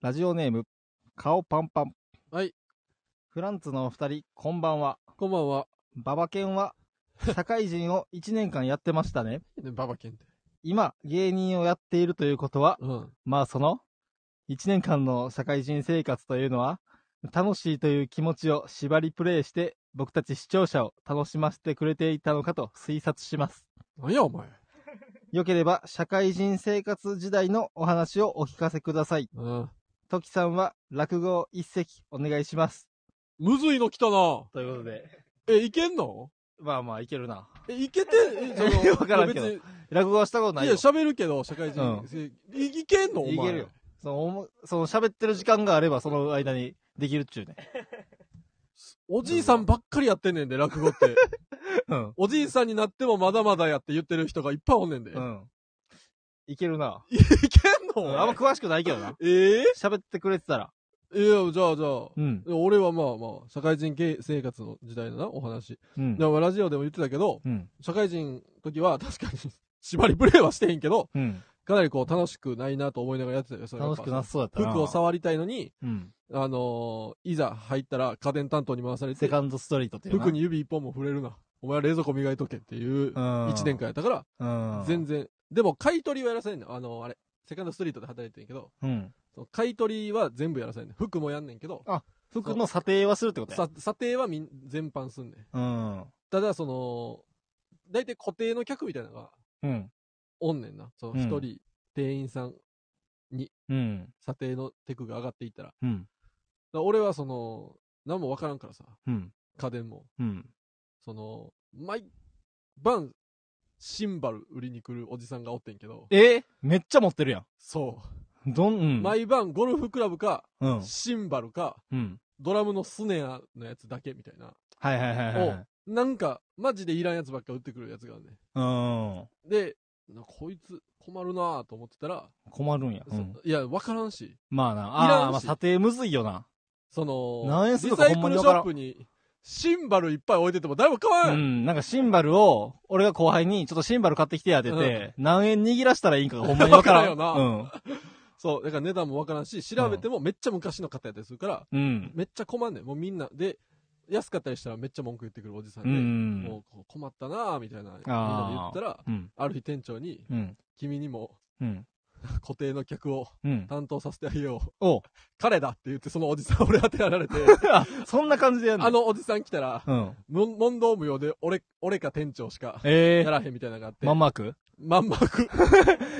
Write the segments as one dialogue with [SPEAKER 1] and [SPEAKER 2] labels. [SPEAKER 1] ラジオネーム、顔パンパン。
[SPEAKER 2] はい。
[SPEAKER 1] フランツのお二人、こんばんは。
[SPEAKER 2] こんばんは。
[SPEAKER 1] ババケンは、社会人を1年間やってましたね。
[SPEAKER 2] ねババケンって。
[SPEAKER 1] 今、芸人をやっているということは、
[SPEAKER 2] うん。
[SPEAKER 1] まあその、1年間の社会人生活というのは、楽しいという気持ちを縛りプレイして、僕たち視聴者を楽しませてくれていたのかと推察します。
[SPEAKER 2] なんやお前。
[SPEAKER 1] よければ、社会人生活時代のお話をお聞かせください。
[SPEAKER 2] うん。
[SPEAKER 1] トキさんは、落語を一席お願いします。
[SPEAKER 2] むずいの来たな。
[SPEAKER 1] ということで、
[SPEAKER 2] え、いけんの
[SPEAKER 1] まあまあ、いけるな。
[SPEAKER 2] え、いけて、え、
[SPEAKER 1] い やわからんけど
[SPEAKER 2] 別に
[SPEAKER 1] 落語はしたことないい
[SPEAKER 2] や、
[SPEAKER 1] よ。
[SPEAKER 2] 喋るけど、社会人。いいけんのお前。
[SPEAKER 1] いけるよその、おもその喋ってる時間があれば、その間にできるっちゅうね。
[SPEAKER 2] おじいさんばっかりやってんねんで、落 語って。
[SPEAKER 1] うん。
[SPEAKER 2] おじいさんになってもまだまだやって言ってる人がいっぱいおんねんで。
[SPEAKER 1] うん。いけるな。
[SPEAKER 2] いけん
[SPEAKER 1] う
[SPEAKER 2] の、
[SPEAKER 1] んあんま詳しくないけどな。
[SPEAKER 2] えー
[SPEAKER 1] 喋ってくれてたら。
[SPEAKER 2] いや、じゃあじゃあ。
[SPEAKER 1] うん。
[SPEAKER 2] 俺はまあまあ、社会人系生活の時代のな、お話。
[SPEAKER 1] うん
[SPEAKER 2] で。もラジオでも言ってたけど、
[SPEAKER 1] うん。
[SPEAKER 2] 社会人の時は確かに 縛りプレイはしてへんけど、
[SPEAKER 1] うん。
[SPEAKER 2] かなりこう楽しくないなと思いながらやってたよ、それは
[SPEAKER 1] 楽しくなさそうだったな。
[SPEAKER 2] 服を触りたいのに、
[SPEAKER 1] うん。
[SPEAKER 2] あのーいざ入ったら家電担当に回され
[SPEAKER 1] セ
[SPEAKER 2] て、
[SPEAKER 1] カンドストリートっていうな。
[SPEAKER 2] 服に指一本も触れるな。お前は冷蔵庫磨いとけってい
[SPEAKER 1] う
[SPEAKER 2] う
[SPEAKER 1] ん、
[SPEAKER 2] 1年間やったから、
[SPEAKER 1] 間
[SPEAKER 2] 全然。でも買い取りはやらせんねん。あのーあれ、セカンドストリートで働いてんけど、
[SPEAKER 1] うん。
[SPEAKER 2] その買い取りは全部やらせんねん。服もやんねんけど、
[SPEAKER 1] 服の査定はするってことや。
[SPEAKER 2] さ査定はみん全般すんねん。
[SPEAKER 1] うん。
[SPEAKER 2] ただその大体固定の客みたいなのが
[SPEAKER 1] うん。
[SPEAKER 2] おんねんなその
[SPEAKER 1] うん
[SPEAKER 2] 一人店員さん
[SPEAKER 1] うん。
[SPEAKER 2] 査定のテクが上がっていったらだか
[SPEAKER 1] うん。
[SPEAKER 2] ら俺はその何もわからんからさ
[SPEAKER 1] うん。
[SPEAKER 2] 家電も
[SPEAKER 1] うん。
[SPEAKER 2] その毎晩シンバル売りに来るおじさんがおってんけど
[SPEAKER 1] えーめっちゃ持ってるや
[SPEAKER 2] そ
[SPEAKER 1] ん。どん、う
[SPEAKER 2] う、
[SPEAKER 1] ん。
[SPEAKER 2] 毎晩ゴルフクラブか
[SPEAKER 1] うん。
[SPEAKER 2] シンバルか
[SPEAKER 1] うん。
[SPEAKER 2] ドラムのスネアのやつだけみたいな
[SPEAKER 1] はいはいはいはいはい。
[SPEAKER 2] なんかマジでいらんやつばっか売ってくるやつがあるね
[SPEAKER 1] うん。
[SPEAKER 2] んでなこいつ困るなぁと思ってたら、
[SPEAKER 1] 困るんや。うん
[SPEAKER 2] そ。いやわからんし
[SPEAKER 1] まあな。
[SPEAKER 2] いらん
[SPEAKER 1] ああ、
[SPEAKER 2] し
[SPEAKER 1] まあ査定むずいよな。
[SPEAKER 2] その、
[SPEAKER 1] 何円するの
[SPEAKER 2] リ
[SPEAKER 1] かほ
[SPEAKER 2] サイ
[SPEAKER 1] ん
[SPEAKER 2] ク
[SPEAKER 1] まに
[SPEAKER 2] ルシ
[SPEAKER 1] わ
[SPEAKER 2] ョ
[SPEAKER 1] からん
[SPEAKER 2] ップにシンバルいっぱい置いてても誰も買わ、
[SPEAKER 1] うんん。なんかシンバルを、俺が後輩に、ちょっとシンバル買ってきてやってて、何円握らしたらいいん かがほんまにわからん。
[SPEAKER 2] わからん
[SPEAKER 1] よ
[SPEAKER 2] そう、だから値段もわからんし、調べてもめっちゃ昔の方やったりするから、
[SPEAKER 1] な。うん。
[SPEAKER 2] めっちゃ困んねん。もうみんな。で、安かったりしたらめっちゃ文句言ってくるおじさん
[SPEAKER 1] う
[SPEAKER 2] で、
[SPEAKER 1] ん。
[SPEAKER 2] もうこう困ったなぁ、みたいな、みんなで言
[SPEAKER 1] あ
[SPEAKER 2] っ
[SPEAKER 1] ー
[SPEAKER 2] たら、
[SPEAKER 1] うん。
[SPEAKER 2] ある日店長に、
[SPEAKER 1] うん。
[SPEAKER 2] 君にも
[SPEAKER 1] うん。
[SPEAKER 2] 固定の客を
[SPEAKER 1] うん。
[SPEAKER 2] 担当させてあげよう。
[SPEAKER 1] おう
[SPEAKER 2] 彼だって言って、そのおじさん俺当てられて、
[SPEAKER 1] あ、そんな感じでやんの
[SPEAKER 2] あ、のおじさん来たら、
[SPEAKER 1] うん。
[SPEAKER 2] もん問答無用で俺、俺か店長しか
[SPEAKER 1] え
[SPEAKER 2] や
[SPEAKER 1] え
[SPEAKER 2] らへんみたいなのがあって、
[SPEAKER 1] マンマーク
[SPEAKER 2] まんまく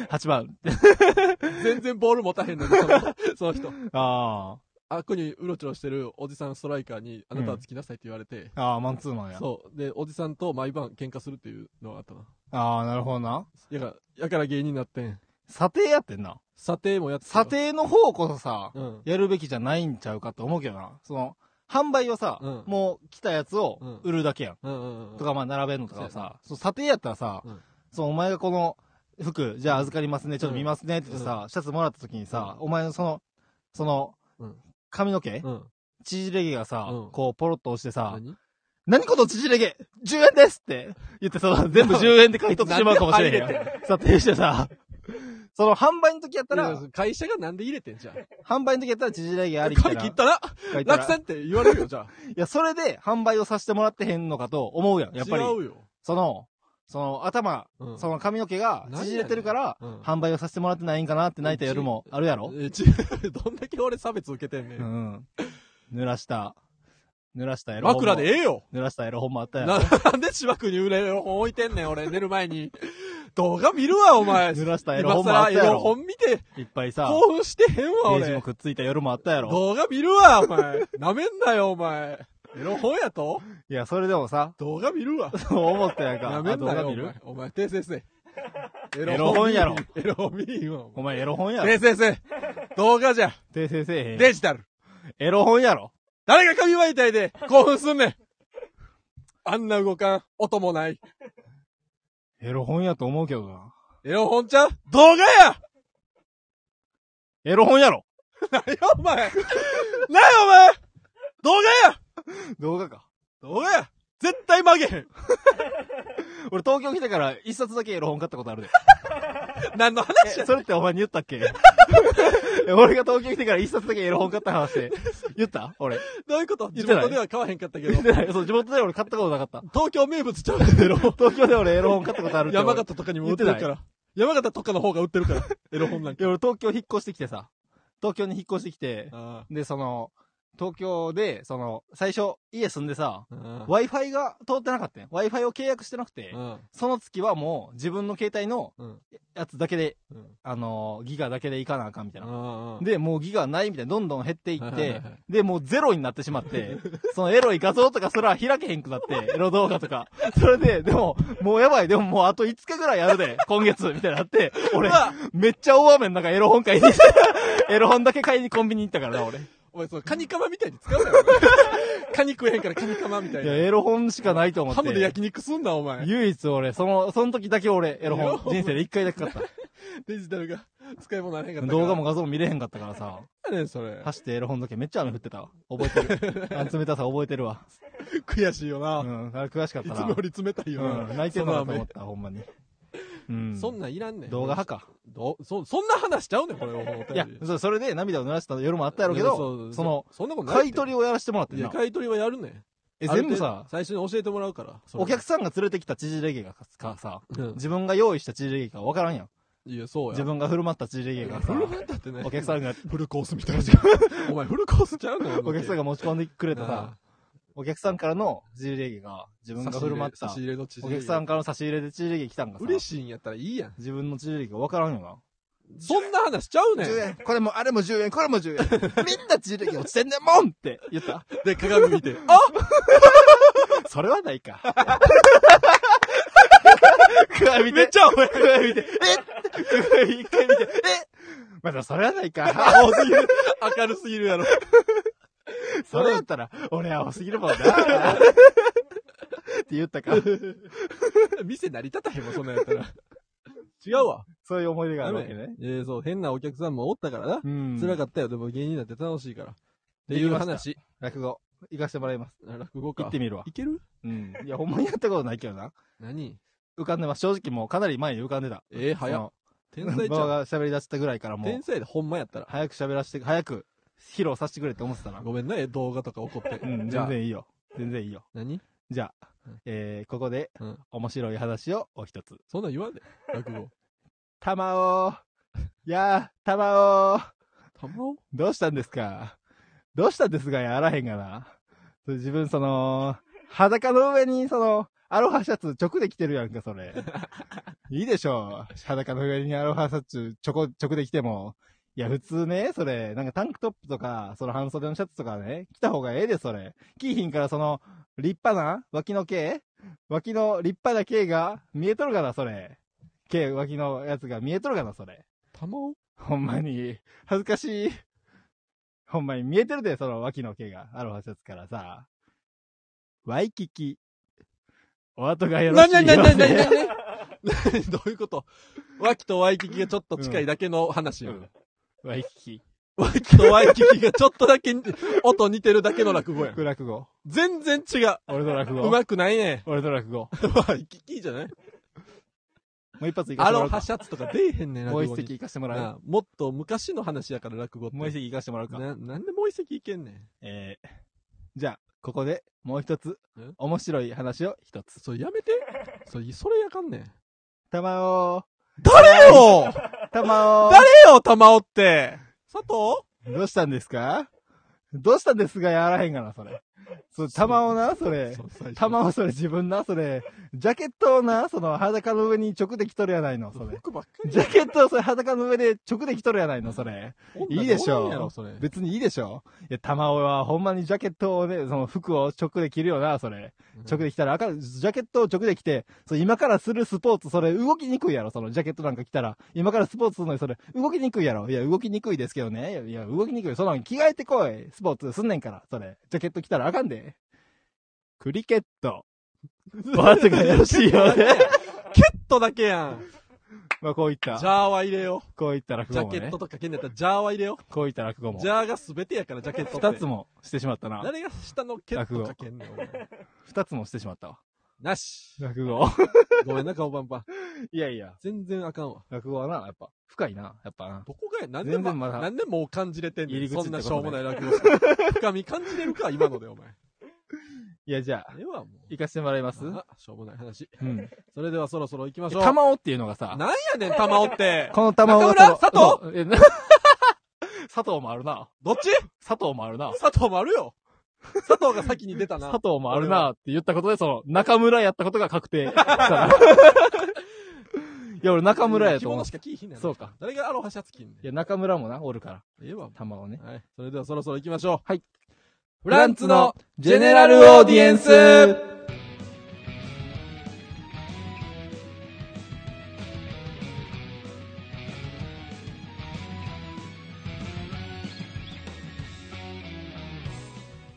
[SPEAKER 1] ?8 番。
[SPEAKER 2] 全然ボール持たへんのに、そのその人。
[SPEAKER 1] あ
[SPEAKER 2] あこにうろちょろしてるおじさんストライカーに、あなたはつきなさいって言われて、
[SPEAKER 1] あ。ああ、マンツーマンや。
[SPEAKER 2] そう。で、おじさんと毎晩喧嘩するっていうのがあったな。
[SPEAKER 1] ああ、なるほどな。
[SPEAKER 2] やから、やから芸人になってん。
[SPEAKER 1] 査定やってんな。
[SPEAKER 2] 査定もやってたよ
[SPEAKER 1] 査定の方こそさ、
[SPEAKER 2] うん。
[SPEAKER 1] やるべきじゃないんちゃうかと思うけどな。その、販売はさ、
[SPEAKER 2] うん
[SPEAKER 1] もう来たやつ
[SPEAKER 2] う
[SPEAKER 1] を
[SPEAKER 2] ん
[SPEAKER 1] 売るだけやん。
[SPEAKER 2] うんうんうん。
[SPEAKER 1] とか、まあ、並べるのとかは
[SPEAKER 2] そうや
[SPEAKER 1] さ、そう査定やったらさ、
[SPEAKER 2] うん
[SPEAKER 1] そう、お前がこの服、じゃあ預かりますね、ちょっと見ますねって言ってさ、シャツもらった時にさ、お前のその、その、
[SPEAKER 2] うん
[SPEAKER 1] 髪の毛
[SPEAKER 2] うん。
[SPEAKER 1] 縮れ毛がさ、
[SPEAKER 2] うん
[SPEAKER 1] こう、ポロッと落ちてさ、
[SPEAKER 2] 何
[SPEAKER 1] 何この縮れ毛 !10 円ですって言ってさ、全部10円で買い取ってしまうかもしれへんやん
[SPEAKER 2] なん
[SPEAKER 1] 査定してさ、その販売の時やった
[SPEAKER 2] だから
[SPEAKER 1] ら、、
[SPEAKER 2] 会社がなんで入れてんじゃん。
[SPEAKER 1] 販売の時やったら縮れ毛ありきた
[SPEAKER 2] 髪
[SPEAKER 1] ら
[SPEAKER 2] 切ったら、
[SPEAKER 1] 書いた
[SPEAKER 2] 落
[SPEAKER 1] ら
[SPEAKER 2] 選って言われるよ、じゃ
[SPEAKER 1] いや、それで販売をさせてもらってへんのかと思うやん。
[SPEAKER 2] あ。
[SPEAKER 1] やっぱり、
[SPEAKER 2] 違うよ。
[SPEAKER 1] その、その頭、
[SPEAKER 2] うん
[SPEAKER 1] その髪の毛が縮れてるから、
[SPEAKER 2] 何やねんうん
[SPEAKER 1] 販売をさせてもらってないんかなって泣いた夜もあるやろ
[SPEAKER 2] え違う どんだけ俺差別受けてんね。
[SPEAKER 1] うんん。濡らした、濡らしたエロ本も。
[SPEAKER 2] 枕でええよ。
[SPEAKER 1] 濡らしたエロ本もあったや
[SPEAKER 2] な
[SPEAKER 1] ろ。
[SPEAKER 2] なんで芝君に売れる本置いてんねん、俺。寝る前に。動画見るわ、お前。
[SPEAKER 1] 濡らしたエロ
[SPEAKER 2] 今
[SPEAKER 1] 本もあっ
[SPEAKER 2] さ、
[SPEAKER 1] た
[SPEAKER 2] エ
[SPEAKER 1] や
[SPEAKER 2] ロ
[SPEAKER 1] ろ。
[SPEAKER 2] 本見て、
[SPEAKER 1] いっぱいさ、
[SPEAKER 2] 興奮してへん
[SPEAKER 1] ペ
[SPEAKER 2] わ、
[SPEAKER 1] ージも
[SPEAKER 2] 俺。
[SPEAKER 1] くっついた夜もあったやろ。
[SPEAKER 2] 動画見るわ、お前。なめんなよ、お前。エロ本やと
[SPEAKER 1] いや、それでもさ、
[SPEAKER 2] 動画見るわ。
[SPEAKER 1] そう思ったやんか。
[SPEAKER 2] なめんな
[SPEAKER 1] あ動画
[SPEAKER 2] よ、お
[SPEAKER 1] 見る
[SPEAKER 2] 前。お前、訂正せえ。エ
[SPEAKER 1] ロ本やろ
[SPEAKER 2] 見い。エロ本見いわ、お
[SPEAKER 1] お前エロ本やろ。
[SPEAKER 2] 前。訂正せえ。動画じゃ、
[SPEAKER 1] 訂正せえへんやん。
[SPEAKER 2] デジタル。
[SPEAKER 1] エロ本やろ。
[SPEAKER 2] 誰が紙媒体で興奮すんねん。あんな動かん、音もない。
[SPEAKER 1] エロ本やと思うけどな。
[SPEAKER 2] エロ本ちゃん動画や
[SPEAKER 1] エロ本やろ。
[SPEAKER 2] 何やお前何やお前動画や
[SPEAKER 1] 動画か。
[SPEAKER 2] 動画や絶対曲げへん
[SPEAKER 1] 俺東京来てから一冊だけエロ本買ったことあるで。
[SPEAKER 2] 何の話
[SPEAKER 1] え
[SPEAKER 2] や
[SPEAKER 1] それってお前に言ったっけ俺が東京来てから一冊だけエロ本買った話で。言った俺。
[SPEAKER 2] どういうこと
[SPEAKER 1] 言っ
[SPEAKER 2] 地
[SPEAKER 1] てない
[SPEAKER 2] 元では買わへんかったけ
[SPEAKER 1] 言
[SPEAKER 2] ど
[SPEAKER 1] っ、てない。そう、地元で俺買ったことなかった。
[SPEAKER 2] 東京名物ちゃうねんエロ本。
[SPEAKER 1] 東京で俺エロ本買ったことあるって俺
[SPEAKER 2] 山形とかにも売ってるか
[SPEAKER 1] 言
[SPEAKER 2] ら。山形とかの方が売ってる から、エロ本なん
[SPEAKER 1] い
[SPEAKER 2] か。
[SPEAKER 1] や、俺東京引っ越してきてさ。東京に引っ越してきて、
[SPEAKER 2] あ
[SPEAKER 1] で、その、東京で、その、最初、家住んでさ、
[SPEAKER 2] ああ
[SPEAKER 1] Wi-Fi が通ってなかったよ。Wi-Fi を契約してなくて、
[SPEAKER 2] あ
[SPEAKER 1] その月はもう自分の携帯の
[SPEAKER 2] うん
[SPEAKER 1] やつだけで、
[SPEAKER 2] うん
[SPEAKER 1] あのー、ギガだけでいかなあかんみたいな。
[SPEAKER 2] ああ
[SPEAKER 1] で、もうギガないみたいな、どんどん減っていっ
[SPEAKER 2] はいはい
[SPEAKER 1] て
[SPEAKER 2] はい、
[SPEAKER 1] で、もうゼロになってしまっ て、そのエロい画像とかすら開けへんくなって、 エロ動画とか。それで、でも、もうやばい、でももうあと5日ぐらいやるで、今月、みたいになって、俺
[SPEAKER 2] う、わ
[SPEAKER 1] めっちゃ大雨の中エロ本買いに エロ本だけ買いにコンビニ行ったからな、俺。い
[SPEAKER 2] お前、そのカニカマみたいに使うなよ。お前カニ食えへんからカニカマみたい
[SPEAKER 1] や、
[SPEAKER 2] な。
[SPEAKER 1] エロ本しかないと思って。
[SPEAKER 2] ハムで焼肉すんな、お前。
[SPEAKER 1] 唯一俺、その、その時だけ俺、エロ
[SPEAKER 2] エロ
[SPEAKER 1] 本。
[SPEAKER 2] 本
[SPEAKER 1] 人生で一回だけ買った。
[SPEAKER 2] デジタルが使い物なれへんかったから。
[SPEAKER 1] 動画も。画像も見れへんかったからさ、
[SPEAKER 2] ねん、それ。
[SPEAKER 1] 走ってエロ本だけめっちゃ雨降ってたわ。覚えて る。あの冷たさ覚えてるわ。
[SPEAKER 2] 悔しいよ
[SPEAKER 1] う
[SPEAKER 2] な。
[SPEAKER 1] ん、あれ悔しかっ
[SPEAKER 2] い
[SPEAKER 1] た
[SPEAKER 2] つ
[SPEAKER 1] な。
[SPEAKER 2] もより冷たいよ
[SPEAKER 1] う
[SPEAKER 2] な。
[SPEAKER 1] ん、泣いてるのかと思っ
[SPEAKER 2] そ
[SPEAKER 1] た、ほんまに。うん。
[SPEAKER 2] 雨そんなんいらんねん。
[SPEAKER 1] 動画派か。
[SPEAKER 2] どそ、そんな話しちゃうねん、これ、お便り。
[SPEAKER 1] いや、そうそれで涙を濡らした夜もあったやろうけ
[SPEAKER 2] う
[SPEAKER 1] ど、
[SPEAKER 2] ん
[SPEAKER 1] その、、
[SPEAKER 2] そんなことないって。
[SPEAKER 1] 買い取りをやらせてもらって
[SPEAKER 2] いや、
[SPEAKER 1] な。
[SPEAKER 2] 買い取りはやるねん。
[SPEAKER 1] え、
[SPEAKER 2] ある
[SPEAKER 1] 全部さ
[SPEAKER 2] 程度、最初に教えてもらうから。それ
[SPEAKER 1] お客さんが連れてきたチジレゲがかさ、
[SPEAKER 2] うん
[SPEAKER 1] 自分が用意したチジレゲがわからんやん。
[SPEAKER 2] いや、そうや。
[SPEAKER 1] 自分が振る舞ったチジレゲがさ
[SPEAKER 2] フ、ルコースだってね。
[SPEAKER 1] お客さんが、
[SPEAKER 2] フルコースみたいな。お前、フルコースちゃうの
[SPEAKER 1] お客さん
[SPEAKER 2] が
[SPEAKER 1] が持ち込んでくれたさ、お客さんからのチジレゲが、自分が振る舞った
[SPEAKER 2] 差し、入れの知
[SPEAKER 1] お客さんからの差し入れでチジレゲ来たんかさ、
[SPEAKER 2] 嬉しいんやったらいいやん。
[SPEAKER 1] 自分のチジレゲがわからんよな。
[SPEAKER 2] そんな話しちゃうねん。
[SPEAKER 1] 10円、これもあれも10円、これも10円。みんな自由落ちてんねんもんって言った。
[SPEAKER 2] で、鏡見て。あ
[SPEAKER 1] それはないか。 くわ見て。
[SPEAKER 2] めっちゃお前。
[SPEAKER 1] くわ見て。えくわ一回見て。えまだそれはない か。青すぎる。
[SPEAKER 2] 明るすぎるやろ。
[SPEAKER 1] それやったら、俺は青すぎるもんな。って言ったか。
[SPEAKER 2] 店成り立たへんもん、そんなんやったら。違うわ。
[SPEAKER 1] そういう思い出があ
[SPEAKER 2] ダ
[SPEAKER 1] る
[SPEAKER 2] メ
[SPEAKER 1] わけね。。
[SPEAKER 2] えー、そう、変なお客さんもおったからな。
[SPEAKER 1] うん
[SPEAKER 2] 辛かったよ。でも芸人だって楽しいから。って
[SPEAKER 1] で
[SPEAKER 2] い
[SPEAKER 1] き
[SPEAKER 2] う
[SPEAKER 1] ました
[SPEAKER 2] 話。
[SPEAKER 1] 落語、行かしてもらいます。
[SPEAKER 2] あ落語か。
[SPEAKER 1] 行ってみるわ
[SPEAKER 2] い。ける
[SPEAKER 1] うん。いや、ほんまにやったことないけどな。
[SPEAKER 2] 何
[SPEAKER 1] 浮かんでます。正直もうかなり前に浮かんでた。
[SPEAKER 2] えー、早っ。
[SPEAKER 1] そ
[SPEAKER 2] 天
[SPEAKER 1] の
[SPEAKER 2] 才ち
[SPEAKER 1] 馬場
[SPEAKER 2] ゃう。
[SPEAKER 1] が喋り出したぐらいからもう
[SPEAKER 2] 天。才でほんまやったら。
[SPEAKER 1] 早く喋らせて、早く披露させてくれって思ってたな。
[SPEAKER 2] ごめんな、え動画とか怒って。
[SPEAKER 1] うん、
[SPEAKER 2] じ
[SPEAKER 1] 全
[SPEAKER 2] ゃあ、
[SPEAKER 1] 然いいよ。全然いいよ。
[SPEAKER 2] 何
[SPEAKER 1] じゃあ
[SPEAKER 2] うん、
[SPEAKER 1] えー、ここで
[SPEAKER 2] うん。
[SPEAKER 1] 面白い話をお一つ。
[SPEAKER 2] そんなん言わんで、落語。
[SPEAKER 1] 玉をやあ、玉を
[SPEAKER 2] たまお
[SPEAKER 1] どうしたんですかどうしたんですがやあらへんがな。それ自分その、裸の上にその、アロハシャツ直で着てるやんか、それ。いいでしょう。裸の上にアロハシャツちょこ、直で着ても。いや、普通ね、それ、なんかタンクトップとか、その半袖のシャツとかね、着た方がええで、それ。着いひんからその、立派な脇の毛脇の立派な毛が見えとるかな、それ。毛、脇のやつが見えとるかな、それ。
[SPEAKER 2] たまお
[SPEAKER 1] ほんまに、恥ずかしい。ほんまに見えてるで、その脇の毛が、アロハシャツからさ。ワイキキ。お後がよろしいようで。
[SPEAKER 2] なになになにどういうことワキとワイキキがちょっと近いだけの話よ。
[SPEAKER 1] うんワイキキ。
[SPEAKER 2] ワキとワイキキがちょっとだけ似て音似てるだけの落語やん
[SPEAKER 1] こ。れ落語。
[SPEAKER 2] 全然違う。
[SPEAKER 1] 俺の落語。
[SPEAKER 2] うまくないね。
[SPEAKER 1] 俺の落語。も
[SPEAKER 2] ワイキキじゃないう
[SPEAKER 1] 一発いかし
[SPEAKER 2] ア
[SPEAKER 1] てもらお
[SPEAKER 2] ロ
[SPEAKER 1] う
[SPEAKER 2] ハ
[SPEAKER 1] か。
[SPEAKER 2] シャツとか出えへんねん、
[SPEAKER 1] もう
[SPEAKER 2] 落
[SPEAKER 1] 一
[SPEAKER 2] 語
[SPEAKER 1] 席
[SPEAKER 2] に。
[SPEAKER 1] いかしてもら
[SPEAKER 2] なあもっと昔の話やから、落語っ
[SPEAKER 1] う。
[SPEAKER 2] て。
[SPEAKER 1] もう一席いかしてもらうか。
[SPEAKER 2] ななんでもう一席いけんねん。
[SPEAKER 1] えー、じゃあ、ここでもう一つ
[SPEAKER 2] え、
[SPEAKER 1] 面白い話を一つ。
[SPEAKER 2] それやめて。それ、それやかんねん。
[SPEAKER 1] 玉を、
[SPEAKER 2] 誰よ
[SPEAKER 1] 玉を、
[SPEAKER 2] 誰よ、玉尾って。佐藤
[SPEAKER 1] どうしたんですかどうしたんですがやらへんがな、それ。そう、玉をな、それ。
[SPEAKER 2] 玉
[SPEAKER 1] 玉をそれ自分な、それ。ジャケットをな、その裸の上に直で着とるやないの、それ。
[SPEAKER 2] 服ばっかり
[SPEAKER 1] ジャケットをそれ裸の上で直で着とるやないの、それ。いいでしょう
[SPEAKER 2] 女どなんやろそれ
[SPEAKER 1] 別にいいでしょいや、玉尾はほんまにジャケットをね、その服を直で着るよな、それ。直で着たらあかん、ジャケットを直で着て、そう今からするスポーツ、それ動きにくいやろ、そのジャケットなんか着たら。今からスポーツするのにそれ、動きにくいやろ。いや、動きにくいですけどね。いや、いや動きにくい。そんなん着替えてこい。スポーツすんねんから、それ。ジャケット着たらあかんで。クリケット。お後がよろしいようで。
[SPEAKER 2] ケットだけやん。
[SPEAKER 1] まあ、こういっ
[SPEAKER 2] ジャ
[SPEAKER 1] た、
[SPEAKER 2] ーは入れよ
[SPEAKER 1] こういった
[SPEAKER 2] う。
[SPEAKER 1] 落
[SPEAKER 2] ジ
[SPEAKER 1] 語
[SPEAKER 2] ャ
[SPEAKER 1] も
[SPEAKER 2] ケッ
[SPEAKER 1] ね
[SPEAKER 2] ト。とかけんだったらジャーは入れよ
[SPEAKER 1] こういった落語
[SPEAKER 2] う。
[SPEAKER 1] も
[SPEAKER 2] ジ。ャーが全てやから、ジャケットって。
[SPEAKER 1] 二つもしてしまったな。
[SPEAKER 2] 誰が下のケットかけんねん、お前
[SPEAKER 1] 二つもしてしまったわ。
[SPEAKER 2] なし。
[SPEAKER 1] 落語。
[SPEAKER 2] ごめんな、顔パンパン。
[SPEAKER 1] いやいや、
[SPEAKER 2] 全然あかんわ。
[SPEAKER 1] 落語はな、やっぱ、深いな、やっぱな。
[SPEAKER 2] どこがや、なんで
[SPEAKER 1] 全
[SPEAKER 2] も、
[SPEAKER 1] 然まだ
[SPEAKER 2] なんでもう感じれてんね
[SPEAKER 1] 入
[SPEAKER 2] ん。
[SPEAKER 1] り口
[SPEAKER 2] そんなしょうもない落語。深み感じれるか、今ので、お前。
[SPEAKER 1] いや、じゃあ、
[SPEAKER 2] ではもう。
[SPEAKER 1] 行かせてもらいます
[SPEAKER 2] あしょうもない話。
[SPEAKER 1] うん。
[SPEAKER 2] それではそろそろ行きましょう。
[SPEAKER 1] 玉尾っていうのがさ、
[SPEAKER 2] なんやねん、玉尾って。
[SPEAKER 1] この玉尾が
[SPEAKER 2] 中村
[SPEAKER 1] そのえな 佐藤もあるな。
[SPEAKER 2] どっち
[SPEAKER 1] 佐藤もあるな。
[SPEAKER 2] 佐藤もあるよ。佐藤が先に出た
[SPEAKER 1] 佐
[SPEAKER 2] な。
[SPEAKER 1] 藤もあるなって言ったことで、その、中村やったことが確 定したな。いや、俺中村やと
[SPEAKER 2] 着
[SPEAKER 1] 思
[SPEAKER 2] 物
[SPEAKER 1] う。
[SPEAKER 2] しか着いひんねん。
[SPEAKER 1] そうか。
[SPEAKER 2] 誰がアロハシャツ着んねん。
[SPEAKER 1] いや、中村もな、おるから。
[SPEAKER 2] ええわ、も
[SPEAKER 1] 玉をね。
[SPEAKER 2] うはい。それではそろそろ行きましょう。
[SPEAKER 1] はい。
[SPEAKER 2] フランツのジェネラルオーディエンス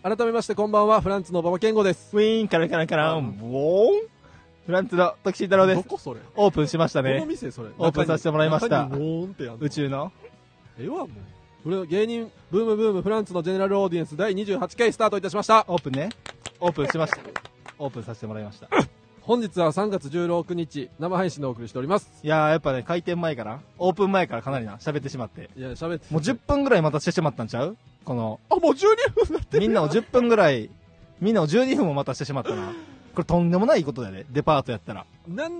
[SPEAKER 2] 改めましてこんばんは、フランツの馬場健吾です。
[SPEAKER 1] ウィーン、カランカランカラン、ボーンフランツの徳慎太郎で
[SPEAKER 2] ど
[SPEAKER 1] す。
[SPEAKER 2] こそれ
[SPEAKER 1] オープンしました
[SPEAKER 2] この
[SPEAKER 1] ね。
[SPEAKER 2] 店それ。
[SPEAKER 1] オープンさせてもらいました
[SPEAKER 2] 中にウォーンってやんの
[SPEAKER 1] 宇。宙の。
[SPEAKER 2] ええわ、もう。これは芸人ブームブームフランツのジェネラルオーディエンス第28回スタートいたしました。
[SPEAKER 1] オープンね。オープンしました。オープンさせてもらいました。
[SPEAKER 2] 本日は3月16日、生配信でお送りしております。
[SPEAKER 1] いやー、やっぱね、開店前から、オープン前からかなりな、喋ってしまって。
[SPEAKER 2] いや、喋って。
[SPEAKER 1] もう10分ぐらい待たせてしまったんちゃうこの、
[SPEAKER 2] あ、もう12分だって。
[SPEAKER 1] みんなを10分ぐらい、みんなを12分も待たせてしまったな。これとんでもないことだよね。デパートやったら。
[SPEAKER 2] なん、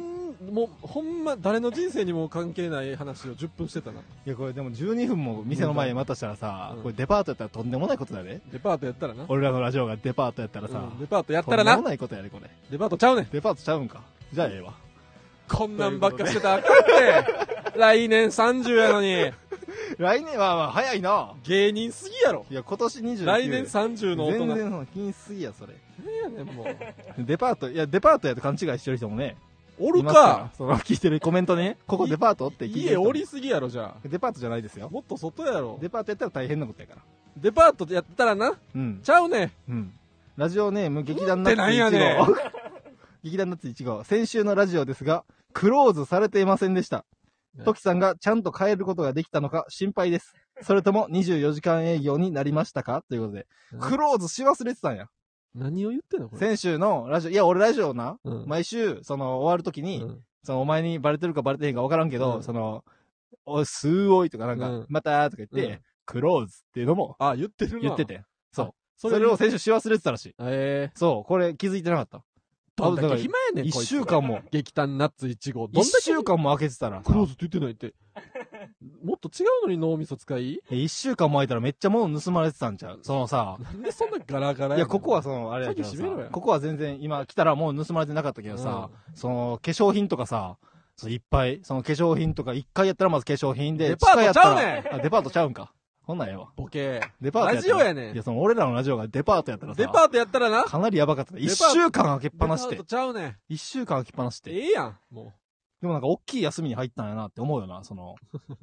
[SPEAKER 2] もう、ほんま、誰の人生にも関係ない話を10分してたな。
[SPEAKER 1] いや、これでも12分も店の前に待たしたらさ
[SPEAKER 2] う、ん
[SPEAKER 1] これデパートやったらとんでもないことだよね。
[SPEAKER 2] デパートやったらな。
[SPEAKER 1] 俺らのラジオがデパートやったらさ
[SPEAKER 2] うん、デパートやった
[SPEAKER 1] とん
[SPEAKER 2] ら
[SPEAKER 1] でも
[SPEAKER 2] な。
[SPEAKER 1] ないことやね、これ。
[SPEAKER 2] デパートちゃうねん。
[SPEAKER 1] デパートちゃうんか。じゃあええわ。
[SPEAKER 2] こんなんばっかしてたらあかんって。来年30や のに、
[SPEAKER 1] 来年はまあ早いな。
[SPEAKER 2] 芸人すぎやろ。
[SPEAKER 1] いや、今年29。
[SPEAKER 2] 来年30の大人。
[SPEAKER 1] 全
[SPEAKER 2] なん
[SPEAKER 1] 然その気にしすぎや、それ。
[SPEAKER 2] やねん、もう。
[SPEAKER 1] デパート、いや、デパートやと勘違いしてる人もね。
[SPEAKER 2] お
[SPEAKER 1] い
[SPEAKER 2] る
[SPEAKER 1] ますら
[SPEAKER 2] か。
[SPEAKER 1] その、聞いてるコメントね。ここデパートって聞いてる
[SPEAKER 2] 家
[SPEAKER 1] 人も
[SPEAKER 2] おりすぎやろ、じゃあ。
[SPEAKER 1] デパートじゃないですよ。
[SPEAKER 2] もっと外やろ。
[SPEAKER 1] デパートやったら大変なことやから。
[SPEAKER 2] デパートやったらな。
[SPEAKER 1] うん。
[SPEAKER 2] ちゃうねん。
[SPEAKER 1] うん。ラジオネーム、劇団
[SPEAKER 2] っ
[SPEAKER 1] ナッ
[SPEAKER 2] て
[SPEAKER 1] ツ
[SPEAKER 2] なんやねん
[SPEAKER 1] 1号。劇 団ナッツ1号。先週のラジオですが、クローズされていませんでした
[SPEAKER 2] ね。
[SPEAKER 1] トキさんがちゃんと帰ることができたのか心配です。それとも24時間営業になりましたかということで。クローズし忘れてたんや。
[SPEAKER 2] 何を言ってんのこれ。
[SPEAKER 1] 先週のラジオ、いや、俺ラジオな、
[SPEAKER 2] うん
[SPEAKER 1] 毎週、その、終わるときに、
[SPEAKER 2] うん
[SPEAKER 1] その、お前にバレてるかバレてへんか分からんけど、
[SPEAKER 2] うん
[SPEAKER 1] その、おい、すーおいとかなんか、
[SPEAKER 2] うん
[SPEAKER 1] またーとか言って、
[SPEAKER 2] うん
[SPEAKER 1] クローズっていうのも
[SPEAKER 2] あ、言ってるな。
[SPEAKER 1] 言って。て。そう。
[SPEAKER 2] そ
[SPEAKER 1] そ
[SPEAKER 2] れ
[SPEAKER 1] れを
[SPEAKER 2] を、
[SPEAKER 1] 先週し忘れてたらしい。
[SPEAKER 2] え
[SPEAKER 1] そう、これ気づいてなかった。
[SPEAKER 2] ー、どんだけ暇やねん、
[SPEAKER 1] 一
[SPEAKER 2] こいつ
[SPEAKER 1] 週。間も、
[SPEAKER 2] 劇団ナッツ1号。どんだ
[SPEAKER 1] 一
[SPEAKER 2] け
[SPEAKER 1] 週間も開けてたら
[SPEAKER 2] クローズって言ってないって。もっと違うのに脳みそ使い
[SPEAKER 1] え一週間も開いたらめっちゃ物盗まれてたんちゃうそのさ、
[SPEAKER 2] なんでそんなガラガラや
[SPEAKER 1] い
[SPEAKER 2] ねん
[SPEAKER 1] や、ここはその、あれやけど
[SPEAKER 2] 鍵閉めろ
[SPEAKER 1] さ
[SPEAKER 2] や、
[SPEAKER 1] ここは全然今来たらもう盗まれてなかったけどさ、その、化粧品とかさ、そういっぱい、その化粧品とか、一回やったらまず化粧品で、
[SPEAKER 2] デパー
[SPEAKER 1] 地
[SPEAKER 2] ト
[SPEAKER 1] 下やったら
[SPEAKER 2] ちゃうね
[SPEAKER 1] あ、デパートちゃうんか。ほんなんええわ。
[SPEAKER 2] ボケ。
[SPEAKER 1] デパート
[SPEAKER 2] ラジオやねん
[SPEAKER 1] いや、その俺らのラジオがデパートやったらさ、
[SPEAKER 2] デパートやったらな。
[SPEAKER 1] かなりやばかったね。
[SPEAKER 2] デパ
[SPEAKER 1] 一
[SPEAKER 2] ート
[SPEAKER 1] 週間開けっぱなし
[SPEAKER 2] デ
[SPEAKER 1] て
[SPEAKER 2] パート。ちゃうねん。
[SPEAKER 1] 一週間開けっぱなし
[SPEAKER 2] え
[SPEAKER 1] て。
[SPEAKER 2] えやん、も
[SPEAKER 1] でもなんか大きい休みに入ったんやなって思うよな、そ の。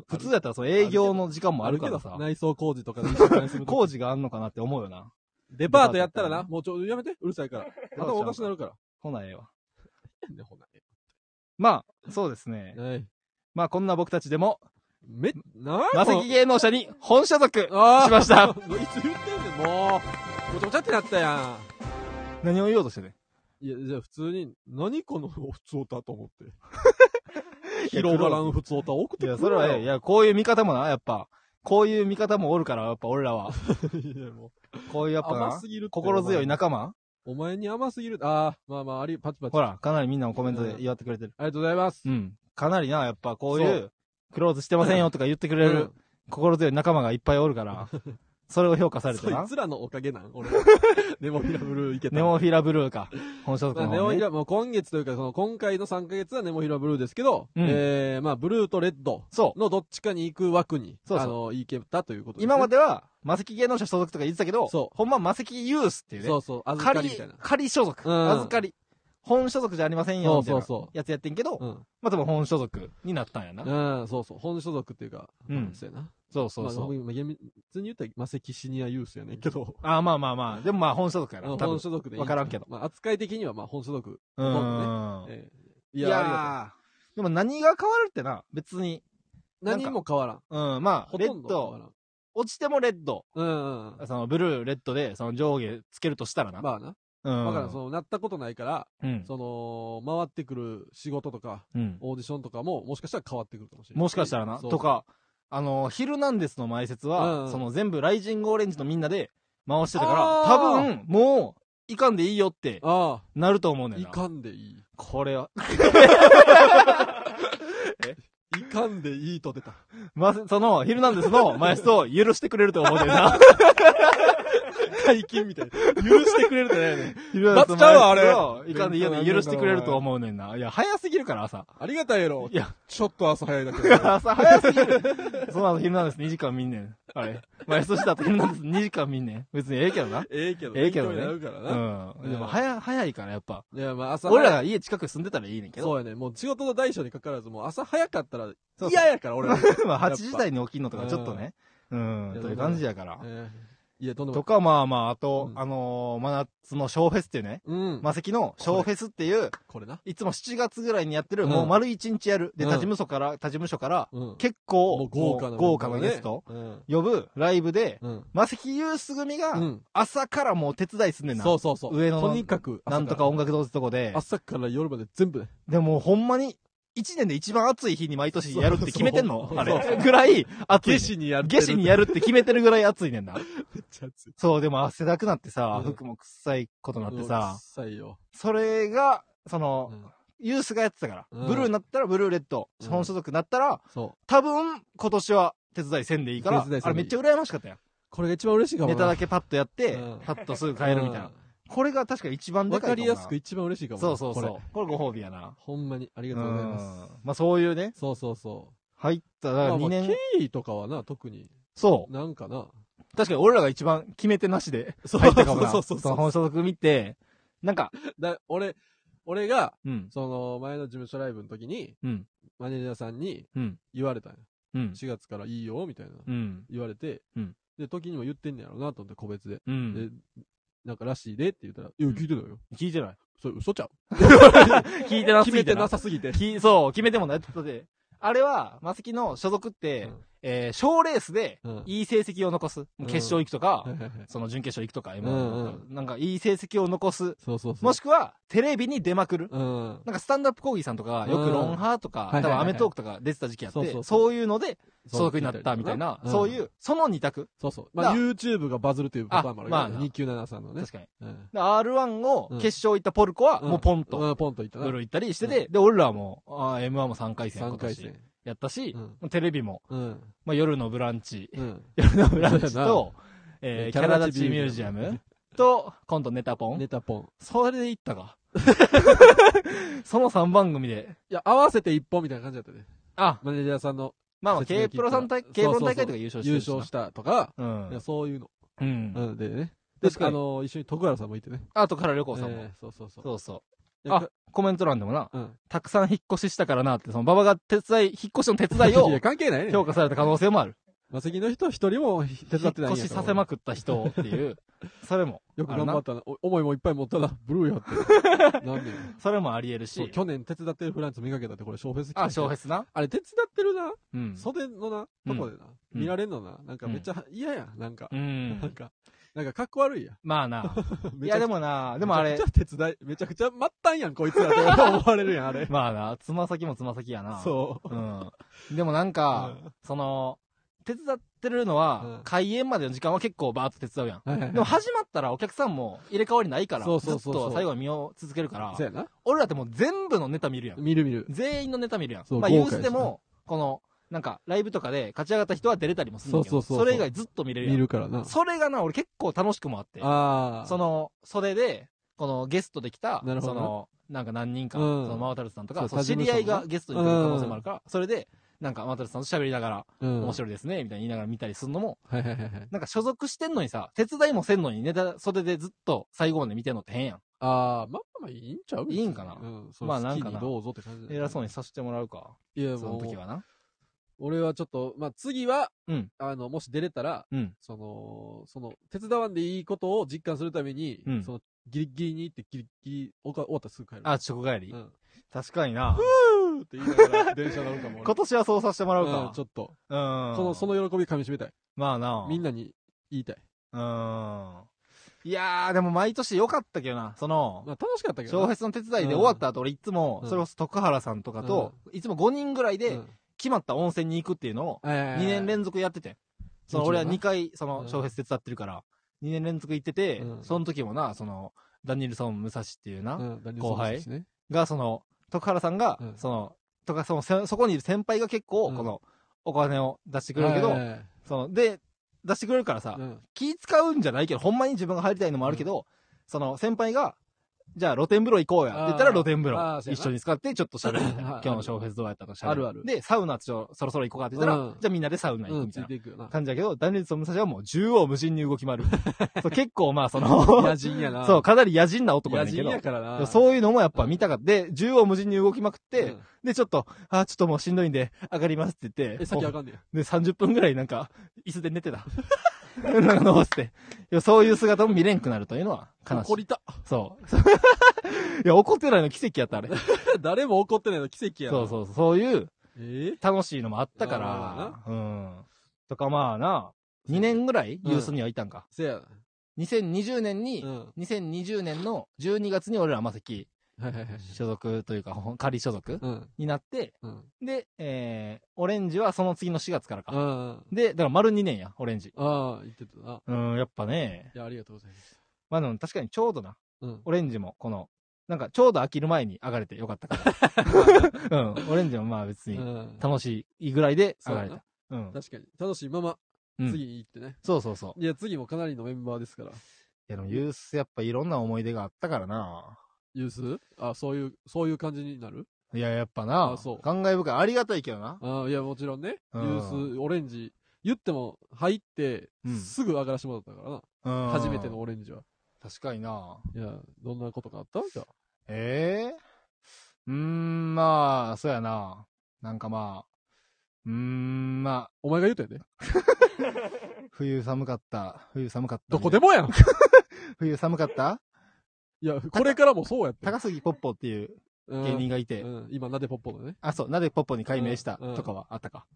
[SPEAKER 1] 普通やったらその営業の時間
[SPEAKER 2] う。
[SPEAKER 1] もあるからさ
[SPEAKER 2] けど。内装工事とかで一緒にす ると
[SPEAKER 1] 工事があんのかなって思うよな。
[SPEAKER 2] デパートやったらな。もうちょ、やめて。うるさ いから。
[SPEAKER 1] パートちゃう
[SPEAKER 2] 頭おかしくなるから。
[SPEAKER 1] ほなええわ。
[SPEAKER 2] ねほな
[SPEAKER 1] まあ、そうですね。
[SPEAKER 2] はい
[SPEAKER 1] まあこんな僕たちでも、
[SPEAKER 2] め、な
[SPEAKER 1] マセキ芸能者に本所属
[SPEAKER 2] ああ
[SPEAKER 1] しました。
[SPEAKER 2] いつ言ってんねん、もう。ごちゃごちゃってなったや
[SPEAKER 1] 何を言おうとしてね。
[SPEAKER 2] ん。いや、じゃあ普通に、何この普通オタと思って。
[SPEAKER 1] いや
[SPEAKER 2] 広がらん普通オタ送っ
[SPEAKER 1] い
[SPEAKER 2] てくる
[SPEAKER 1] や、それはええ。いや、こういう見方もな、やっぱ。こういう見方もおるから、やっぱ俺らは。
[SPEAKER 2] いやも
[SPEAKER 1] こういう
[SPEAKER 2] う
[SPEAKER 1] やっぱ
[SPEAKER 2] 甘
[SPEAKER 1] な
[SPEAKER 2] す、ぎるって
[SPEAKER 1] 心強い。仲間
[SPEAKER 2] お前に甘すぎる。ああ、まあまあ、あり、パチパチ。
[SPEAKER 1] ほら、かなりみんなもコメントで祝ってくれてる。
[SPEAKER 2] ありがとうございます。
[SPEAKER 1] うん。かなりな、やっぱこうい、
[SPEAKER 2] そう
[SPEAKER 1] クローズしてませんよとか言ってくれ
[SPEAKER 2] う
[SPEAKER 1] る
[SPEAKER 2] ん、
[SPEAKER 1] 心強い仲間がいっぱいおる から、それを評価されて
[SPEAKER 2] そい
[SPEAKER 1] な。
[SPEAKER 2] つらのおかげなん 俺。ネモフィラブルーいけた。
[SPEAKER 1] ネモフィラブルーか。本所属
[SPEAKER 2] まあ
[SPEAKER 1] の
[SPEAKER 2] ネ
[SPEAKER 1] 方
[SPEAKER 2] モフ
[SPEAKER 1] ね
[SPEAKER 2] ィラ、もう今月というか、その今回の3ヶ月はネモフィラブルーですけど、
[SPEAKER 1] うん
[SPEAKER 2] えー、まあ、ブルーとレッド
[SPEAKER 1] そう。
[SPEAKER 2] のどっちかに行く枠に、
[SPEAKER 1] そうそう
[SPEAKER 2] あの、行けたということです、ね。
[SPEAKER 1] 今までは、マセキ芸能者所属とか言ってたけど、
[SPEAKER 2] そう
[SPEAKER 1] ほんまマセキユースっていうね。
[SPEAKER 2] そうそう、預か
[SPEAKER 1] 仮
[SPEAKER 2] りみたいな、。
[SPEAKER 1] 仮所属。
[SPEAKER 2] うん
[SPEAKER 1] 預かり。本所属じゃありませんよ、みたい
[SPEAKER 2] そ
[SPEAKER 1] な
[SPEAKER 2] うそうそ
[SPEAKER 1] やつやってんけど、
[SPEAKER 2] うん。
[SPEAKER 1] まあでも本所属になったんやな。
[SPEAKER 2] うん、そうそう。本所属っていうか、
[SPEAKER 1] うん
[SPEAKER 2] そうやな。
[SPEAKER 1] そうそうそう。
[SPEAKER 2] まあ、厳密に言ったら、マセキシニアユースやねんけど、
[SPEAKER 1] ああ、まあまあまあ。でもまあ本所属やな。
[SPEAKER 2] うん
[SPEAKER 1] 多分
[SPEAKER 2] 本所属でいい。
[SPEAKER 1] わからんけど
[SPEAKER 2] まあ、扱い的には、まあ、本所属。
[SPEAKER 1] うーん。
[SPEAKER 2] えー、
[SPEAKER 1] い
[SPEAKER 2] い
[SPEAKER 1] や
[SPEAKER 2] や、ありが
[SPEAKER 1] ーでも何が変わるってな、別に。
[SPEAKER 2] とう。何も変わらん。
[SPEAKER 1] うん、まあ、
[SPEAKER 2] ほ
[SPEAKER 1] レ
[SPEAKER 2] とん
[SPEAKER 1] ッ
[SPEAKER 2] ど変わ
[SPEAKER 1] ド
[SPEAKER 2] ら、ん。
[SPEAKER 1] 落ちてもレッド。
[SPEAKER 2] うんうんうん。
[SPEAKER 1] そのブルー、レッドで、その上下つけるとしたらな。
[SPEAKER 2] まあな。
[SPEAKER 1] うん。
[SPEAKER 2] わからん、その、なったことないから、
[SPEAKER 1] うん。
[SPEAKER 2] その、回ってくる仕事とか、
[SPEAKER 1] うん。
[SPEAKER 2] オーディションとかも、もしかしたら変わってくるかもしれない。
[SPEAKER 1] もしかしたらな、
[SPEAKER 2] そう
[SPEAKER 1] と。か、あの、ヒルナンデスの前説は、
[SPEAKER 2] うん
[SPEAKER 1] その全部ライジングオレンジのみんなで回してたから、
[SPEAKER 2] あー
[SPEAKER 1] 多分、もう、いかんでいいよって
[SPEAKER 2] あ
[SPEAKER 1] なると思う
[SPEAKER 2] あ、
[SPEAKER 1] ねん
[SPEAKER 2] い
[SPEAKER 1] な。
[SPEAKER 2] かんでいい。
[SPEAKER 1] これは、
[SPEAKER 2] いかんでいいと出た。
[SPEAKER 1] まず、その、ヒルナンデスの前説を許してくれると思うねんな。
[SPEAKER 2] 解禁みたいな。許してくれるってないよね。
[SPEAKER 1] ヒルナンデスの
[SPEAKER 2] 罰ちゃうわあれ
[SPEAKER 1] 前説をいかんでいいよって許してくれると思うねんな。いや、早すぎるから、朝。
[SPEAKER 2] ありがたいやろ
[SPEAKER 1] い。や、
[SPEAKER 2] ちょっと朝早いだけど。
[SPEAKER 1] 朝早すぎる。 その後、ヒルナンデス2時間見んねん。あれ。前説した後、ヒルナンデス2時間見んねん。別にええけどな。
[SPEAKER 2] ええけど
[SPEAKER 1] ええけどね
[SPEAKER 2] 勉強になるからな。
[SPEAKER 1] うん。でも、早、早いから、やっぱ。
[SPEAKER 2] いや、まあ朝早い
[SPEAKER 1] 俺らが家近く住んでたらいいねんけ
[SPEAKER 2] そ
[SPEAKER 1] ど。
[SPEAKER 2] うやね。もう仕事の大小にかかわらず、もう朝早かったら
[SPEAKER 1] そうそう
[SPEAKER 2] 嫌やから、俺ら。
[SPEAKER 1] まあ、
[SPEAKER 2] やっ
[SPEAKER 1] 8
[SPEAKER 2] ぱ
[SPEAKER 1] 時台に起きんのとかちょっとね。うん
[SPEAKER 2] い、や
[SPEAKER 1] という感じやから。
[SPEAKER 2] ええいや、とんでもな
[SPEAKER 1] と
[SPEAKER 2] い。
[SPEAKER 1] か、まあまあ、あと、
[SPEAKER 2] うん
[SPEAKER 1] あのー真夏のショーフェスっていうね。
[SPEAKER 2] うん。
[SPEAKER 1] マセキのショーフェスっていう、
[SPEAKER 2] これな。
[SPEAKER 1] いつも7月ぐらいにやってる、
[SPEAKER 2] うん
[SPEAKER 1] もう丸1日やる。で、
[SPEAKER 2] うん
[SPEAKER 1] 他事務所から、他事務所から、
[SPEAKER 2] うん。
[SPEAKER 1] 結構、
[SPEAKER 2] もう豪華な、
[SPEAKER 1] もう豪華なゲスト、。
[SPEAKER 2] うん。
[SPEAKER 1] 呼ぶライブで、
[SPEAKER 2] うん。
[SPEAKER 1] マセキユース組
[SPEAKER 2] う
[SPEAKER 1] が、
[SPEAKER 2] ん。
[SPEAKER 1] 朝からもう手伝いすんねんな。
[SPEAKER 2] そうそうそう。
[SPEAKER 1] 上野の
[SPEAKER 2] とにかく、
[SPEAKER 1] なんとか音楽堂ってとこで。
[SPEAKER 2] 朝から夜まで全部ね。
[SPEAKER 1] でもほんまに、1年で一番暑い日に毎年やるって決めてんの
[SPEAKER 2] そう
[SPEAKER 1] あ
[SPEAKER 2] そう
[SPEAKER 1] れ。ぐらい暑いねん。
[SPEAKER 2] にや
[SPEAKER 1] 下肢にやるって決めてるぐらい暑いねんな。
[SPEAKER 2] っちゃ熱い。
[SPEAKER 1] そう、でも汗だくなってさ、
[SPEAKER 2] うん
[SPEAKER 1] 服も臭いことになってさ、
[SPEAKER 2] うるさいよ。
[SPEAKER 1] それが、その、
[SPEAKER 2] うん
[SPEAKER 1] ユースがやってたから、
[SPEAKER 2] うん
[SPEAKER 1] ブルーになったらブルーレッド、
[SPEAKER 2] うん
[SPEAKER 1] 本所属になったら、
[SPEAKER 2] そう。
[SPEAKER 1] 多分今年は手伝いせんでいいから、
[SPEAKER 2] 手伝い
[SPEAKER 1] あ
[SPEAKER 2] せん
[SPEAKER 1] れ
[SPEAKER 2] で
[SPEAKER 1] め
[SPEAKER 2] いい
[SPEAKER 1] っちゃ羨ましかったよ。
[SPEAKER 2] これが一番嬉しいかもな。
[SPEAKER 1] ネタだけパッとやって、
[SPEAKER 2] うん
[SPEAKER 1] パッとすぐ帰るみたいな。これが確か一
[SPEAKER 2] う
[SPEAKER 1] 番
[SPEAKER 2] ん。
[SPEAKER 1] で
[SPEAKER 2] わ
[SPEAKER 1] かい
[SPEAKER 2] か
[SPEAKER 1] もな
[SPEAKER 2] りやすく一番嬉しいかもな。
[SPEAKER 1] そうそうそう
[SPEAKER 2] これ。
[SPEAKER 1] これご褒美やな。
[SPEAKER 2] ほんまに。あり
[SPEAKER 1] う
[SPEAKER 2] が
[SPEAKER 1] ん。
[SPEAKER 2] とうございます。
[SPEAKER 1] まあそういうね、
[SPEAKER 2] そうそうそう。
[SPEAKER 1] 入った、だ
[SPEAKER 2] ま
[SPEAKER 1] から
[SPEAKER 2] あ
[SPEAKER 1] 2
[SPEAKER 2] まあ
[SPEAKER 1] 年、
[SPEAKER 2] 経緯とかはな、特に。
[SPEAKER 1] そ
[SPEAKER 2] なんかな。
[SPEAKER 1] う。確かに俺らが一番決め手なしで
[SPEAKER 2] そう
[SPEAKER 1] 入ったかもな。
[SPEAKER 2] そうそうそうそう
[SPEAKER 1] の本所属見て、なんか、
[SPEAKER 2] だ俺、俺が、
[SPEAKER 1] うん、
[SPEAKER 2] その、前の事務所ライブの時に、
[SPEAKER 1] うん、
[SPEAKER 2] マネージャーさんに
[SPEAKER 1] うん、
[SPEAKER 2] 言われたんよ。
[SPEAKER 1] うん、
[SPEAKER 2] 4月からいいよ、みたいな。
[SPEAKER 1] うん、
[SPEAKER 2] 言われて、
[SPEAKER 1] うん
[SPEAKER 2] で、時にも言ってんねやろうなと思って、個別で。
[SPEAKER 1] うん。
[SPEAKER 2] で、なんからしいでって言ったら、いや、聞いてないよ。
[SPEAKER 1] 聞いてない。
[SPEAKER 2] それ嘘ちゃう
[SPEAKER 1] 聞いてなす
[SPEAKER 2] 決
[SPEAKER 1] ぎ
[SPEAKER 2] めて
[SPEAKER 1] てな
[SPEAKER 2] な。さすぎて。
[SPEAKER 1] きそう、決めてもないってことで。あれは、マスキの所属って、
[SPEAKER 2] うん
[SPEAKER 1] えー、賞レースで、
[SPEAKER 2] うん
[SPEAKER 1] いい成績を残す。
[SPEAKER 2] ん
[SPEAKER 1] 決勝行くとか、
[SPEAKER 2] はいはいはい
[SPEAKER 1] その準決勝行くとか、
[SPEAKER 2] うんう
[SPEAKER 1] 今、なんか、いい成績を残す。
[SPEAKER 2] そうそうそう。
[SPEAKER 1] もしくは、テレビに出まくる。
[SPEAKER 2] うん。
[SPEAKER 1] なんか、スタンダップ講義さんとか、よ
[SPEAKER 2] う
[SPEAKER 1] く
[SPEAKER 2] ん
[SPEAKER 1] ロンハーとか、
[SPEAKER 2] はいはい
[SPEAKER 1] 多分
[SPEAKER 2] はいは
[SPEAKER 1] ア
[SPEAKER 2] い
[SPEAKER 1] メトークとか出てた時期あって、
[SPEAKER 2] そ
[SPEAKER 1] そうう
[SPEAKER 2] そうそう
[SPEAKER 1] いうので、所属になったみたいな、そうい
[SPEAKER 2] うん。
[SPEAKER 1] う、その二択。
[SPEAKER 2] そうそう。まあ、
[SPEAKER 1] な
[SPEAKER 2] YouTube がバズるというパターンもあるけ
[SPEAKER 1] あまあ
[SPEAKER 2] ど、
[SPEAKER 1] な
[SPEAKER 2] 297さんのね。
[SPEAKER 1] 確かに。
[SPEAKER 2] うん
[SPEAKER 1] で R1 を
[SPEAKER 2] うん
[SPEAKER 1] 決勝行ったポルコは、もうポンと、
[SPEAKER 2] うん、ポンといったな
[SPEAKER 1] ブ。ルー行ったりしてて、で、俺らも、あー M1 も3回戦今
[SPEAKER 2] 3回
[SPEAKER 1] 年
[SPEAKER 2] 戦。
[SPEAKER 1] やったし
[SPEAKER 2] う、
[SPEAKER 1] テレビも、
[SPEAKER 2] うん。
[SPEAKER 1] まあ、夜のブランチ、
[SPEAKER 2] うん。
[SPEAKER 1] 夜のブランチ
[SPEAKER 2] そうやな
[SPEAKER 1] と、えー、
[SPEAKER 2] キ
[SPEAKER 1] キ
[SPEAKER 2] ャ
[SPEAKER 1] ャ
[SPEAKER 2] ラ
[SPEAKER 1] ラ立
[SPEAKER 2] 立ち
[SPEAKER 1] ちミ
[SPEAKER 2] ミュ
[SPEAKER 1] ュ
[SPEAKER 2] ー
[SPEAKER 1] ー
[SPEAKER 2] ジ
[SPEAKER 1] ジ
[SPEAKER 2] ア
[SPEAKER 1] ア
[SPEAKER 2] ム
[SPEAKER 1] ムと、今度ネタポン。
[SPEAKER 2] ネタポン。
[SPEAKER 1] それで行った か。その3番組で。
[SPEAKER 2] いや、合わせて1本みたいな感じだったね。
[SPEAKER 1] あ、
[SPEAKER 2] マネージャーさんの
[SPEAKER 1] まあまあ、
[SPEAKER 2] 説明聞
[SPEAKER 1] K
[SPEAKER 2] いた
[SPEAKER 1] プロさん大、
[SPEAKER 2] そ
[SPEAKER 1] K
[SPEAKER 2] う
[SPEAKER 1] プ
[SPEAKER 2] そうそう
[SPEAKER 1] ロ大会とか優勝して
[SPEAKER 2] 優
[SPEAKER 1] るしな
[SPEAKER 2] 勝したとか、
[SPEAKER 1] う
[SPEAKER 2] いや
[SPEAKER 1] ん。
[SPEAKER 2] そういうの。
[SPEAKER 1] うん。
[SPEAKER 2] うん、でね。で、
[SPEAKER 1] 確か
[SPEAKER 2] あ
[SPEAKER 1] に
[SPEAKER 2] の、一緒に徳原さんもいてね。
[SPEAKER 1] あとから旅行さん
[SPEAKER 2] え
[SPEAKER 1] も
[SPEAKER 2] ー。そうそうそう。
[SPEAKER 1] そうそ。
[SPEAKER 2] いうや
[SPEAKER 1] あ、コメント欄でもな、
[SPEAKER 2] うん。
[SPEAKER 1] たくさん引っ越ししたからなって、その、馬場が手伝い、引っ越しの手伝い
[SPEAKER 2] いや、
[SPEAKER 1] を
[SPEAKER 2] 関係ないね。
[SPEAKER 1] 評価された可能性もある。
[SPEAKER 2] マセキの人一人も手伝ってない
[SPEAKER 1] 引っ
[SPEAKER 2] んやから
[SPEAKER 1] 越しさせまくった人って いう、それも、
[SPEAKER 2] よく頑張ったな。お思いもいっぱい持ったな。ブルーや って。なんでよ
[SPEAKER 1] それもあり得る
[SPEAKER 2] そう、
[SPEAKER 1] し、
[SPEAKER 2] 去年手伝ってるフランツ見かけたって、これ、小フェス来た
[SPEAKER 1] あ、小フェスな。
[SPEAKER 2] あれ、手伝ってるな。
[SPEAKER 1] うん。
[SPEAKER 2] 袖のな、とこでな。
[SPEAKER 1] うん
[SPEAKER 2] 見られんのな。なんかめっちゃ嫌や。なんか
[SPEAKER 1] う。
[SPEAKER 2] なん
[SPEAKER 1] ん。
[SPEAKER 2] か、なんかかっこ悪いや。
[SPEAKER 1] まあな。い
[SPEAKER 2] めち
[SPEAKER 1] や
[SPEAKER 2] ゃくちゃ
[SPEAKER 1] でもな、でもあれ
[SPEAKER 2] めち、ゃくちゃ手伝い、めちゃくちゃ待ったんやん、こいつらって思われるやん、あれ。
[SPEAKER 1] まあな、つま先もつま先やな。
[SPEAKER 2] そう。
[SPEAKER 1] うん。でもなんか、
[SPEAKER 2] うん
[SPEAKER 1] その、手伝ってるの
[SPEAKER 2] うん
[SPEAKER 1] は、開演までの時間は結構バーッと手伝うやん。
[SPEAKER 2] はいはいは い
[SPEAKER 1] でも始まったらお客さんも入れ替わりないから、
[SPEAKER 2] そう
[SPEAKER 1] ず
[SPEAKER 2] そう
[SPEAKER 1] っ
[SPEAKER 2] そうそう
[SPEAKER 1] と最後は見を続けるから
[SPEAKER 2] そう、やな。
[SPEAKER 1] 俺らってもう全部のネタ見るやん。
[SPEAKER 2] 見る見る。
[SPEAKER 1] 全員のネタ見るや。
[SPEAKER 2] そうん
[SPEAKER 1] まあ
[SPEAKER 2] 豪華
[SPEAKER 1] ユ
[SPEAKER 2] や
[SPEAKER 1] ー
[SPEAKER 2] しな
[SPEAKER 1] スでも、この、なんか、ライブとかで勝ち上がった人は出れたりもするんだけ
[SPEAKER 2] そう
[SPEAKER 1] ど、
[SPEAKER 2] そうそうそう
[SPEAKER 1] それ以外ずっと見れるや
[SPEAKER 2] 見
[SPEAKER 1] ん。
[SPEAKER 2] るからな。
[SPEAKER 1] それがな、俺結構楽しくもあって。
[SPEAKER 2] ああ。
[SPEAKER 1] そ、の、袖で、このゲストで来た、
[SPEAKER 2] なるほ
[SPEAKER 1] そ
[SPEAKER 2] どな
[SPEAKER 1] の、なんか何人か、
[SPEAKER 2] うん
[SPEAKER 1] そのマワタルさんと
[SPEAKER 2] そう
[SPEAKER 1] か、その
[SPEAKER 2] 他事
[SPEAKER 1] 知
[SPEAKER 2] 務
[SPEAKER 1] り
[SPEAKER 2] 所
[SPEAKER 1] 合
[SPEAKER 2] の
[SPEAKER 1] いがゲストに来る可能性もあるから、それで、なんかマワタルさんと喋りながら、
[SPEAKER 2] うん。
[SPEAKER 1] 面白いですね、みたいに言いながら見たりするのも、
[SPEAKER 2] はいはいはいはい。
[SPEAKER 1] なんか所属してんのにさ、手伝いもせんのにネタ袖でずっと最後まで見てんのって変やん。
[SPEAKER 2] ああ、まあまあいいんちゃう
[SPEAKER 1] いいんかな
[SPEAKER 2] うん。そ
[SPEAKER 1] ま
[SPEAKER 2] の
[SPEAKER 1] あな
[SPEAKER 2] 好
[SPEAKER 1] ん
[SPEAKER 2] き
[SPEAKER 1] か
[SPEAKER 2] に
[SPEAKER 1] な
[SPEAKER 2] どうぞって感じだよね
[SPEAKER 1] 偉そうにさせてもらうか、
[SPEAKER 2] いや、
[SPEAKER 1] その
[SPEAKER 2] も
[SPEAKER 1] 時
[SPEAKER 2] う、
[SPEAKER 1] はな。
[SPEAKER 2] 俺はちょっと、まあ、次は、
[SPEAKER 1] うん
[SPEAKER 2] あの、もし出れたら、
[SPEAKER 1] うん
[SPEAKER 2] その、その、手伝わんでいいことを実感するために、
[SPEAKER 1] うん
[SPEAKER 2] その、ギリギリに行って、ギリギリ、おか終わったらすぐ帰る。
[SPEAKER 1] あ、直帰り。
[SPEAKER 2] うん。ふ
[SPEAKER 1] 確かにな。
[SPEAKER 2] ーって言いながら、電車乗るかも。俺
[SPEAKER 1] 今年はそうさせてもらう
[SPEAKER 2] うん
[SPEAKER 1] か
[SPEAKER 2] ち。ょっと、
[SPEAKER 1] うん。
[SPEAKER 2] その、その喜び噛み締めたい。
[SPEAKER 1] まあな。
[SPEAKER 2] みんなに言いたい。
[SPEAKER 1] うん。いやー、でも毎年良かったけどな。その、
[SPEAKER 2] まあ楽しかったけど
[SPEAKER 1] 小
[SPEAKER 2] な。
[SPEAKER 1] フェスの手伝いで終わった後、俺いつも
[SPEAKER 2] う、ん
[SPEAKER 1] それこそ徳原さんとかと、いつも5人ぐらいで
[SPEAKER 2] うん、
[SPEAKER 1] 決まった温泉に行くっていうのを、
[SPEAKER 2] 2
[SPEAKER 1] 2年連続やっててん。その
[SPEAKER 2] もち
[SPEAKER 1] 俺
[SPEAKER 2] ろ
[SPEAKER 1] は
[SPEAKER 2] んな
[SPEAKER 1] 2回、その
[SPEAKER 2] うん
[SPEAKER 1] 小フェス手伝ってるから、2年連続行ってて
[SPEAKER 2] う、ん
[SPEAKER 1] その時もな、その、ダニエルソン・武蔵っていうな、
[SPEAKER 2] うん、
[SPEAKER 1] 後輩
[SPEAKER 2] ダニエルソンですね
[SPEAKER 1] が、その、徳原さんが
[SPEAKER 2] う、ん
[SPEAKER 1] その、とか、その、せそこにいる先輩が結構、
[SPEAKER 2] うん
[SPEAKER 1] この、お金を出してくれるけど
[SPEAKER 2] はい、はいはい
[SPEAKER 1] その、で、出してくれるからさ、
[SPEAKER 2] うん
[SPEAKER 1] 気使うんじゃないけど、ほんまに自分が入りたいのもあるけど、その先輩が、じゃあ露天風呂行こうやって言ったら
[SPEAKER 2] あー
[SPEAKER 1] 露天風
[SPEAKER 2] あ
[SPEAKER 1] 呂
[SPEAKER 2] ーそうや
[SPEAKER 1] 一
[SPEAKER 2] な
[SPEAKER 1] 緒に使ってちょっと喋るみたいな。
[SPEAKER 2] はい
[SPEAKER 1] 今日の小フェスどうやったか喋る。
[SPEAKER 2] あるある
[SPEAKER 1] で、サウナちょそろそろ行こうかって言ったら、
[SPEAKER 2] うん
[SPEAKER 1] じゃあみんなでサウナ行
[SPEAKER 2] う
[SPEAKER 1] く
[SPEAKER 2] ん、
[SPEAKER 1] み
[SPEAKER 2] つ
[SPEAKER 1] たい
[SPEAKER 2] い
[SPEAKER 1] な
[SPEAKER 2] ていくよな。
[SPEAKER 1] 感じだけど、ダニエルソン・ムサシはもう縦横無尽に動き 回る。そう結構まあその
[SPEAKER 2] 野、人やな。
[SPEAKER 1] そう、かなり野人な男や
[SPEAKER 2] 野
[SPEAKER 1] ねんけ
[SPEAKER 2] 人
[SPEAKER 1] ど
[SPEAKER 2] や。からな。
[SPEAKER 1] そういうのもやっぱ見たかった。で、縦横無尽に動きまくって、
[SPEAKER 2] うん
[SPEAKER 1] で、ちょっと、あーちょっともうしんどいんで、上がりますって言って。
[SPEAKER 2] え、先あかんねや。
[SPEAKER 1] で、30分ぐらいなんか、椅子で寝てた。なんか残して。いやそういう姿も見れんくなるというのは悲し
[SPEAKER 2] 怒
[SPEAKER 1] い。
[SPEAKER 2] りた。
[SPEAKER 1] そう。いや、怒ってないの奇跡やった、あれ。そ
[SPEAKER 2] 誰も怒ってないの奇跡やな。
[SPEAKER 1] うそうそう。そういう
[SPEAKER 2] え
[SPEAKER 1] 楽しいのもあったから、うん。とかまあな、2年ぐらいユースにはいたんか。
[SPEAKER 2] せや。
[SPEAKER 1] 2020年に、
[SPEAKER 2] うん。
[SPEAKER 1] 2020年の12月に俺らマセキ
[SPEAKER 2] はいはいはい。
[SPEAKER 1] 所属というか、ほん仮所属
[SPEAKER 2] うん。
[SPEAKER 1] になって、
[SPEAKER 2] うん。
[SPEAKER 1] で、えー、オレンジはその次の4月から
[SPEAKER 2] う
[SPEAKER 1] か。
[SPEAKER 2] ん。
[SPEAKER 1] で、だから丸2年や、オレンジ。
[SPEAKER 2] ああ、言ってたな。
[SPEAKER 1] うん、やっぱね、
[SPEAKER 2] いや、ありがとうございます。
[SPEAKER 1] まあでも確かにちょうどな、
[SPEAKER 2] うん。
[SPEAKER 1] オレンジもこの、なんかちょうど飽きる前に上がれてよかったから。 うん、オレンジもまあ別
[SPEAKER 2] う
[SPEAKER 1] に
[SPEAKER 2] ん。
[SPEAKER 1] 楽しいぐらいで上
[SPEAKER 2] そう
[SPEAKER 1] が
[SPEAKER 2] や
[SPEAKER 1] れ
[SPEAKER 2] な
[SPEAKER 1] た。うん。
[SPEAKER 2] 確かに。楽しいまま、
[SPEAKER 1] うん
[SPEAKER 2] 次に行ってね。
[SPEAKER 1] そうそうそう。い
[SPEAKER 2] いや、次もかなりのメンバーですから。
[SPEAKER 1] やでもユースやっぱいろんな思い出があったからな。
[SPEAKER 2] ユースあそういう、そういう感じになる
[SPEAKER 1] いや、やっぱな
[SPEAKER 2] あ、そう
[SPEAKER 1] 感慨深い。ありがたいけどな。
[SPEAKER 2] ああ、いや、もちろんね。
[SPEAKER 1] う
[SPEAKER 2] ユ
[SPEAKER 1] ん
[SPEAKER 2] ース、オレンジ、言っても、入って
[SPEAKER 1] うん、
[SPEAKER 2] すぐ上がらしてもらったからな。
[SPEAKER 1] うん。
[SPEAKER 2] 初めての。オレンジは。
[SPEAKER 1] 確かにな。
[SPEAKER 2] いや、どんなことがあったじゃあ。
[SPEAKER 1] ええうーん、まあ、そうやな。なんかまあ、うーん、まあ、
[SPEAKER 2] お前が言うたよね。
[SPEAKER 1] 冬寒かった。冬寒かった。
[SPEAKER 2] どこ でもやん
[SPEAKER 1] 冬寒かった
[SPEAKER 2] いや、これからもそうやって。
[SPEAKER 1] 高杉ポッポっていう
[SPEAKER 2] うん
[SPEAKER 1] 芸人がいて、
[SPEAKER 2] うん、今、なでポッポのね。
[SPEAKER 1] あ、そう、なぜポッポに改名した
[SPEAKER 2] うんうん
[SPEAKER 1] とかはあった か。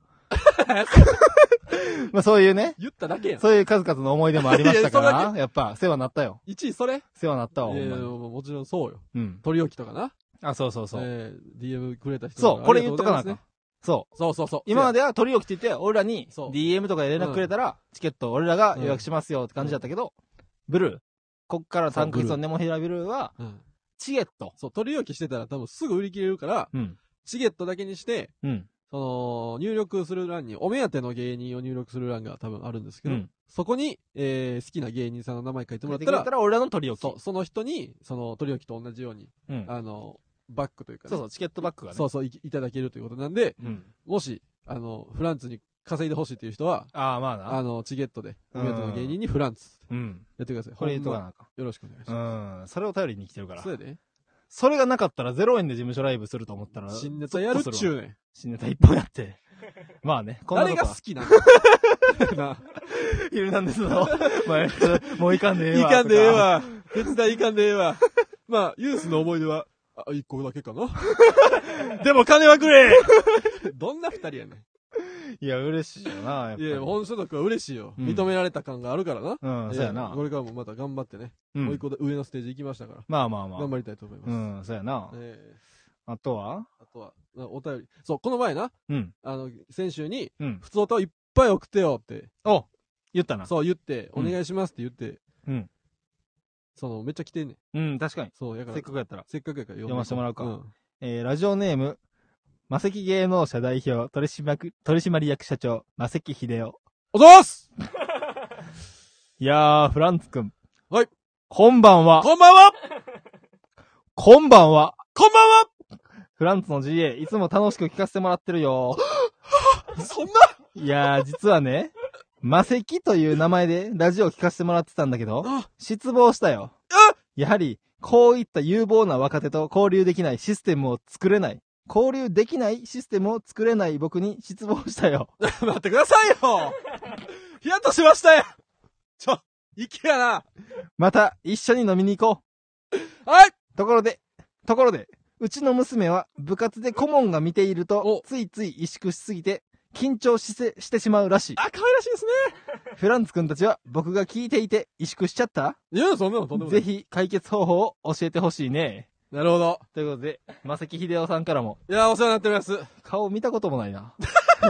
[SPEAKER 1] まあそういうね、
[SPEAKER 2] 言っただけやん。
[SPEAKER 1] そういう数々の思い出もありましたか
[SPEAKER 2] いやそ
[SPEAKER 1] ら、やっぱ世話なったよ。
[SPEAKER 2] 1位それい
[SPEAKER 1] 世話なったわ、ほ
[SPEAKER 2] や
[SPEAKER 1] ん
[SPEAKER 2] い
[SPEAKER 1] ま
[SPEAKER 2] や
[SPEAKER 1] に。
[SPEAKER 2] もうもちろんそうよ。
[SPEAKER 1] うん。
[SPEAKER 2] 取り置きとかな。
[SPEAKER 1] あ、そうそうそう。
[SPEAKER 2] えー DM くれた人
[SPEAKER 1] そう、これ言っとかなあ
[SPEAKER 2] ね
[SPEAKER 1] かん。そう。
[SPEAKER 2] そうそうそう。
[SPEAKER 1] 今までは取り置きって言って、俺らに
[SPEAKER 2] そう
[SPEAKER 1] DM とかで連絡くれたら、チケット俺らが予約しますよって感じだったけど、ブルー、こっから3ヶ月のネモヘラビルーは、
[SPEAKER 2] せや、うん。
[SPEAKER 1] チケット。
[SPEAKER 2] そう、取り置きしてたら多分すぐ売り切れるから、
[SPEAKER 1] うん。
[SPEAKER 2] チケットだけにして、
[SPEAKER 1] うん。
[SPEAKER 2] その、入力する欄に、お目当ての芸人を入力する欄が多分あるんですけ
[SPEAKER 1] う
[SPEAKER 2] ど、
[SPEAKER 1] ん。
[SPEAKER 2] そこに、えー好きな芸人さんの名前書いても
[SPEAKER 1] もら
[SPEAKER 2] ら
[SPEAKER 1] ったて
[SPEAKER 2] っ
[SPEAKER 1] く
[SPEAKER 2] ら、
[SPEAKER 1] れたら俺らの取り置き。
[SPEAKER 2] そう、その人に、その、取り置きと同じように、
[SPEAKER 1] うん。
[SPEAKER 2] あの、バックというかね、
[SPEAKER 1] そうそう、チケットバッグがね。
[SPEAKER 2] そうそういいただけるということなんで、
[SPEAKER 1] うん。
[SPEAKER 2] もし、あの、フランツに稼いでほしいという人は、
[SPEAKER 1] ああ、まあな。
[SPEAKER 2] あの、チゲットで、
[SPEAKER 1] う
[SPEAKER 2] お
[SPEAKER 1] ん
[SPEAKER 2] 目当ての芸人にフランツ、
[SPEAKER 1] うん。
[SPEAKER 2] やってください。
[SPEAKER 1] これ言っと
[SPEAKER 2] ほん
[SPEAKER 1] か
[SPEAKER 2] ま
[SPEAKER 1] なあかん。
[SPEAKER 2] よろしくお願いし
[SPEAKER 1] う
[SPEAKER 2] ま
[SPEAKER 1] ん。それを頼りに来てるか
[SPEAKER 2] す。
[SPEAKER 1] ら
[SPEAKER 2] そ。うやで。
[SPEAKER 1] それがなかったら0円で事務所ライブすると思ったら、
[SPEAKER 2] 新ネタやるっちゅうねん。
[SPEAKER 1] 新ネタ一本や って。まあね、こんな
[SPEAKER 2] 誰
[SPEAKER 1] と
[SPEAKER 2] が
[SPEAKER 1] こ
[SPEAKER 2] 好
[SPEAKER 1] は。
[SPEAKER 2] きなの な
[SPEAKER 1] ヒルナンデス の、前もういかんでええ
[SPEAKER 2] い
[SPEAKER 1] わ。
[SPEAKER 2] かんでええ。わ。手伝いいかんでええわ。まあ、ユースの思い出は、あ、一個だけかな。
[SPEAKER 1] でも金はくれ
[SPEAKER 2] どんな二人やね
[SPEAKER 1] いや、嬉しいよな、やっぱ
[SPEAKER 2] ん。
[SPEAKER 1] り
[SPEAKER 2] いや、本所属は嬉しいよ。
[SPEAKER 1] うん
[SPEAKER 2] 認められた感があるからな。
[SPEAKER 1] うん、そうやな
[SPEAKER 2] こ。れからもまた頑張ってね。
[SPEAKER 1] う
[SPEAKER 2] もう
[SPEAKER 1] ん。
[SPEAKER 2] 一個で上のステージ行きましたから。
[SPEAKER 1] まあまあま
[SPEAKER 2] 頑
[SPEAKER 1] あ。
[SPEAKER 2] 張りたいと思います。
[SPEAKER 1] うん、そうやな。
[SPEAKER 2] ええ
[SPEAKER 1] あとは
[SPEAKER 2] あとは、あお便り。そう、この前な、
[SPEAKER 1] うん。
[SPEAKER 2] あの、先週に、
[SPEAKER 1] うん。
[SPEAKER 2] 普通歌をいっぱい送ってよって、
[SPEAKER 1] お言ったな。
[SPEAKER 2] そう言って、
[SPEAKER 1] う
[SPEAKER 2] お
[SPEAKER 1] ん
[SPEAKER 2] 願いしますって言って、
[SPEAKER 1] うん。
[SPEAKER 2] その、めっちゃ来てんねん。
[SPEAKER 1] うん、確かに。
[SPEAKER 2] そう、やから
[SPEAKER 1] せっ、かくやったら。
[SPEAKER 2] せっかくやから
[SPEAKER 1] 読ませてもらうか
[SPEAKER 2] ん
[SPEAKER 1] えーラジオネーム、マセキ芸能社代表取締役取締役社長、マセキ秀夫。
[SPEAKER 2] おざーす
[SPEAKER 1] いやー、フランツくん。
[SPEAKER 2] はい。
[SPEAKER 1] こんばんは。
[SPEAKER 2] こんばんは
[SPEAKER 1] こんばんは。
[SPEAKER 2] こんばんは
[SPEAKER 1] フランツの GA、いつも楽しく聞かせてもらってるよ。
[SPEAKER 2] そんない
[SPEAKER 1] やー、実はね、マセキという名前でラジオを聞かせてもらってたんだけど、
[SPEAKER 2] あ
[SPEAKER 1] 失望したよ。やはり、こういった有望な若手と交流できないシステムを作れない。交流できないシステムを作れない僕に失望したよ。
[SPEAKER 2] 待ってくださいよヒヤッとしましたよちょ、いけやな
[SPEAKER 1] また、一緒に飲みに行こ。
[SPEAKER 2] はいう
[SPEAKER 1] ところで、ところで、うちの娘は部活で顧問が見ていると
[SPEAKER 2] お、
[SPEAKER 1] ついつい萎縮しすぎて、緊張しせしてしまうらしい。
[SPEAKER 2] あ、可愛らしいですね。
[SPEAKER 1] フランツ君たちは僕が聞いていて萎縮しちゃった
[SPEAKER 2] いや、そんなのとんでもな
[SPEAKER 1] ぜ
[SPEAKER 2] い。
[SPEAKER 1] ひ解決方法を教えてほしいね。
[SPEAKER 2] なるほど。
[SPEAKER 1] ということで、マセキヒデオさんからも、
[SPEAKER 2] いや、お世話になっております。
[SPEAKER 1] 顔見たこともない な。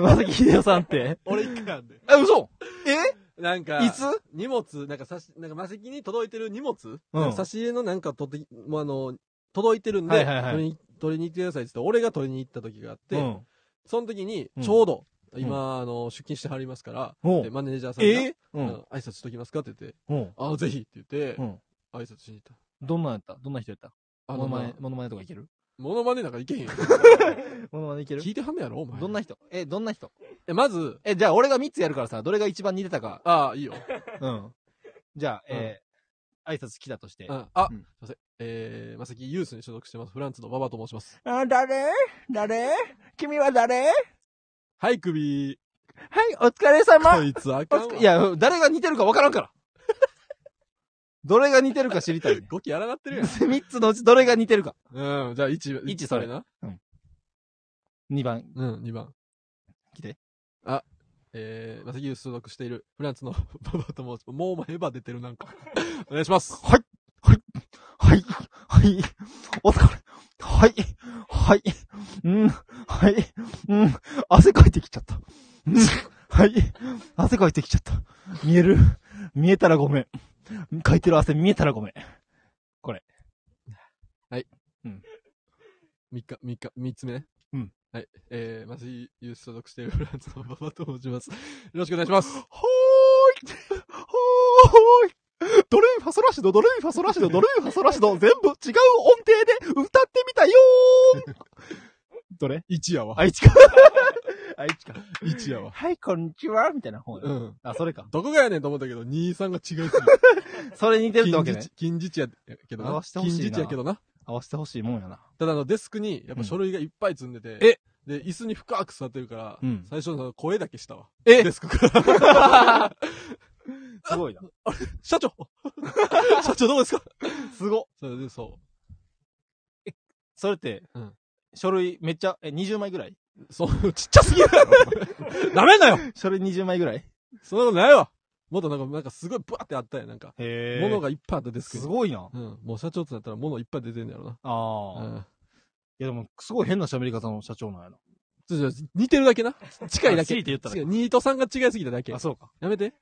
[SPEAKER 1] マセキヒデオさんって。
[SPEAKER 2] 俺一回なんで。
[SPEAKER 1] え、嘘え
[SPEAKER 2] なんか、
[SPEAKER 1] いつ
[SPEAKER 2] 荷物、なんかさし、なんか、マセキに届いてる荷物、
[SPEAKER 1] うん
[SPEAKER 2] 差し入れのなんか取って、もうあの、届いてるんで、
[SPEAKER 1] はいはいはい
[SPEAKER 2] 取りに、取りに行ってくださいって言って、俺が取りに行った時があって、
[SPEAKER 1] うん。
[SPEAKER 2] その時に
[SPEAKER 1] う、ん
[SPEAKER 2] ちょうど、今、あの、出勤してはりますから、
[SPEAKER 1] おう
[SPEAKER 2] でマネージャーさんが、
[SPEAKER 1] えう
[SPEAKER 2] あ
[SPEAKER 1] ん。
[SPEAKER 2] の挨拶しときますかって言って、
[SPEAKER 1] うん。
[SPEAKER 2] ああ、ぜひって言って、
[SPEAKER 1] うん。
[SPEAKER 2] 挨拶しに行った。
[SPEAKER 1] どんなんやったどんな人やった
[SPEAKER 2] あ
[SPEAKER 1] モノ
[SPEAKER 2] のま
[SPEAKER 1] マ
[SPEAKER 2] あ
[SPEAKER 1] ネ、モノマネとかいける
[SPEAKER 2] モノマネなんかいけへんよ。
[SPEAKER 1] モノマネいける
[SPEAKER 2] 聞いてはんねやろ、お前。
[SPEAKER 1] どんな人え、どんな人
[SPEAKER 2] え、まず、
[SPEAKER 1] え、じゃあ俺が3つやるからさ、どれが一番似てたか。
[SPEAKER 2] ああ、いいよ。
[SPEAKER 1] うん。じゃあ、えー、挨拶来たとして。
[SPEAKER 2] あ、あ
[SPEAKER 1] うん
[SPEAKER 2] すいません。えー、まさきユースに所属してます。フランツの馬場と申します。
[SPEAKER 1] あ、誰誰君は誰
[SPEAKER 2] はい、首。
[SPEAKER 1] はい、お疲れ
[SPEAKER 2] こ
[SPEAKER 1] 様
[SPEAKER 2] いつあかんわ。。
[SPEAKER 1] い、や、誰が似てるか分からん から。どれが似てるか知りたい、ね
[SPEAKER 2] ゴキやらなってるや ん。
[SPEAKER 1] 3つのうちどれが似てるか。
[SPEAKER 2] うん、じゃあ1、
[SPEAKER 1] 一それ
[SPEAKER 2] な。
[SPEAKER 1] 2番。
[SPEAKER 2] うん、2番。
[SPEAKER 1] 来て。
[SPEAKER 2] あ、えー、まさきユース所属しているフランツの馬場と申します。もうお前エヴァ出てるなんか。お願いします。
[SPEAKER 1] はい、はい、お疲れ。はい、はい、うん、はい、うん、汗かいてきちゃった。うん、はい、汗かいてきちゃった。見える見えたらごめん。かいてる汗見えたらごめん。
[SPEAKER 2] 3日、3日、3つ目ね。
[SPEAKER 1] うん。
[SPEAKER 2] はい。えー、まさきユース所属しているフランツの馬場と申します。よろしくお願いします。
[SPEAKER 1] ほーいほーいドレミファソラシド、ドレミファソラシド、ドレミファソラシド、全部違う音程で歌ってみたよーどれ
[SPEAKER 2] 1やわ。
[SPEAKER 1] 愛知か。愛知か。
[SPEAKER 2] 1やわ。
[SPEAKER 1] はい、こんにちはみたいな方
[SPEAKER 2] う
[SPEAKER 1] や
[SPEAKER 2] ん。
[SPEAKER 1] あ、それか。
[SPEAKER 2] どこがやねんと思ったけど、2、3が違いすぎる。
[SPEAKER 1] それ似てる ってわ
[SPEAKER 2] 近
[SPEAKER 1] け
[SPEAKER 2] 日
[SPEAKER 1] ね。
[SPEAKER 2] 近日やけど
[SPEAKER 1] 合
[SPEAKER 2] な。
[SPEAKER 1] わせてほしい
[SPEAKER 2] 近
[SPEAKER 1] な
[SPEAKER 2] 日やけどな。
[SPEAKER 1] 合わせてほしいもんやな。
[SPEAKER 2] ただあのデスクに、やっぱ書類がいっぱい積んでて、
[SPEAKER 1] え
[SPEAKER 2] で、椅子に深く座ってるから、
[SPEAKER 1] うん
[SPEAKER 2] 最初のその声だけしたわ。
[SPEAKER 1] え
[SPEAKER 2] デスクから。
[SPEAKER 1] すごいな。
[SPEAKER 2] 社長社長どこですか
[SPEAKER 1] すご。
[SPEAKER 2] それで、そ
[SPEAKER 1] それって
[SPEAKER 2] うん、。
[SPEAKER 1] 書類めっちゃ、え、20枚ぐらいう
[SPEAKER 2] そう、ちっちゃすぎるやろ、お前ダメだよ
[SPEAKER 1] 書類20枚ぐらい
[SPEAKER 2] そんなことないわもっとなんか、なんかすごいブワーってあったやん、なんか。
[SPEAKER 1] へ
[SPEAKER 2] 物
[SPEAKER 1] が
[SPEAKER 2] がいっぱいあったデスク
[SPEAKER 1] す
[SPEAKER 2] に。い。
[SPEAKER 1] ごいな。
[SPEAKER 2] うん。もう社長ってなったら物いっぱい出てんだろう
[SPEAKER 1] あ
[SPEAKER 2] な。
[SPEAKER 1] あ。
[SPEAKER 2] うん。
[SPEAKER 1] いやでも、すごい変な喋り方の社長なんやな。
[SPEAKER 2] ちょちょ似てるだけな。近いだけ。
[SPEAKER 1] 強いて言った
[SPEAKER 2] 違うニートさんが違いすぎただけ
[SPEAKER 1] ら。あ、。そうか。
[SPEAKER 2] やめて。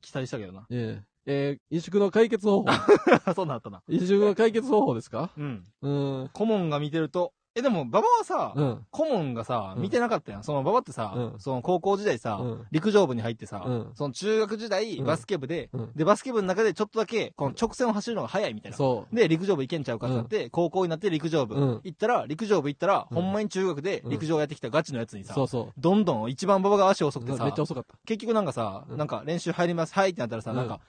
[SPEAKER 1] 期待したけどな。
[SPEAKER 2] えええー、飲食の解決方法。
[SPEAKER 1] そうなったな。
[SPEAKER 2] 飲食の解決方法ですか
[SPEAKER 1] うん。
[SPEAKER 2] うーん。
[SPEAKER 1] 顧問が見てると、え、でも、馬場はさ、
[SPEAKER 2] うん。
[SPEAKER 1] 顧問がさ、
[SPEAKER 2] うん
[SPEAKER 1] 見てなかったやん。その馬場ってさ、
[SPEAKER 2] うん
[SPEAKER 1] その高校時代さ、
[SPEAKER 2] うん
[SPEAKER 1] 陸上部に入ってさ、
[SPEAKER 2] うん
[SPEAKER 1] その中学時代、
[SPEAKER 2] うん
[SPEAKER 1] バスケ部で、
[SPEAKER 2] うん
[SPEAKER 1] で、バスケ部の中でちょっとだけ、この直線を走るのが速いみたいな。
[SPEAKER 2] そ
[SPEAKER 1] で、陸上部行けんちゃうかってなって、高校になって陸上部、
[SPEAKER 2] うん
[SPEAKER 1] 行ったら、陸上部行ったら、
[SPEAKER 2] うん
[SPEAKER 1] ほんまに中学で陸上やってきたガチのやつに
[SPEAKER 2] う。
[SPEAKER 1] さ、
[SPEAKER 2] そうそ
[SPEAKER 1] どんどん一番馬場が足遅
[SPEAKER 2] う。
[SPEAKER 1] くて
[SPEAKER 2] め
[SPEAKER 1] さ
[SPEAKER 2] っちゃ、遅かった。
[SPEAKER 1] 結局なんかさ、
[SPEAKER 2] うん
[SPEAKER 1] なんか練習入ります、はいってなったらさ、
[SPEAKER 2] うん
[SPEAKER 1] なんか、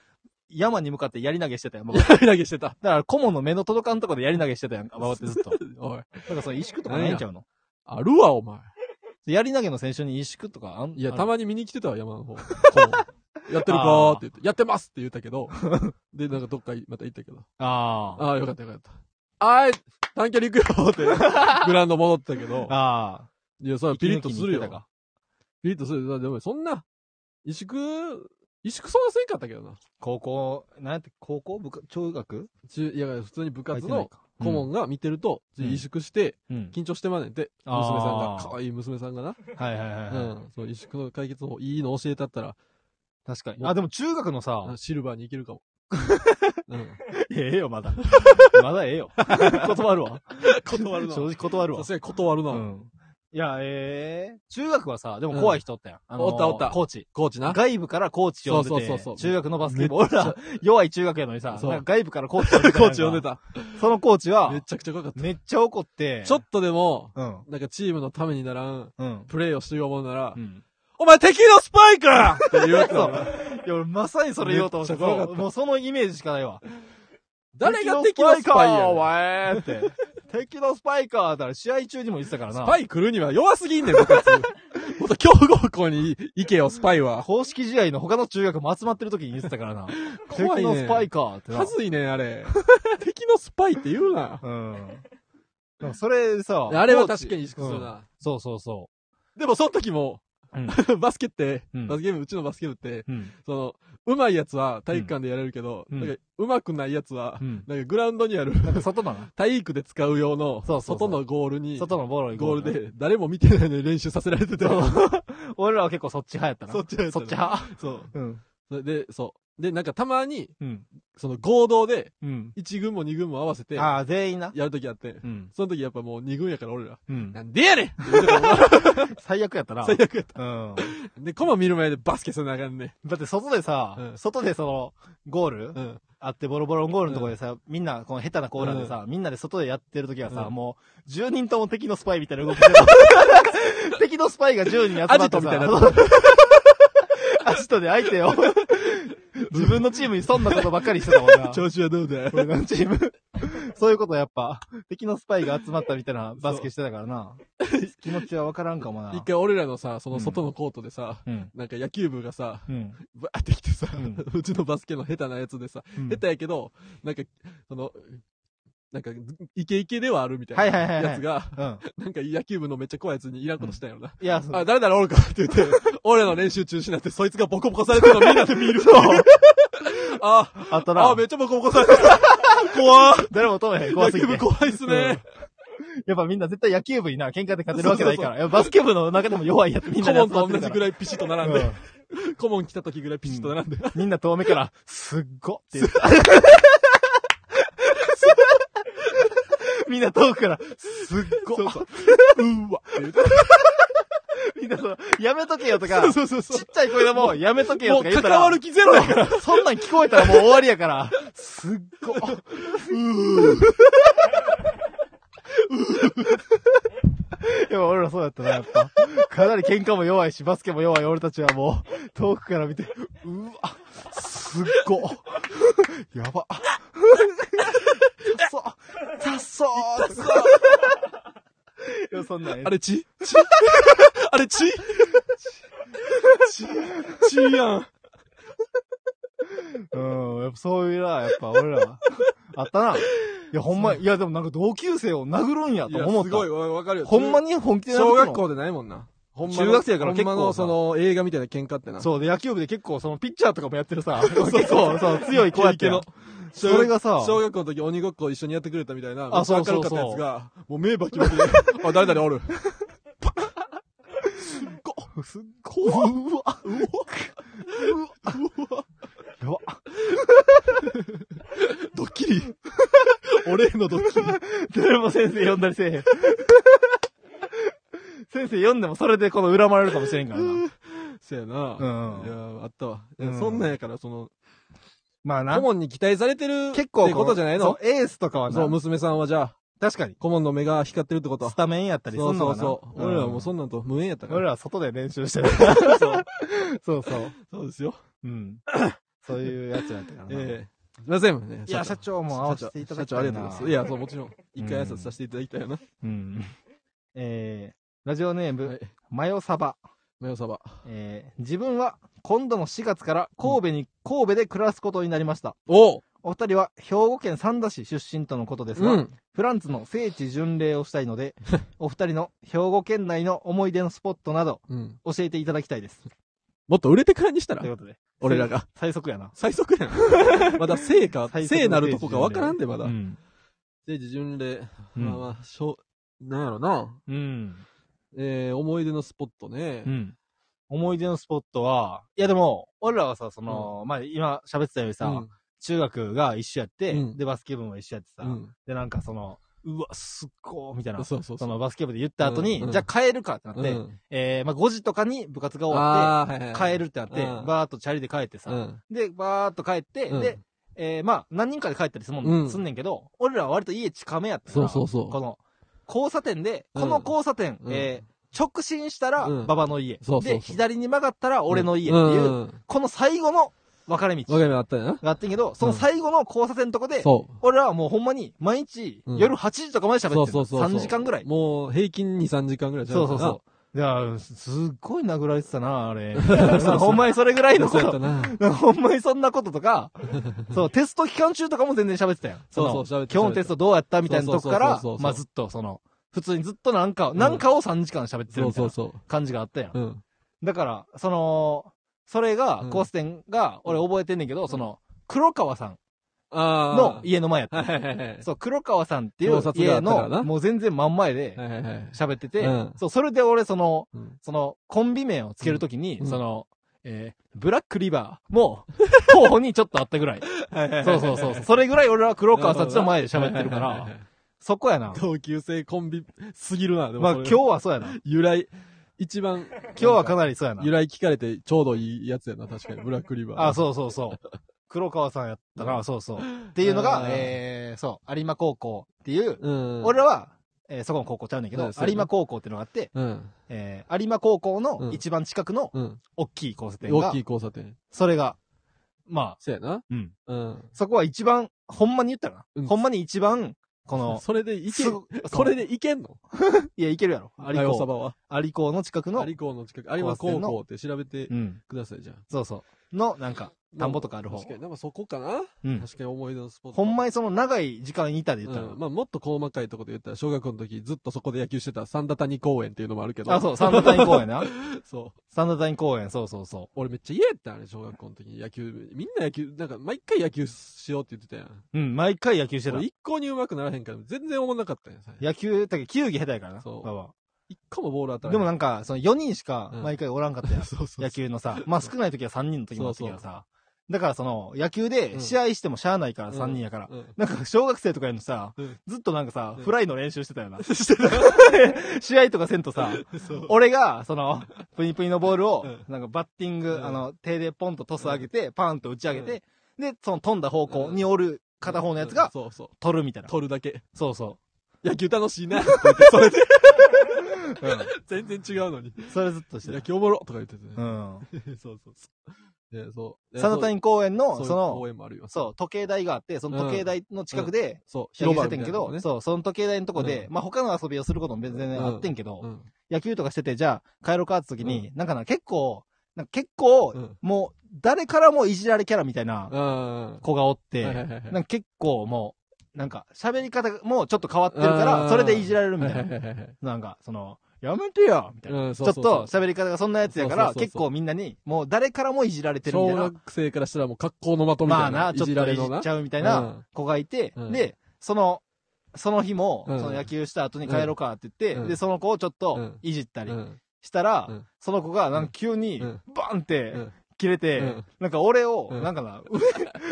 [SPEAKER 1] 山に向かってやり投げしてたやん、馬場
[SPEAKER 2] やり投げしてた。
[SPEAKER 1] だから、顧問の目の届かんとこでやり投げしてたやんか、馬場ってずっと。だ
[SPEAKER 2] おい。
[SPEAKER 1] から、その萎縮とかないんちゃうの
[SPEAKER 2] あるわ、お前。
[SPEAKER 1] やり投げの選手に萎縮とかあん
[SPEAKER 2] いや、
[SPEAKER 1] ある
[SPEAKER 2] たまに見に来てたわ、山 の方。こうやってるかーって言って。やってますって言った けど。で、なんかどっかまた行ったけど。
[SPEAKER 1] ああ。
[SPEAKER 2] ああ、よかったよかった。あーい短距離行くよって、 グラウンド戻ったけど。
[SPEAKER 1] あ
[SPEAKER 2] いや、そ
[SPEAKER 1] あ。
[SPEAKER 2] れピリッとする
[SPEAKER 1] 息抜きに行ってた
[SPEAKER 2] よ。
[SPEAKER 1] か
[SPEAKER 2] ピリッとするよ。でも、そんな、萎縮、萎縮そんなせんかったけどな。
[SPEAKER 1] 高校、なんやって、高校部活中学
[SPEAKER 2] 中、いや、普通に部活
[SPEAKER 1] 入っ
[SPEAKER 2] の
[SPEAKER 1] てないか
[SPEAKER 2] 顧問が見てると、
[SPEAKER 1] うん
[SPEAKER 2] 萎縮して、
[SPEAKER 1] うん。
[SPEAKER 2] 緊張してまんねんて、
[SPEAKER 1] あー
[SPEAKER 2] 娘さんが、可愛い娘さんがな、
[SPEAKER 1] はいはいはいは
[SPEAKER 2] う
[SPEAKER 1] い。
[SPEAKER 2] ん、そう、萎縮の解決法、いいの教えたったら、
[SPEAKER 1] 確かに。あ、でも中学のさ、
[SPEAKER 2] シルバーに行 けるかも。うん、
[SPEAKER 1] ええよ、まだ。 まだええよ。断るわ。
[SPEAKER 2] 断るな
[SPEAKER 1] 正直断るわ
[SPEAKER 2] さす。がに断るな、
[SPEAKER 1] うん。いや、ええ。中学はさ、でも怖い人おったやん。あのー
[SPEAKER 2] おったおった
[SPEAKER 1] コーチ。
[SPEAKER 2] コーチな。
[SPEAKER 1] 外部からコーチ呼んでて。
[SPEAKER 2] そうそうそうそう
[SPEAKER 1] 中学のバスケ部。俺ら、弱い中学やのにさ、
[SPEAKER 2] そう
[SPEAKER 1] なんか外部からコーチ呼んでた
[SPEAKER 2] コ
[SPEAKER 1] や
[SPEAKER 2] ーチ呼んで
[SPEAKER 1] か
[SPEAKER 2] た。
[SPEAKER 1] そのコーチは
[SPEAKER 2] め、ちゃくちゃ怖かった。
[SPEAKER 1] めっちゃ怒って、
[SPEAKER 2] ちょっとでも、
[SPEAKER 1] うん。
[SPEAKER 2] なんかチームのためにならん、
[SPEAKER 1] うん。
[SPEAKER 2] プレーをしてる思うなら、
[SPEAKER 1] うん。
[SPEAKER 2] お前敵のスパイクだって言われて
[SPEAKER 1] そ
[SPEAKER 2] た
[SPEAKER 1] う。いや、俺まさにそれ言おうと思って
[SPEAKER 2] めっちゃ怖
[SPEAKER 1] そ
[SPEAKER 2] かった
[SPEAKER 1] うもうそのイメージしかないわ。
[SPEAKER 2] 誰が敵の
[SPEAKER 1] 敵のス
[SPEAKER 2] スパイや
[SPEAKER 1] パイか
[SPEAKER 2] ねん
[SPEAKER 1] お前って。敵のスパイかだから試合中にも言ってたから
[SPEAKER 2] ス
[SPEAKER 1] な。
[SPEAKER 2] パイ来るには弱すぎんねん、部 活。もっと強豪校に行けよ、スパイ は。
[SPEAKER 1] 公式試合の他の中学も集まってる時に言ってたからな。
[SPEAKER 2] 怖
[SPEAKER 1] 敵
[SPEAKER 2] いね
[SPEAKER 1] のスパイかってな。
[SPEAKER 2] はずいねん、あ れ。敵のスパイって言うな。
[SPEAKER 1] うん。でもそれさ。
[SPEAKER 2] あれは確かに意識す
[SPEAKER 1] コーチ。
[SPEAKER 2] る
[SPEAKER 1] うん
[SPEAKER 2] な。
[SPEAKER 1] そうそうそ
[SPEAKER 2] でも、その時も、 バスケって、
[SPEAKER 1] うん
[SPEAKER 2] バスケ部、うちのバスケ部って、
[SPEAKER 1] うん。
[SPEAKER 2] その、うまいやつは体育館でやれるけど、
[SPEAKER 1] うん
[SPEAKER 2] なんか、うまくないやつは、
[SPEAKER 1] うん。
[SPEAKER 2] なんかグラウンドにある、
[SPEAKER 1] なんか外だ な。
[SPEAKER 2] 体育で使う用の、
[SPEAKER 1] そうそうそう
[SPEAKER 2] 外のゴールに、
[SPEAKER 1] 外のボールに
[SPEAKER 2] ゴール。で、誰も見てないのに練習させられてて、
[SPEAKER 1] 俺らは結構そっち派やったな。
[SPEAKER 2] そっち派やった
[SPEAKER 1] そ
[SPEAKER 2] な
[SPEAKER 1] っち派。
[SPEAKER 2] そう。
[SPEAKER 1] うん。
[SPEAKER 2] それで、そう。で、なんかたまに、
[SPEAKER 1] うん。
[SPEAKER 2] その合同で、
[SPEAKER 1] うん。
[SPEAKER 2] 1軍も2軍も合わせて、や
[SPEAKER 1] ああ、全員な。
[SPEAKER 2] るときあって、
[SPEAKER 1] うん。
[SPEAKER 2] その時やっぱもう2軍やから俺ら、
[SPEAKER 1] うん。
[SPEAKER 2] なんでやねんって言う てたもんな
[SPEAKER 1] 最悪やったな。
[SPEAKER 2] 最悪やっ
[SPEAKER 1] うん。
[SPEAKER 2] た。で、コマ見る前でバスケせなあかんね
[SPEAKER 1] だって外でさ、
[SPEAKER 2] うん
[SPEAKER 1] 外でその、ゴール、
[SPEAKER 2] ん。うん。
[SPEAKER 1] あってボロボロのゴールのところでさ、みんな、この下手なコーナーでさ、みんなで外でやってるときはさ、
[SPEAKER 2] うん
[SPEAKER 1] もう、10人とも敵のスパイみたいな動きして る。敵のスパイが10人集まってさ、
[SPEAKER 2] アジトみたいになっ
[SPEAKER 1] アジトで相手を、自分のチームに損なことばっかりしてたもんな。
[SPEAKER 2] 調子はどうだ
[SPEAKER 1] 俺のチーム。そういうことやっぱ、敵のスパイが集まったみたいなバスケしてたからな。気持ちはわからんかもな。
[SPEAKER 2] 一回俺らのさ、その外のコートでさ、
[SPEAKER 1] うん。
[SPEAKER 2] なんか野球部がさ、
[SPEAKER 1] うん。
[SPEAKER 2] バーってきてさ、
[SPEAKER 1] う
[SPEAKER 2] うんちのバスケの下手なやつでさ、
[SPEAKER 1] うん
[SPEAKER 2] 下手やけど、なんか、その、なんか、イケイケではあるみた
[SPEAKER 1] はい
[SPEAKER 2] いな
[SPEAKER 1] はいはいはい
[SPEAKER 2] やつが、
[SPEAKER 1] うん。
[SPEAKER 2] なんか野球部のめっちゃ怖いやつにいらんことしたんやろな。
[SPEAKER 1] いや、そう
[SPEAKER 2] あ、誰々おるかって言 って、俺らの練習中止になって、そいつがボコボコされてるのみんなで見る。あ、
[SPEAKER 1] あったな
[SPEAKER 2] あ、。めっちゃボコボコされてる。 怖ー
[SPEAKER 1] 誰も止めへん、怖
[SPEAKER 2] 野
[SPEAKER 1] すぎ
[SPEAKER 2] 球部
[SPEAKER 1] て。
[SPEAKER 2] 怖いっすね。
[SPEAKER 1] やっぱみんな絶対野球部にな、喧嘩で勝てるわけないから。やっぱバスケ部の中でも弱いやつみん
[SPEAKER 2] 顧
[SPEAKER 1] なで集
[SPEAKER 2] 問
[SPEAKER 1] ま
[SPEAKER 2] と
[SPEAKER 1] って
[SPEAKER 2] 同
[SPEAKER 1] る
[SPEAKER 2] じ
[SPEAKER 1] か
[SPEAKER 2] ぐ
[SPEAKER 1] ら。
[SPEAKER 2] らいピシッと並んで、顧問来た時ぐらいピシッと並んで、
[SPEAKER 1] うんみんな遠目から、すっごって 言う。みんな遠くから、すっご
[SPEAKER 2] そうそう。 うーわって言って
[SPEAKER 1] みんなそう、やめとけよとか、
[SPEAKER 2] そうそうそう
[SPEAKER 1] ちっちゃい声でもうやめとけよ
[SPEAKER 2] も
[SPEAKER 1] と
[SPEAKER 2] う
[SPEAKER 1] か言った
[SPEAKER 2] 関
[SPEAKER 1] ら
[SPEAKER 2] わ、る気ゼロやから。
[SPEAKER 1] そんなん聞こえたらもう終わりやから、すっご。でも俺らそうやったな、やっぱ。かなり喧嘩も弱いし、バスケも弱い俺たちはもう、遠くから見て、うわ、すっご。やば。たっそたっそたっそいや、そんなんや
[SPEAKER 2] あれ血血 あれ血血血やん。
[SPEAKER 1] うん、やっぱそういうな、やっぱ俺らは。あったな。いや、ほんま、いや、でもなんか同級生を殴るんや
[SPEAKER 2] い
[SPEAKER 1] と
[SPEAKER 2] や、
[SPEAKER 1] 思った。
[SPEAKER 2] すごい、わわかるよ。
[SPEAKER 1] ほんまに本気で殴った
[SPEAKER 2] 小
[SPEAKER 1] の
[SPEAKER 2] 学校でないもんな。ほんまの
[SPEAKER 1] 中学生やから結構
[SPEAKER 2] ほんまのその映画みたいな喧嘩ってな。
[SPEAKER 1] そうで、野球部で結構そのピッチャーとかもやってる さ、結構そう、強い子やっての。それがさ、
[SPEAKER 2] 小学校の時鬼ごっこ一緒にやってくれたみたいな、
[SPEAKER 1] あそう
[SPEAKER 2] 明
[SPEAKER 1] そ
[SPEAKER 2] る
[SPEAKER 1] う
[SPEAKER 2] かっ
[SPEAKER 1] そう
[SPEAKER 2] たやつが、もう目バキ バキで、あ、誰々おる。
[SPEAKER 1] すっごいうわ、うわ、うわ、
[SPEAKER 2] ド ッキリ。俺へのドッキリ。
[SPEAKER 1] 誰も先生呼んだりせえへん。先生呼んでもそれでこの恨まれるかもしれんからな。
[SPEAKER 2] そやな。
[SPEAKER 1] うん
[SPEAKER 2] いやー、あったわ。いや
[SPEAKER 1] うん
[SPEAKER 2] そんなんやから、その、
[SPEAKER 1] まあな
[SPEAKER 2] 顧。問に期待されてる
[SPEAKER 1] 結構
[SPEAKER 2] ってことじゃないの
[SPEAKER 1] そうエースとかは
[SPEAKER 2] そう、
[SPEAKER 1] な、
[SPEAKER 2] 娘さんはじゃあ、
[SPEAKER 1] 確かに、
[SPEAKER 2] 顧問の目が光ってるってこと
[SPEAKER 1] ス。タメンやったりす
[SPEAKER 2] そ
[SPEAKER 1] る
[SPEAKER 2] う
[SPEAKER 1] の
[SPEAKER 2] そ
[SPEAKER 1] か
[SPEAKER 2] う
[SPEAKER 1] な。
[SPEAKER 2] そう。俺らはもうそ
[SPEAKER 1] ん
[SPEAKER 2] んなんと無縁やったから。
[SPEAKER 1] 俺らは外で練習して る。
[SPEAKER 2] そう
[SPEAKER 1] そうそう。
[SPEAKER 2] そうですよ。
[SPEAKER 1] うん。そういうやつやったからな。
[SPEAKER 2] ええすいませんね。
[SPEAKER 1] いや、社長も会わせていただき
[SPEAKER 2] 社
[SPEAKER 1] たいな。
[SPEAKER 2] 長ありがとうございます。いや、そう、もちろん、一回挨拶させていただきたいよな。
[SPEAKER 1] うん。えー、ラジオネーム、
[SPEAKER 2] はい。
[SPEAKER 1] マヨサバ。
[SPEAKER 2] マヨサバ。
[SPEAKER 1] えー、自分は今度の4月から神戸に、神戸で暮らすことになりました。
[SPEAKER 2] おう
[SPEAKER 1] お二人は兵庫県三田市出身とのことですが、
[SPEAKER 2] うん。
[SPEAKER 1] フランツの聖地巡礼をしたいの で、お二人の兵庫県内の思い出のスポットなど
[SPEAKER 2] うん。
[SPEAKER 1] 教えていただきたいです。
[SPEAKER 2] もっと売れてからにしたら
[SPEAKER 1] という、ことで、
[SPEAKER 2] 俺らが。
[SPEAKER 1] 最速やな。
[SPEAKER 2] 最速や ん。まだ聖か、
[SPEAKER 1] 最速の
[SPEAKER 2] 聖なるとこかわからんで、まだ
[SPEAKER 1] う。ん。
[SPEAKER 2] 聖地巡礼。
[SPEAKER 1] うん
[SPEAKER 2] まあまあ、しょう、なんやろな。
[SPEAKER 1] うん。
[SPEAKER 2] えー、思い出のスポットね
[SPEAKER 1] う。ん。思い出のスポットは、いやでも、俺らはさ、その、まあ、今喋ってたよりさ、
[SPEAKER 2] うん
[SPEAKER 1] 中学が一緒やって、
[SPEAKER 2] うん
[SPEAKER 1] で、バスケ部も一緒やってさ、
[SPEAKER 2] うん。
[SPEAKER 1] で、なんかその、うわ、すっごー、みたいな。
[SPEAKER 2] そうそ
[SPEAKER 1] そ
[SPEAKER 2] うそう。
[SPEAKER 1] のバスケ部で言った後に、
[SPEAKER 2] うんうん
[SPEAKER 1] じゃあ帰るかってなって、
[SPEAKER 2] うん
[SPEAKER 1] えー、まあ5時とかに部活が終わっ
[SPEAKER 2] あーはいはい
[SPEAKER 1] て、
[SPEAKER 2] はい
[SPEAKER 1] 帰るってなって、
[SPEAKER 2] うん
[SPEAKER 1] バーっとチャリで帰ってさ、
[SPEAKER 2] うん。
[SPEAKER 1] で、バーっと帰って、
[SPEAKER 2] うん
[SPEAKER 1] で、えー、まあ何人かで帰ったりするもん、
[SPEAKER 2] うん
[SPEAKER 1] すんねんけど、俺らは割と家近めやったから、
[SPEAKER 2] そうそうそう
[SPEAKER 1] この、交差点で、
[SPEAKER 2] うん
[SPEAKER 1] この交差点、
[SPEAKER 2] うん
[SPEAKER 1] えー、直進したら、
[SPEAKER 2] うん
[SPEAKER 1] 馬場の家、
[SPEAKER 2] そうそうそ
[SPEAKER 1] で、
[SPEAKER 2] う
[SPEAKER 1] 左に曲がったら俺の家っていう、
[SPEAKER 2] んんん
[SPEAKER 1] この最後の分かれ道
[SPEAKER 2] わかりまあったよな。
[SPEAKER 1] があってんけど、その最後の交差点のとこで、
[SPEAKER 2] そ
[SPEAKER 1] 俺らはもうほんまに毎日
[SPEAKER 2] うん
[SPEAKER 1] 夜8時とかまで
[SPEAKER 2] う。
[SPEAKER 1] 喋っ
[SPEAKER 2] そう
[SPEAKER 1] て
[SPEAKER 2] そ
[SPEAKER 1] る。
[SPEAKER 2] うそう。
[SPEAKER 1] 3時間ぐらい。
[SPEAKER 2] もう平均2、3時間ぐらいじゃん。
[SPEAKER 1] そうそうそうう。いや、すすっごい殴られてたな、あ れ。ほんまにそれぐらいのこ
[SPEAKER 2] そうやっ
[SPEAKER 1] と。
[SPEAKER 2] たな。
[SPEAKER 1] ほんまにそんなこととか、そう、テスト期間中とかも全然喋ってたよ。
[SPEAKER 2] そうそう
[SPEAKER 1] の
[SPEAKER 2] 喋ってた
[SPEAKER 1] 今日のテストどうやったみたいなとこか
[SPEAKER 2] そう
[SPEAKER 1] ら
[SPEAKER 2] そうそうそうそ、う
[SPEAKER 1] まあずっとその、普通にずっとなんか、
[SPEAKER 2] ん
[SPEAKER 1] なんかを3時間喋ってる
[SPEAKER 2] そ
[SPEAKER 1] み
[SPEAKER 2] う
[SPEAKER 1] たい
[SPEAKER 2] そう
[SPEAKER 1] な
[SPEAKER 2] そ
[SPEAKER 1] 感じがあったや
[SPEAKER 2] う。
[SPEAKER 1] ん。
[SPEAKER 2] うん。
[SPEAKER 1] だから、その、それ
[SPEAKER 2] う
[SPEAKER 1] が
[SPEAKER 2] ん、
[SPEAKER 1] コース店が、俺覚えてんねんけど、その、黒川さん
[SPEAKER 2] あ
[SPEAKER 1] の
[SPEAKER 2] ー
[SPEAKER 1] 家の前やっ
[SPEAKER 2] は
[SPEAKER 1] た。
[SPEAKER 2] いはいはいはい。
[SPEAKER 1] そう、黒川さんってい
[SPEAKER 2] 盗
[SPEAKER 1] う
[SPEAKER 2] 撮があ
[SPEAKER 1] 家
[SPEAKER 2] ったからな
[SPEAKER 1] の、もう全然真ん前で
[SPEAKER 2] はいはいはい。
[SPEAKER 1] 喋ってて
[SPEAKER 2] うん、
[SPEAKER 1] そう、それで俺、その、
[SPEAKER 2] うん
[SPEAKER 1] その、コンビ名をつけるときに、
[SPEAKER 2] うん
[SPEAKER 1] その、えーブラックリバーも、候補にちょっとあったぐらい。 そうそうそうそう。それぐらい俺は黒川さんちの前で喋ってるか
[SPEAKER 2] はい はいはい
[SPEAKER 1] ら、
[SPEAKER 2] はい
[SPEAKER 1] そこやな。
[SPEAKER 2] 同級生コンビすぎるな、でも
[SPEAKER 1] まあ
[SPEAKER 2] そ
[SPEAKER 1] 今
[SPEAKER 2] れ
[SPEAKER 1] 日はそうやな。
[SPEAKER 2] 由来、一番、今
[SPEAKER 1] 今日はかなりそうやな
[SPEAKER 2] 由。来聞かれてちょうどいいやつやな、確かに。ブラックリバー。
[SPEAKER 1] あ、そうそうそう。黒川さんやったな、そうそう。っていうの
[SPEAKER 2] あ
[SPEAKER 1] が
[SPEAKER 2] ー、
[SPEAKER 1] えー、そう、有馬高校っていう、
[SPEAKER 2] う。うん。
[SPEAKER 1] 俺は、えーそこの高校ちゃうねんけ
[SPEAKER 2] う
[SPEAKER 1] ど
[SPEAKER 2] ん、そうやな
[SPEAKER 1] 有馬高校っていうのがあって、
[SPEAKER 2] うん。
[SPEAKER 1] えー、有馬高校
[SPEAKER 2] うん
[SPEAKER 1] の一番近くの
[SPEAKER 2] うん。
[SPEAKER 1] 大きい交差点が
[SPEAKER 2] 大きい、交差点。
[SPEAKER 1] それが、まあ、
[SPEAKER 2] そうやな。
[SPEAKER 1] うん。
[SPEAKER 2] うん。
[SPEAKER 1] そこは一番、ほんまに言ったら
[SPEAKER 2] うん
[SPEAKER 1] な。ほんまに一番、この、
[SPEAKER 2] それでいけ
[SPEAKER 1] す
[SPEAKER 2] る、
[SPEAKER 1] ごそ
[SPEAKER 2] こ
[SPEAKER 1] の
[SPEAKER 2] れでいけんの
[SPEAKER 1] いや、いけるやろ。
[SPEAKER 2] 有
[SPEAKER 1] 有
[SPEAKER 2] 馬サ
[SPEAKER 1] 馬
[SPEAKER 2] バは。
[SPEAKER 1] 有馬の近くの
[SPEAKER 2] 有、馬の近く、有馬高校って調べて
[SPEAKER 1] うん。
[SPEAKER 2] ください、じゃあ。
[SPEAKER 1] そうそう。の、なんか、田んぼとかある方
[SPEAKER 2] 確かに、でもそこかな
[SPEAKER 1] うん。
[SPEAKER 2] 確かに思い出のスポット。
[SPEAKER 1] ほんまにその長い時間いたで言ったら
[SPEAKER 2] うん、まあもっと細かいとこで言ったら、小学校の時ずっとそこで野球してた三田谷公園っていうのもあるけど。
[SPEAKER 1] あ、そう、三田谷公園な。
[SPEAKER 2] そう。
[SPEAKER 1] 三田谷公園、そうそうそ
[SPEAKER 2] 俺めっちゃ嫌やったあれ、小学校の時に野球。みんな野球、なんか毎回野球しようって言ってたやん。
[SPEAKER 1] う。うん、毎回野球してた
[SPEAKER 2] 俺。一向に上手くならへんから、全然思んなかったんやさ。
[SPEAKER 1] 野球、だけど球技下手やからな。
[SPEAKER 2] そう
[SPEAKER 1] 馬場
[SPEAKER 2] 一個もボール当たら
[SPEAKER 1] でもな
[SPEAKER 2] な
[SPEAKER 1] んんか、その4人しか
[SPEAKER 2] うん。
[SPEAKER 1] 毎回おらんかったやん
[SPEAKER 2] そうそうそう
[SPEAKER 1] 野。球のさ。まあ少ない時は3人の時もあったけど
[SPEAKER 2] そう
[SPEAKER 1] さ。だからその、野球
[SPEAKER 2] う
[SPEAKER 1] で
[SPEAKER 2] ん
[SPEAKER 1] 試合してもしゃあないから3人やから。
[SPEAKER 2] うん。
[SPEAKER 1] なんか小学生とかやのさ
[SPEAKER 2] うん、
[SPEAKER 1] ずっとなんかさ
[SPEAKER 2] うん、
[SPEAKER 1] フライの練習してたよな。
[SPEAKER 2] して た。
[SPEAKER 1] 試合とかせんとさ、
[SPEAKER 2] そ う。
[SPEAKER 1] 俺が、その、プニプニのボールを
[SPEAKER 2] うん、
[SPEAKER 1] なんかバッティン
[SPEAKER 2] う
[SPEAKER 1] グ、
[SPEAKER 2] ん
[SPEAKER 1] あの、手でポンとトス上げて、パンと打ち上げて、で、その飛んだ方向におる片方のやつ
[SPEAKER 2] うん
[SPEAKER 1] が、
[SPEAKER 2] そうそう。
[SPEAKER 1] 取るみたいな。
[SPEAKER 2] 取るだけ。
[SPEAKER 1] そうそ
[SPEAKER 2] 野球楽 しいな。って言ってそれで、
[SPEAKER 1] う。う
[SPEAKER 2] 全然違うのに。
[SPEAKER 1] ん。それずっとして
[SPEAKER 2] 野
[SPEAKER 1] た。
[SPEAKER 2] 球おもろとか言っててね。
[SPEAKER 1] うん。
[SPEAKER 2] そうそうそう。ねそう。
[SPEAKER 1] サナタイン公園
[SPEAKER 2] そう
[SPEAKER 1] の、
[SPEAKER 2] い
[SPEAKER 1] そ
[SPEAKER 2] う公
[SPEAKER 1] の、
[SPEAKER 2] 園もあるよ。
[SPEAKER 1] そう、時計台があって、その時計台の近くで、
[SPEAKER 2] そう、
[SPEAKER 1] 野球
[SPEAKER 2] 広
[SPEAKER 1] して
[SPEAKER 2] 場みた
[SPEAKER 1] て
[SPEAKER 2] い
[SPEAKER 1] ん
[SPEAKER 2] な
[SPEAKER 1] け
[SPEAKER 2] とこ
[SPEAKER 1] ど、
[SPEAKER 2] ね
[SPEAKER 1] そう、その時計台のとこで、
[SPEAKER 2] う
[SPEAKER 1] まあ他の遊びをすることも全然あってんけど、
[SPEAKER 2] うん。
[SPEAKER 1] 野球とかしてて、じゃあ、帰ろうかって時に、なんかな、結構、なんか結構、
[SPEAKER 2] うん
[SPEAKER 1] もう、誰からもいじられキャラみたいな
[SPEAKER 2] うん。
[SPEAKER 1] 子がおって、
[SPEAKER 2] はいはいはいはい
[SPEAKER 1] なんか結構もう、なんか喋り方もちょっと変わってるから、それでいじられるみたいな。
[SPEAKER 2] な。
[SPEAKER 1] なんか、その、やめてよみたいな。
[SPEAKER 2] うん、
[SPEAKER 1] ち
[SPEAKER 2] そ
[SPEAKER 1] ょ
[SPEAKER 2] う
[SPEAKER 1] っ
[SPEAKER 2] そ
[SPEAKER 1] と
[SPEAKER 2] うそう
[SPEAKER 1] 喋り方がそんなやつやか
[SPEAKER 2] そう
[SPEAKER 1] ら、
[SPEAKER 2] そうそうそう
[SPEAKER 1] 結構みんなに、もう誰からもいじられてるみたい
[SPEAKER 2] 小
[SPEAKER 1] な。
[SPEAKER 2] 学生からしたらもう格好の的み
[SPEAKER 1] ま
[SPEAKER 2] た
[SPEAKER 1] あ
[SPEAKER 2] い
[SPEAKER 1] な、
[SPEAKER 2] な。
[SPEAKER 1] ちょっとい
[SPEAKER 2] じられ
[SPEAKER 1] じ
[SPEAKER 2] のな
[SPEAKER 1] っち。ゃうみたいうなん子がいて、
[SPEAKER 2] うん
[SPEAKER 1] で、その、その日も、
[SPEAKER 2] うん
[SPEAKER 1] その野球した後に帰ろうかって言って、
[SPEAKER 2] うん
[SPEAKER 1] で、その子をちょっ
[SPEAKER 2] う
[SPEAKER 1] と
[SPEAKER 2] ん
[SPEAKER 1] いじったり
[SPEAKER 2] うん
[SPEAKER 1] したら、
[SPEAKER 2] うん
[SPEAKER 1] その子がなんか急に
[SPEAKER 2] うん、
[SPEAKER 1] バンって
[SPEAKER 2] うん
[SPEAKER 1] 切れて、
[SPEAKER 2] うん
[SPEAKER 1] なんか俺を、
[SPEAKER 2] うん
[SPEAKER 1] なんかな、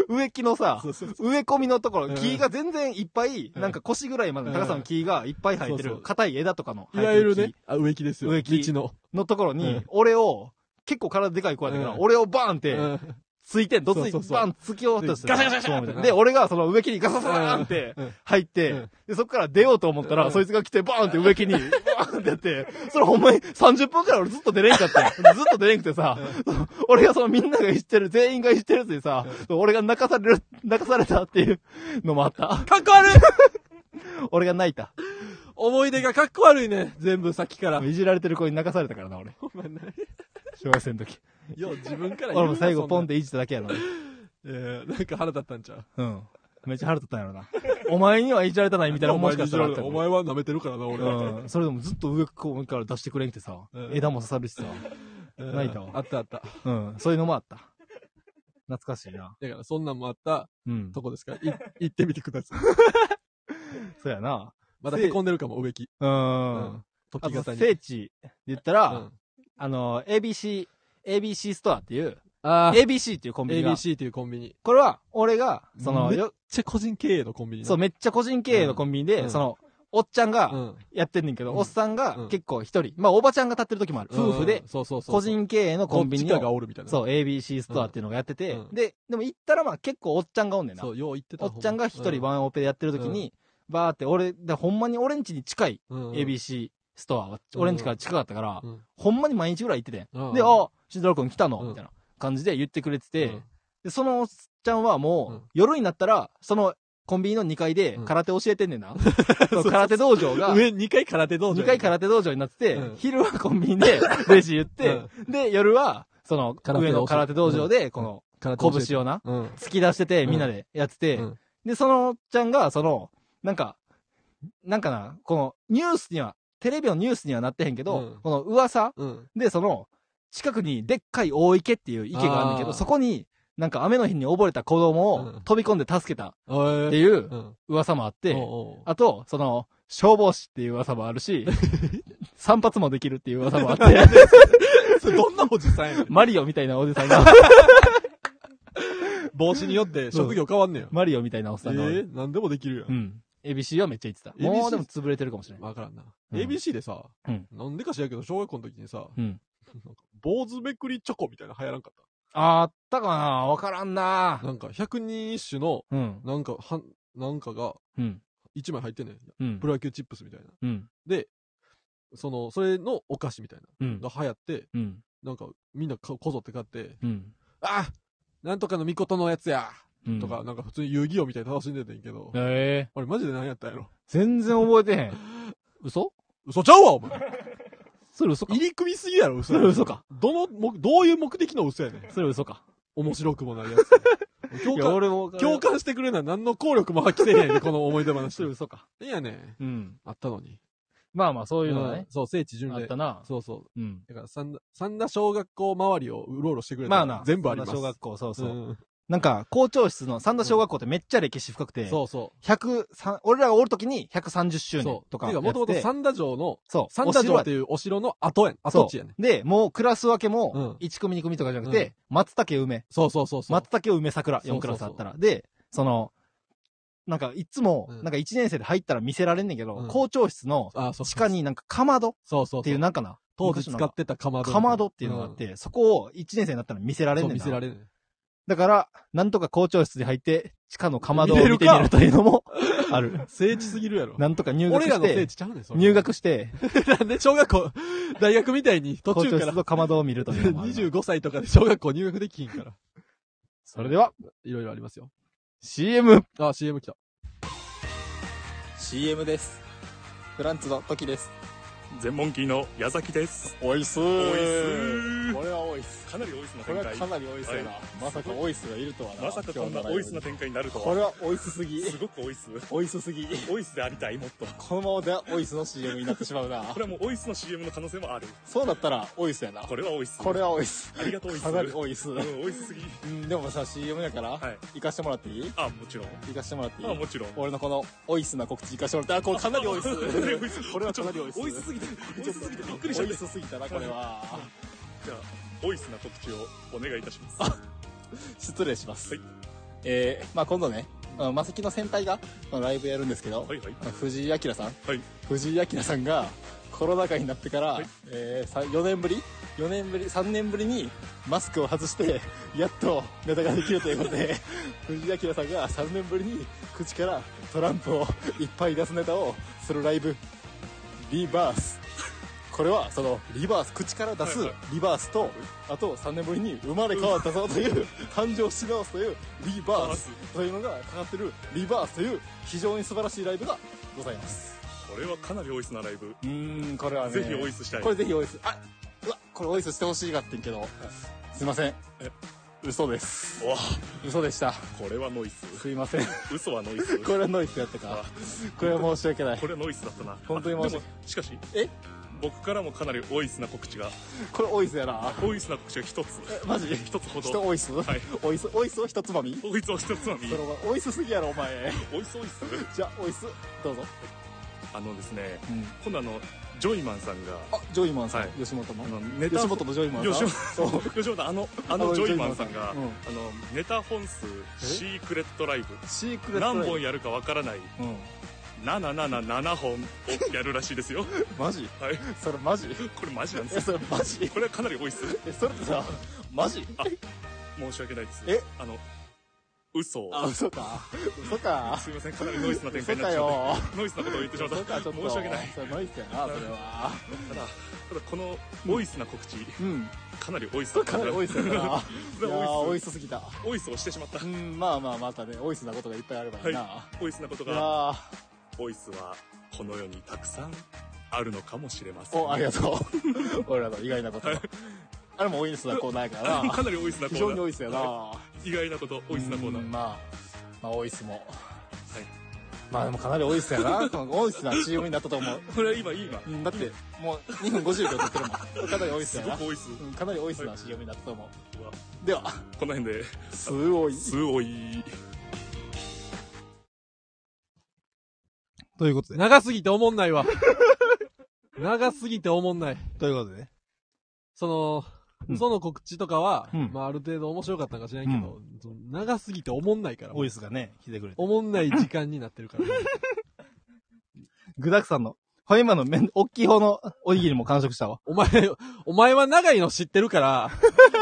[SPEAKER 1] 上、 植木のさ、
[SPEAKER 2] そうそうそう
[SPEAKER 1] 植え込みのとこ
[SPEAKER 2] う
[SPEAKER 1] ろ、
[SPEAKER 2] ん
[SPEAKER 1] 木が全然いっぱい、
[SPEAKER 2] うん
[SPEAKER 1] なんか腰ぐらいまでの高さの木がいっぱい生えて
[SPEAKER 2] そうそ
[SPEAKER 1] る、
[SPEAKER 2] う
[SPEAKER 1] 硬い枝とかの
[SPEAKER 2] い
[SPEAKER 1] 生
[SPEAKER 2] わ
[SPEAKER 1] えて
[SPEAKER 2] ゆ
[SPEAKER 1] る
[SPEAKER 2] る
[SPEAKER 1] 木
[SPEAKER 2] ね、あ、植木ですよ。
[SPEAKER 1] 植木
[SPEAKER 2] 道の。
[SPEAKER 1] のところ
[SPEAKER 2] う
[SPEAKER 1] に
[SPEAKER 2] ん、
[SPEAKER 1] 俺を、結構体でかい子やったから
[SPEAKER 2] う、ん
[SPEAKER 1] 俺をバーンって
[SPEAKER 2] うん
[SPEAKER 1] ついて、ど
[SPEAKER 2] そ
[SPEAKER 1] つ
[SPEAKER 2] う
[SPEAKER 1] い、バ
[SPEAKER 2] そうそう
[SPEAKER 1] ーン突き落として、
[SPEAKER 2] ガシャガシャガシャ
[SPEAKER 1] そうみたい
[SPEAKER 2] うん
[SPEAKER 1] なで、俺がその植木にガサガサ
[SPEAKER 2] う
[SPEAKER 1] ー
[SPEAKER 2] ん
[SPEAKER 1] ンって
[SPEAKER 2] うん
[SPEAKER 1] 入っ
[SPEAKER 2] うん
[SPEAKER 1] て、で、そっから出ようと思った
[SPEAKER 2] う
[SPEAKER 1] ら、
[SPEAKER 2] ん
[SPEAKER 1] そいつが来てバーンって植木に、バーンってやって、それほんまに30分くらい俺ずっと出れんかったよずっと出れんくてさ、俺がそのみんなが知ってる、全員が知ってるやつにさ、俺が泣かされる、泣かされたっていうのもあった。
[SPEAKER 2] かっこ悪い
[SPEAKER 1] 俺が泣いた。
[SPEAKER 2] 思い出がかっこ悪いね。全部先から。
[SPEAKER 1] いじられてる子に泣かされたからな、俺。
[SPEAKER 2] ほんまない
[SPEAKER 1] 小学生の時。
[SPEAKER 2] よう、自分から言うな
[SPEAKER 1] 俺も最後ポンっ。
[SPEAKER 2] そんな
[SPEAKER 1] ていじっただけやろ。
[SPEAKER 2] えーなんか腹立ったんちゃう
[SPEAKER 1] うん。めっちゃ腹立ったんやろな。お前にはいじられたないみたいな、
[SPEAKER 2] お
[SPEAKER 1] も
[SPEAKER 2] 前
[SPEAKER 1] しかしたらあ
[SPEAKER 2] に
[SPEAKER 1] った
[SPEAKER 2] じ
[SPEAKER 1] から
[SPEAKER 2] れるお前は舐めてるからな、俺は。
[SPEAKER 1] うん。それでもずっと上から出してくれんくてさ
[SPEAKER 2] うん、
[SPEAKER 1] 枝も刺さるしさ。
[SPEAKER 2] うん
[SPEAKER 1] 泣いたわ
[SPEAKER 2] あったあった。
[SPEAKER 1] うん。そういうのもあった。懐かしいな。
[SPEAKER 2] だから、そんなんもあった
[SPEAKER 1] うん。
[SPEAKER 2] とこですから、い 行ってみてください。
[SPEAKER 1] そうやな。
[SPEAKER 2] まだ凹んでるかも、植木。
[SPEAKER 1] うん。あ
[SPEAKER 2] 時
[SPEAKER 1] と
[SPEAKER 2] 型に。
[SPEAKER 1] 聖地で言った
[SPEAKER 2] う
[SPEAKER 1] ら
[SPEAKER 2] ん、
[SPEAKER 1] あの、ABC、ABC ストアっていう、
[SPEAKER 2] あー
[SPEAKER 1] ABC っていうコンビニが。
[SPEAKER 2] ABC っていうコンビニ。めっ
[SPEAKER 1] これは、俺が、その、
[SPEAKER 2] め
[SPEAKER 1] よ
[SPEAKER 2] ちゃ個人経営のコンビニな。
[SPEAKER 1] そう、めっちゃ個人経営のコンビニ
[SPEAKER 2] うん
[SPEAKER 1] で、その、おっちゃんが
[SPEAKER 2] う、ん。
[SPEAKER 1] やってんねんけど、
[SPEAKER 2] うん
[SPEAKER 1] おっさん
[SPEAKER 2] うん
[SPEAKER 1] が結構一人、まあおばちゃんが立ってる時もある。夫婦で
[SPEAKER 2] うん、そうそうそう。
[SPEAKER 1] 個人経営のコンビニ
[SPEAKER 2] どっちかが
[SPEAKER 1] の、
[SPEAKER 2] おるみたいな。
[SPEAKER 1] そう、ABC ストアっていうのがやってて
[SPEAKER 2] うん、
[SPEAKER 1] で、でも行ったらまあ結構おっちゃんがおんねんな
[SPEAKER 2] そ。う、よう言ってた。
[SPEAKER 1] おっちゃんが一人ワンオペでやってる時に、バーって俺、でほんまに俺んちに近い
[SPEAKER 2] うん、うん。
[SPEAKER 1] ABC ストアは、
[SPEAKER 2] うん
[SPEAKER 1] 俺んちから近かったから
[SPEAKER 2] う、ん。
[SPEAKER 1] ほんまに毎日ぐらい行ってて
[SPEAKER 2] うん
[SPEAKER 1] ん。で、あ、しずらくん来たの
[SPEAKER 2] うん
[SPEAKER 1] みたいな感じで言ってくれて
[SPEAKER 2] う
[SPEAKER 1] て
[SPEAKER 2] ん、
[SPEAKER 1] で、そのおっちゃんはもう、
[SPEAKER 2] うん
[SPEAKER 1] 夜になったら、そのコンビニの2階で
[SPEAKER 2] うん
[SPEAKER 1] 空手教えてんねん な。その空手道場が、
[SPEAKER 2] 上2回空手道場。
[SPEAKER 1] 2回空手道場になってて、
[SPEAKER 2] うん
[SPEAKER 1] 昼はコンビニ でレジ言って、で、夜は、その、
[SPEAKER 2] 空手
[SPEAKER 1] 上
[SPEAKER 2] の
[SPEAKER 1] の空手道場で、この、
[SPEAKER 2] 空手
[SPEAKER 1] 拳
[SPEAKER 2] を。
[SPEAKER 1] をな、
[SPEAKER 2] うん。
[SPEAKER 1] 突き出してて、みんなでやってて、
[SPEAKER 2] うん
[SPEAKER 1] で、そのおっちゃんが、その、なんか、なんかな、この、ニュースには、テレビのニュースにはなってへんけど、
[SPEAKER 2] うん
[SPEAKER 1] この噂
[SPEAKER 2] うん。
[SPEAKER 1] で、その、近くにでっかい大池っていう池があるんだけ
[SPEAKER 2] あ
[SPEAKER 1] ど、
[SPEAKER 2] ー
[SPEAKER 1] そこに、なんか雨の日に溺れた子供
[SPEAKER 2] う
[SPEAKER 1] を
[SPEAKER 2] ん
[SPEAKER 1] 飛び込んで助けた
[SPEAKER 2] あー
[SPEAKER 1] っていう
[SPEAKER 2] うん。
[SPEAKER 1] 噂もあって、
[SPEAKER 2] おうおう
[SPEAKER 1] あと、その、消防士っていう噂もある し、散髪もできるっていう噂もあって、
[SPEAKER 2] それどんなおじさんやねん。
[SPEAKER 1] マリオみたいなおじさん が、
[SPEAKER 2] 帽子によって職業変わんねや。
[SPEAKER 1] マリオみたいなおっ
[SPEAKER 2] え
[SPEAKER 1] さんがおる、
[SPEAKER 2] ー、何でもできる
[SPEAKER 1] う
[SPEAKER 2] やん。
[SPEAKER 1] ん。ABC はめっちゃ言ってた。も
[SPEAKER 2] ABC
[SPEAKER 1] うでも潰れてるかもしれない。
[SPEAKER 2] わからんな。
[SPEAKER 1] うん
[SPEAKER 2] ABC でさ
[SPEAKER 1] うん、
[SPEAKER 2] なんでか知らんけど、小学校の時にさ、
[SPEAKER 1] うん。
[SPEAKER 2] なんか坊主めくりチョコみたいなの流行らんかっ
[SPEAKER 1] あったかなわからんな
[SPEAKER 2] た。なんか、百人一首の、
[SPEAKER 1] うん。
[SPEAKER 2] なんか、はん、なんかが、
[SPEAKER 1] うん。
[SPEAKER 2] 一枚入ってんねん。
[SPEAKER 1] うん
[SPEAKER 2] プ。ロ野球チップスみたいな。
[SPEAKER 1] うん。
[SPEAKER 2] で、その、それのお菓子みたい
[SPEAKER 1] うん
[SPEAKER 2] な。。が流行って、
[SPEAKER 1] うん。
[SPEAKER 2] なんか、みんなかこぞって買って、
[SPEAKER 1] うん。
[SPEAKER 2] あなんとかのみことのやつや
[SPEAKER 1] うん
[SPEAKER 2] とか、。なんか普通に遊戯王みたいに楽しんでてんけど、
[SPEAKER 1] ええ
[SPEAKER 2] あれマジで何やったんやろ
[SPEAKER 1] 全然覚えてへん。嘘
[SPEAKER 2] 嘘ちゃうわ、お前
[SPEAKER 1] それ嘘か
[SPEAKER 2] 入。り組みすぎやろ、嘘
[SPEAKER 1] それ嘘か。
[SPEAKER 2] どの、もどういう目的の嘘やねん。
[SPEAKER 1] それ嘘か。
[SPEAKER 2] 面白くもないやつ。共
[SPEAKER 1] いや、
[SPEAKER 2] 感、
[SPEAKER 1] 俺も。
[SPEAKER 2] 共感してくれない何の効力も発揮できないねん、この思い出
[SPEAKER 1] それ
[SPEAKER 2] 話。
[SPEAKER 1] 嘘か。
[SPEAKER 2] いやね、
[SPEAKER 1] うん。
[SPEAKER 2] あったのに。
[SPEAKER 1] まあまあ、そういうのがね
[SPEAKER 2] ん。そう、聖地巡
[SPEAKER 1] あっ
[SPEAKER 2] 礼
[SPEAKER 1] た。な。
[SPEAKER 2] そうそ
[SPEAKER 1] う
[SPEAKER 2] う。
[SPEAKER 1] ん。
[SPEAKER 2] だから、三田、三田小学校周りをうろうろしてくれた
[SPEAKER 1] ま
[SPEAKER 2] ら
[SPEAKER 1] あな。
[SPEAKER 2] 全部あります。
[SPEAKER 1] 三田小学校、そうそう。
[SPEAKER 2] うん
[SPEAKER 1] なんか、校長室の三田小学校ってめっちゃ歴史深くて、
[SPEAKER 2] そうそう。
[SPEAKER 1] 100、三俺らがおるときに130周年
[SPEAKER 2] そう。
[SPEAKER 1] とか
[SPEAKER 2] て
[SPEAKER 1] やって
[SPEAKER 2] か、
[SPEAKER 1] て。
[SPEAKER 2] もともと三田城の、
[SPEAKER 1] そう。
[SPEAKER 2] 三田城って
[SPEAKER 1] いう
[SPEAKER 2] いうお城の後やん。跡地やねん。
[SPEAKER 1] で、もうクラス分けも、
[SPEAKER 2] う
[SPEAKER 1] 1組2組とかじゃなくて、松茸梅。
[SPEAKER 2] そうそうそうそう。
[SPEAKER 1] 松茸梅桜、
[SPEAKER 2] そうそうそ
[SPEAKER 1] 4
[SPEAKER 2] う
[SPEAKER 1] クラスあったら。で、その、なんか、いつも、
[SPEAKER 2] うん
[SPEAKER 1] なんか1年生で入ったら見せられんねんけど、
[SPEAKER 2] うん
[SPEAKER 1] 校長室の
[SPEAKER 2] あ、そう
[SPEAKER 1] 地
[SPEAKER 2] そ
[SPEAKER 1] 下
[SPEAKER 2] う。
[SPEAKER 1] になんかかまど
[SPEAKER 2] そうそうそう。
[SPEAKER 1] っていう、なんかな。
[SPEAKER 2] 当時使
[SPEAKER 1] 昔のなん
[SPEAKER 2] っ
[SPEAKER 1] か
[SPEAKER 2] てたかまど。
[SPEAKER 1] かまどっていうのがあって、そこを1年生になったら見せら
[SPEAKER 2] うん、
[SPEAKER 1] れん
[SPEAKER 2] そう
[SPEAKER 1] ねん
[SPEAKER 2] 見
[SPEAKER 1] な
[SPEAKER 2] せられる。
[SPEAKER 1] だから、なんとか校長室に入って、地下のかまどを
[SPEAKER 2] 見れ
[SPEAKER 1] 見
[SPEAKER 2] る
[SPEAKER 1] て
[SPEAKER 2] か
[SPEAKER 1] みるというのもある。
[SPEAKER 2] 聖地すぎるやろ。
[SPEAKER 1] なんとか入学
[SPEAKER 2] 俺ら
[SPEAKER 1] し
[SPEAKER 2] の聖
[SPEAKER 1] て
[SPEAKER 2] 地、ちゃうねん、それ。
[SPEAKER 1] 入学して、
[SPEAKER 2] なんで小学校、大学みたいに途
[SPEAKER 1] 校
[SPEAKER 2] 中
[SPEAKER 1] 長
[SPEAKER 2] か
[SPEAKER 1] 室
[SPEAKER 2] ら、
[SPEAKER 1] とかまどを見るというのも あるな。
[SPEAKER 2] 25歳とかで小学校入学できひんから。
[SPEAKER 1] それでは、
[SPEAKER 2] いろいろありますよ。
[SPEAKER 1] CM!
[SPEAKER 2] あ、CM 来た。
[SPEAKER 3] CM ですフランツの時です
[SPEAKER 4] 全モンキーの矢崎です。
[SPEAKER 3] オイス
[SPEAKER 4] オイス
[SPEAKER 3] これはオイス
[SPEAKER 4] かなりオイスな
[SPEAKER 3] これ
[SPEAKER 4] 展
[SPEAKER 3] は
[SPEAKER 4] 開
[SPEAKER 3] か。なりオイスやな、
[SPEAKER 4] はい
[SPEAKER 3] まさかオイスがいるとはな
[SPEAKER 4] まさかそんなオイスな展開になると
[SPEAKER 3] これ
[SPEAKER 4] は。
[SPEAKER 3] はオイスすぎ
[SPEAKER 4] すごくオイス。
[SPEAKER 3] オイスすぎ
[SPEAKER 4] オイスでありたい、もっと。
[SPEAKER 3] このままではオ イスの CM になってしまうな
[SPEAKER 4] これはもうオイスの CM の可能性もある。
[SPEAKER 3] そうなったらオイスやな
[SPEAKER 4] これはオイス。
[SPEAKER 3] これはオイス
[SPEAKER 4] ありがとうオイス。
[SPEAKER 3] かなりオイス
[SPEAKER 4] うん、オイスすぎ。
[SPEAKER 3] うんでもさ CM やから、
[SPEAKER 4] はい
[SPEAKER 3] 行かしてもらっていい
[SPEAKER 4] あ、もちろん。
[SPEAKER 3] 行かしてもらっていい
[SPEAKER 4] あ、もちろん。
[SPEAKER 3] 俺のこのオイスな告知行かしてもらってあこれかなりオイ ス
[SPEAKER 4] かなりオイス
[SPEAKER 3] これはかなりオイス
[SPEAKER 4] オイスすぎて、オイスすぎてびっくりしちゃ
[SPEAKER 3] オイ
[SPEAKER 4] っ
[SPEAKER 3] スすぎたなこれは
[SPEAKER 4] た。じゃあ、オイスな告知をお願いいたします。
[SPEAKER 3] 失礼します、
[SPEAKER 4] はい
[SPEAKER 3] えー、まあ今度ねあのマセキの先輩があのライブやるんですけど、
[SPEAKER 4] はいはい。
[SPEAKER 3] 藤井明さん、
[SPEAKER 4] はい
[SPEAKER 3] 藤井明さんがコロナ禍になってから、
[SPEAKER 4] はい
[SPEAKER 3] えーさ4年ぶり4年ぶり3年ぶりにマスクを外してやっとネタができるということ で藤井明さんが3年ぶりに口からトランプをいっぱい出すネタをするライブリバースこれはそのリバース口から出す
[SPEAKER 4] はいは
[SPEAKER 3] リバースとあと3年ぶりに生まれ変わったぞという誕生し直すというリバースというのがかかってるリバースという非常に素晴らしいライブがございます
[SPEAKER 4] これはかなりオイスなライブ。
[SPEAKER 3] うーんこれはね
[SPEAKER 4] ぜひオイスしたい。
[SPEAKER 3] これぜひオイスあうわこれオイスしてほしいがってんけどすいません
[SPEAKER 4] え
[SPEAKER 3] 嘘 です
[SPEAKER 4] おわ
[SPEAKER 3] 嘘でした
[SPEAKER 4] これはノイス。
[SPEAKER 3] すいま せん
[SPEAKER 4] 嘘はノイス。
[SPEAKER 3] これはノイズやったか
[SPEAKER 4] あ
[SPEAKER 3] これは申し訳ない
[SPEAKER 4] これはノイズだったな。
[SPEAKER 3] 本当に申し
[SPEAKER 4] で
[SPEAKER 3] 訳
[SPEAKER 4] もしかし
[SPEAKER 3] え
[SPEAKER 4] 僕からもかなりオイスな告知が
[SPEAKER 3] これオイスやな
[SPEAKER 4] オイスな告知が一つ
[SPEAKER 3] えマジ
[SPEAKER 4] 一つほ
[SPEAKER 3] 人
[SPEAKER 4] ど
[SPEAKER 3] オイス、
[SPEAKER 4] はい
[SPEAKER 3] オイスオイスをひとつまみ
[SPEAKER 4] オイスを一つまみ
[SPEAKER 3] それはオイスすぎやろお前
[SPEAKER 4] オイスオイス
[SPEAKER 3] じゃあオイスどうぞ、
[SPEAKER 4] あのですね
[SPEAKER 3] うん、
[SPEAKER 4] 今度あのジョイマンさんが
[SPEAKER 3] あジョイマンさん、
[SPEAKER 4] はい
[SPEAKER 3] 吉本の
[SPEAKER 4] あのネタ
[SPEAKER 3] 吉本のジョイマンさん
[SPEAKER 4] 吉
[SPEAKER 3] そう
[SPEAKER 4] 吉本あのあのジョイマンさんが
[SPEAKER 3] う
[SPEAKER 4] あ
[SPEAKER 3] ん
[SPEAKER 4] のネタ本数シークレットライブ
[SPEAKER 3] シークレット
[SPEAKER 4] 何
[SPEAKER 3] ライブ
[SPEAKER 4] 本やるかわからない
[SPEAKER 3] うん、
[SPEAKER 4] 777本をやるらしいですよ
[SPEAKER 3] マジ
[SPEAKER 4] はい
[SPEAKER 3] それマジ
[SPEAKER 4] これマジなんです
[SPEAKER 3] え
[SPEAKER 4] よ
[SPEAKER 3] それマジ
[SPEAKER 4] これはかなりオイス
[SPEAKER 3] えそれってさマジ
[SPEAKER 4] 申し訳ないです
[SPEAKER 3] え
[SPEAKER 4] あの嘘を
[SPEAKER 3] あ嘘か嘘か
[SPEAKER 4] すいませんかなりノイスな展
[SPEAKER 3] 嘘
[SPEAKER 4] 開に
[SPEAKER 3] か
[SPEAKER 4] なっちゃって
[SPEAKER 3] よ
[SPEAKER 4] ノイスなことを言ってしまった
[SPEAKER 3] 嘘かちょっと
[SPEAKER 4] 申し訳ない
[SPEAKER 3] それノイズやなそれ は
[SPEAKER 4] ただただこのオイスな告知、
[SPEAKER 3] うん
[SPEAKER 4] かなりオイス
[SPEAKER 3] それかなりオイスやないや
[SPEAKER 4] オイス
[SPEAKER 3] ーオイスすぎた
[SPEAKER 4] オイスをしてしまった
[SPEAKER 3] うんまあまあまたねオイスなことがいっぱいあればいいな、
[SPEAKER 4] オイスなこと
[SPEAKER 3] いや
[SPEAKER 4] が
[SPEAKER 3] ー
[SPEAKER 4] オイスはこの世にたくさんあるのかもしれません
[SPEAKER 3] おありがとう 俺らの意外なことあれ もオイスなコーナーやからな
[SPEAKER 4] かなりオイスなコ
[SPEAKER 3] 非常
[SPEAKER 4] ー
[SPEAKER 3] に
[SPEAKER 4] ナー
[SPEAKER 3] オイスやな
[SPEAKER 4] 意外なことオイスなコーナ
[SPEAKER 3] う
[SPEAKER 4] ー
[SPEAKER 3] んまあまあオイスもまあでもかなり多いっすやな。多いっすな CM になったと思う。
[SPEAKER 4] これ今いい今
[SPEAKER 3] うんだって、もう2分50秒経ってるもん。かなり多いっす
[SPEAKER 4] す
[SPEAKER 3] や
[SPEAKER 4] ご
[SPEAKER 3] な
[SPEAKER 4] く。多いっす
[SPEAKER 3] うんかなり多いっす
[SPEAKER 4] は
[SPEAKER 3] な、
[SPEAKER 4] い
[SPEAKER 3] CM になったと思
[SPEAKER 4] うわ
[SPEAKER 3] う。では、
[SPEAKER 4] この辺です
[SPEAKER 3] ごい。
[SPEAKER 4] すごい
[SPEAKER 1] ということで。
[SPEAKER 2] 長すぎておもんないわ。 長すぎておもんない。
[SPEAKER 1] ということでね。
[SPEAKER 2] そ
[SPEAKER 1] うん
[SPEAKER 2] の、その告知とかは、
[SPEAKER 1] うん
[SPEAKER 2] まあある程度面白かったんか知らんけど、その長すぎておもんないから。
[SPEAKER 1] オイスがね、来てくれて。
[SPEAKER 2] おもんない時間になってるから、
[SPEAKER 1] 具沢山の。ほ今のめん、大きい方のおにぎりも完食したわ。
[SPEAKER 2] お前、お前は長いの知って るから、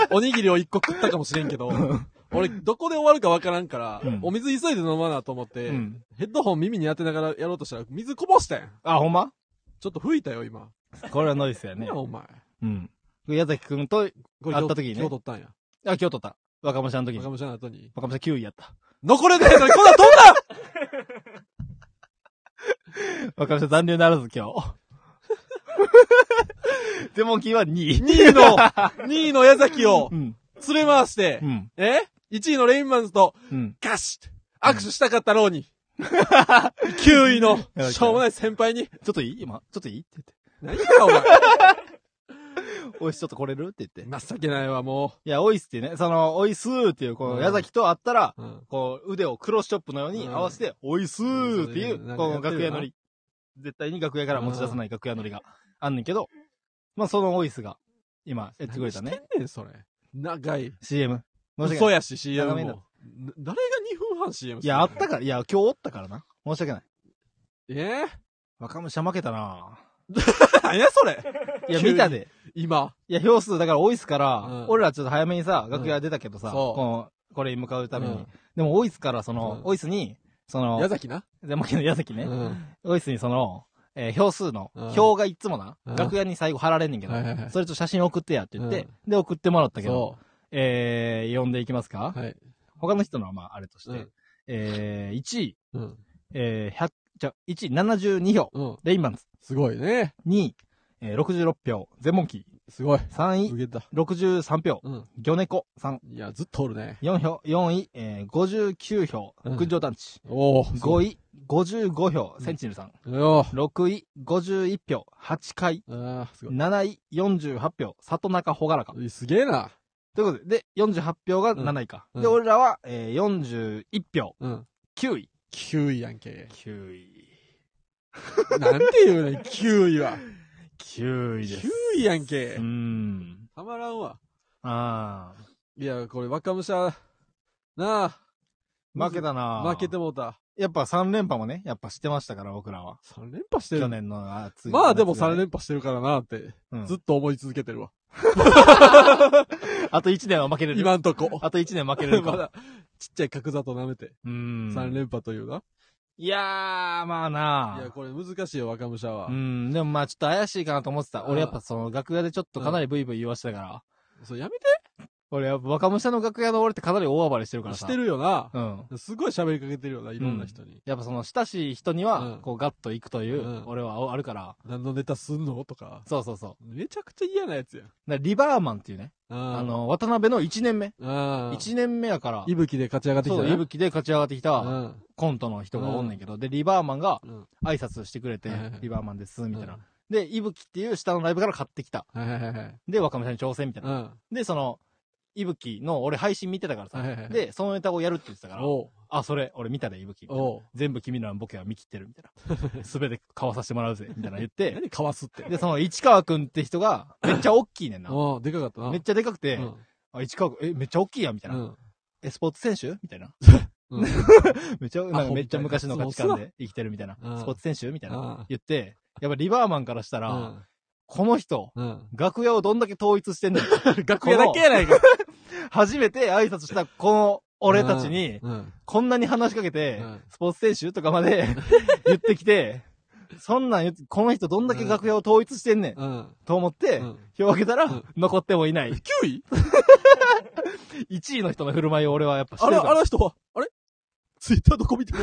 [SPEAKER 2] おにぎりを一個食ったかもしれんけど、俺、どこで終わるかわからんから、
[SPEAKER 1] うん
[SPEAKER 2] お水急いで飲まなと思って、
[SPEAKER 1] うん。
[SPEAKER 2] ヘッドホン耳に当てながらやろうとしたら、水こぼしたやん。
[SPEAKER 1] あ、ほんま
[SPEAKER 2] ちょっと吹いたよ、今。
[SPEAKER 1] これはノイスや
[SPEAKER 2] ね
[SPEAKER 1] ね
[SPEAKER 2] や、。お前。
[SPEAKER 1] うん。矢崎くんと、あ、
[SPEAKER 2] これ
[SPEAKER 1] 会った時にね
[SPEAKER 2] 今日取ったんや。
[SPEAKER 1] 今日取った。若武者の時に
[SPEAKER 2] 若。武者の後に。
[SPEAKER 1] 若武者9位やった。
[SPEAKER 2] 残れねえのに、こんなん飛んだ
[SPEAKER 1] 若武者残留ならず今日。 デモンキーは2位。
[SPEAKER 2] !2 位の、2位の 矢崎を
[SPEAKER 1] う、ん。
[SPEAKER 2] 連れ回して、
[SPEAKER 1] うん。
[SPEAKER 2] え ?1 位のレインマンズと、
[SPEAKER 1] うん。
[SPEAKER 2] ガシッ握手したかったろう に。9位の、
[SPEAKER 1] や
[SPEAKER 2] しょうもない先輩に、
[SPEAKER 1] ちょっといい今、ちょっといいって言って。
[SPEAKER 2] 何かお前。
[SPEAKER 1] おいし、ちょっと来れるって言って。
[SPEAKER 2] 情けないわ、も
[SPEAKER 1] いや、おいすってね、その、おいすーっていう、こ
[SPEAKER 2] う
[SPEAKER 1] の、
[SPEAKER 2] ん
[SPEAKER 1] 矢崎と会ったら、
[SPEAKER 2] う。うん。
[SPEAKER 1] こう、腕をクロスチョップのように
[SPEAKER 2] うん
[SPEAKER 1] 合わせて、おいすーっていう
[SPEAKER 2] そうね、
[SPEAKER 1] この
[SPEAKER 2] なんかやっ
[SPEAKER 1] 楽
[SPEAKER 2] てる
[SPEAKER 1] 屋
[SPEAKER 2] よな
[SPEAKER 1] 乗り。絶対に楽屋から持ち出さない楽屋乗りがあんねんけど、まあ、そのおいすが、今、やってくれた
[SPEAKER 2] 何
[SPEAKER 1] ね。
[SPEAKER 2] してんねん、それ。長い。
[SPEAKER 1] CM。申し訳
[SPEAKER 2] 嘘
[SPEAKER 1] ない。
[SPEAKER 2] やし、CM
[SPEAKER 1] 長めにな
[SPEAKER 2] も。な誰が2分半 CM
[SPEAKER 1] いや、あったから、いや、今日おったからな。申し訳ない。
[SPEAKER 2] え
[SPEAKER 1] 若武者負けた な
[SPEAKER 2] ー、何やそれ
[SPEAKER 1] いや、見たで。
[SPEAKER 2] 今。
[SPEAKER 1] いや、票数、だから多いっすから、
[SPEAKER 2] うん
[SPEAKER 1] 俺らちょっと早めにさ、楽屋出たけどさ、
[SPEAKER 2] うんそう
[SPEAKER 1] このこれに向かうために。
[SPEAKER 2] うん
[SPEAKER 1] でも、オイスから、その、
[SPEAKER 2] うん
[SPEAKER 1] オイスに、その、
[SPEAKER 2] 矢崎な。
[SPEAKER 1] でも、矢崎ね、
[SPEAKER 2] うん
[SPEAKER 1] オイスにその、えー票数の、
[SPEAKER 2] うん
[SPEAKER 1] 票がいつもな、
[SPEAKER 2] うん
[SPEAKER 1] 楽屋に最後貼られんねんけど、
[SPEAKER 2] はいはいはい
[SPEAKER 1] それと写真送ってやって言って、で、送ってもらったけど、
[SPEAKER 2] そ
[SPEAKER 1] えー、読んでいきますか、
[SPEAKER 2] う。はい。
[SPEAKER 1] 他の人のはまあ、あれとして、
[SPEAKER 2] うん
[SPEAKER 1] えー、1位、
[SPEAKER 2] うん。
[SPEAKER 1] えー、100、じゃ、1位72票、
[SPEAKER 2] うん。
[SPEAKER 1] レインマンズ、
[SPEAKER 2] すごいね。
[SPEAKER 1] 2位、えー、66票、ゼモンキ
[SPEAKER 2] すごい。
[SPEAKER 1] ー、3位
[SPEAKER 2] 受、けた。
[SPEAKER 1] 63票、
[SPEAKER 2] うん。
[SPEAKER 1] 魚猫さん。
[SPEAKER 2] いや、ずっとおるね。
[SPEAKER 1] 4票、4位、えー、59票、
[SPEAKER 2] うん
[SPEAKER 1] 群青団地。
[SPEAKER 2] おお。すごい。
[SPEAKER 1] 5位、55票、センチネルさん。
[SPEAKER 2] おー
[SPEAKER 1] 6位、51票、8回。
[SPEAKER 2] あーすごい
[SPEAKER 1] 7位、48票、里中ほがらか。
[SPEAKER 2] いや。すげえな。
[SPEAKER 1] ということで、で、48票が7位か。
[SPEAKER 2] うん
[SPEAKER 1] で、
[SPEAKER 2] うん
[SPEAKER 1] 俺らは、えー、41票、
[SPEAKER 2] うん。
[SPEAKER 1] 9位。
[SPEAKER 2] 9位やんけ。
[SPEAKER 1] 9位。
[SPEAKER 2] なんて言うねん、9位は。
[SPEAKER 1] 9位です
[SPEAKER 2] 9。位やんけ
[SPEAKER 1] うー。ん。
[SPEAKER 2] たまらんわ。
[SPEAKER 1] あ
[SPEAKER 2] いや、これ若武者、なあ。
[SPEAKER 1] ー。負けたな
[SPEAKER 2] 負けてもうた。
[SPEAKER 1] やっぱ3連覇もね、やっぱしてましたから、僕らは。
[SPEAKER 2] 3連覇して
[SPEAKER 1] 去
[SPEAKER 2] る。
[SPEAKER 1] 年の夏
[SPEAKER 2] まあでも3連覇してるからなって、
[SPEAKER 1] 覇
[SPEAKER 2] ずっと思い続けてるわ。
[SPEAKER 1] あと1年は負けれる。
[SPEAKER 2] 今んとこ。
[SPEAKER 1] あと1年負けれる
[SPEAKER 2] ま
[SPEAKER 1] か。
[SPEAKER 2] だ、ちっちゃい角砂糖舐めて、
[SPEAKER 1] うーん。
[SPEAKER 2] 3連覇というな。
[SPEAKER 1] いやー、まあない
[SPEAKER 2] や、
[SPEAKER 1] あ
[SPEAKER 2] これ難しいよ、若武者は
[SPEAKER 1] う。ん、でもまあちょっと怪しいかなと思ってた。
[SPEAKER 2] うん
[SPEAKER 1] 俺やっぱその楽屋でちょっとかなりブイブイ言わしてたから。
[SPEAKER 2] そう、やめ
[SPEAKER 1] 俺やっぱ若武者の楽屋の俺ってかなり大暴れしてるから
[SPEAKER 2] て
[SPEAKER 1] さ。
[SPEAKER 2] してるよな。
[SPEAKER 1] うん。
[SPEAKER 2] すごい喋りかけてるよな、いろんな人に。
[SPEAKER 1] やっぱその親しい人に
[SPEAKER 2] う
[SPEAKER 1] は
[SPEAKER 2] ん、、
[SPEAKER 1] こうガッと行くといううん俺はあるから。
[SPEAKER 2] 何のネタすんのとか。
[SPEAKER 1] そうそうそう。
[SPEAKER 2] めちゃくちゃ嫌なやつやん。
[SPEAKER 1] だからリバーマンっていうね。あ
[SPEAKER 2] あ、
[SPEAKER 1] の、渡辺の1年目。
[SPEAKER 2] あ
[SPEAKER 1] 1年目やから。
[SPEAKER 2] いぶきで勝ち上がってき
[SPEAKER 1] そ
[SPEAKER 2] た
[SPEAKER 1] う、
[SPEAKER 2] な
[SPEAKER 1] いぶきで勝ち上がってきた
[SPEAKER 2] うん
[SPEAKER 1] コントの人がおんねんけど、で、リバーマンが
[SPEAKER 2] うん。
[SPEAKER 1] 挨拶してくれて
[SPEAKER 2] はいはいは、い
[SPEAKER 1] リバーマンです、みたいな。で、いぶきっていう下のライブから買ってきた。
[SPEAKER 2] うん。はいはいはいはい。
[SPEAKER 1] で、若武者に挑戦みたいな
[SPEAKER 2] う。ん。
[SPEAKER 1] で、その、いぶきの、俺配信見てたからさ、
[SPEAKER 2] はいはいはい
[SPEAKER 1] で、そのネタをやるって言ってたから、
[SPEAKER 2] おう。
[SPEAKER 1] あ、それ、俺見たで、いぶき。
[SPEAKER 2] おう。
[SPEAKER 1] 全部君らのボケは見切ってる、みたいな。 すべて買わさせてもらうぜ、みたいな言って、
[SPEAKER 2] 何かわすって。
[SPEAKER 1] で、その市川くんって人が、めっちゃ大きいねんな。
[SPEAKER 2] ああ、でかかったな。
[SPEAKER 1] めっちゃでかくて、
[SPEAKER 2] うん
[SPEAKER 1] あ、市川くん、え、めっちゃ大きいやん、みたいな。
[SPEAKER 2] うん。
[SPEAKER 1] え、スポーツ選手みたいな。
[SPEAKER 2] うん。
[SPEAKER 1] めっちゃ、なんかめっちゃ昔の価値観で生きてるみたいな。
[SPEAKER 2] うん
[SPEAKER 1] スポーツ選手みたいな。
[SPEAKER 2] あ
[SPEAKER 1] 言って、やっぱリバーマンからしたら、
[SPEAKER 2] あ。
[SPEAKER 1] この人、
[SPEAKER 2] うん。
[SPEAKER 1] 楽屋をどんだけ統一してんねん。
[SPEAKER 2] 楽屋だけやないか。
[SPEAKER 1] 初めて挨拶した、この、俺たちに、
[SPEAKER 2] うん。
[SPEAKER 1] こんなに話しかけて、
[SPEAKER 2] うん
[SPEAKER 1] スポーツ選手とかま で 言ってきて、そんなん言って、この人どんだけ楽屋を統一してんねん、
[SPEAKER 2] うん。
[SPEAKER 1] と思って、
[SPEAKER 2] うん
[SPEAKER 1] 票を開けたら、
[SPEAKER 2] うん
[SPEAKER 1] 残ってもいない。
[SPEAKER 2] 9位
[SPEAKER 1] 1位の人の振る舞いを俺はやっぱして
[SPEAKER 2] あ
[SPEAKER 1] る
[SPEAKER 2] れ、
[SPEAKER 1] から
[SPEAKER 2] あの人は、あれツイッターどこ見ても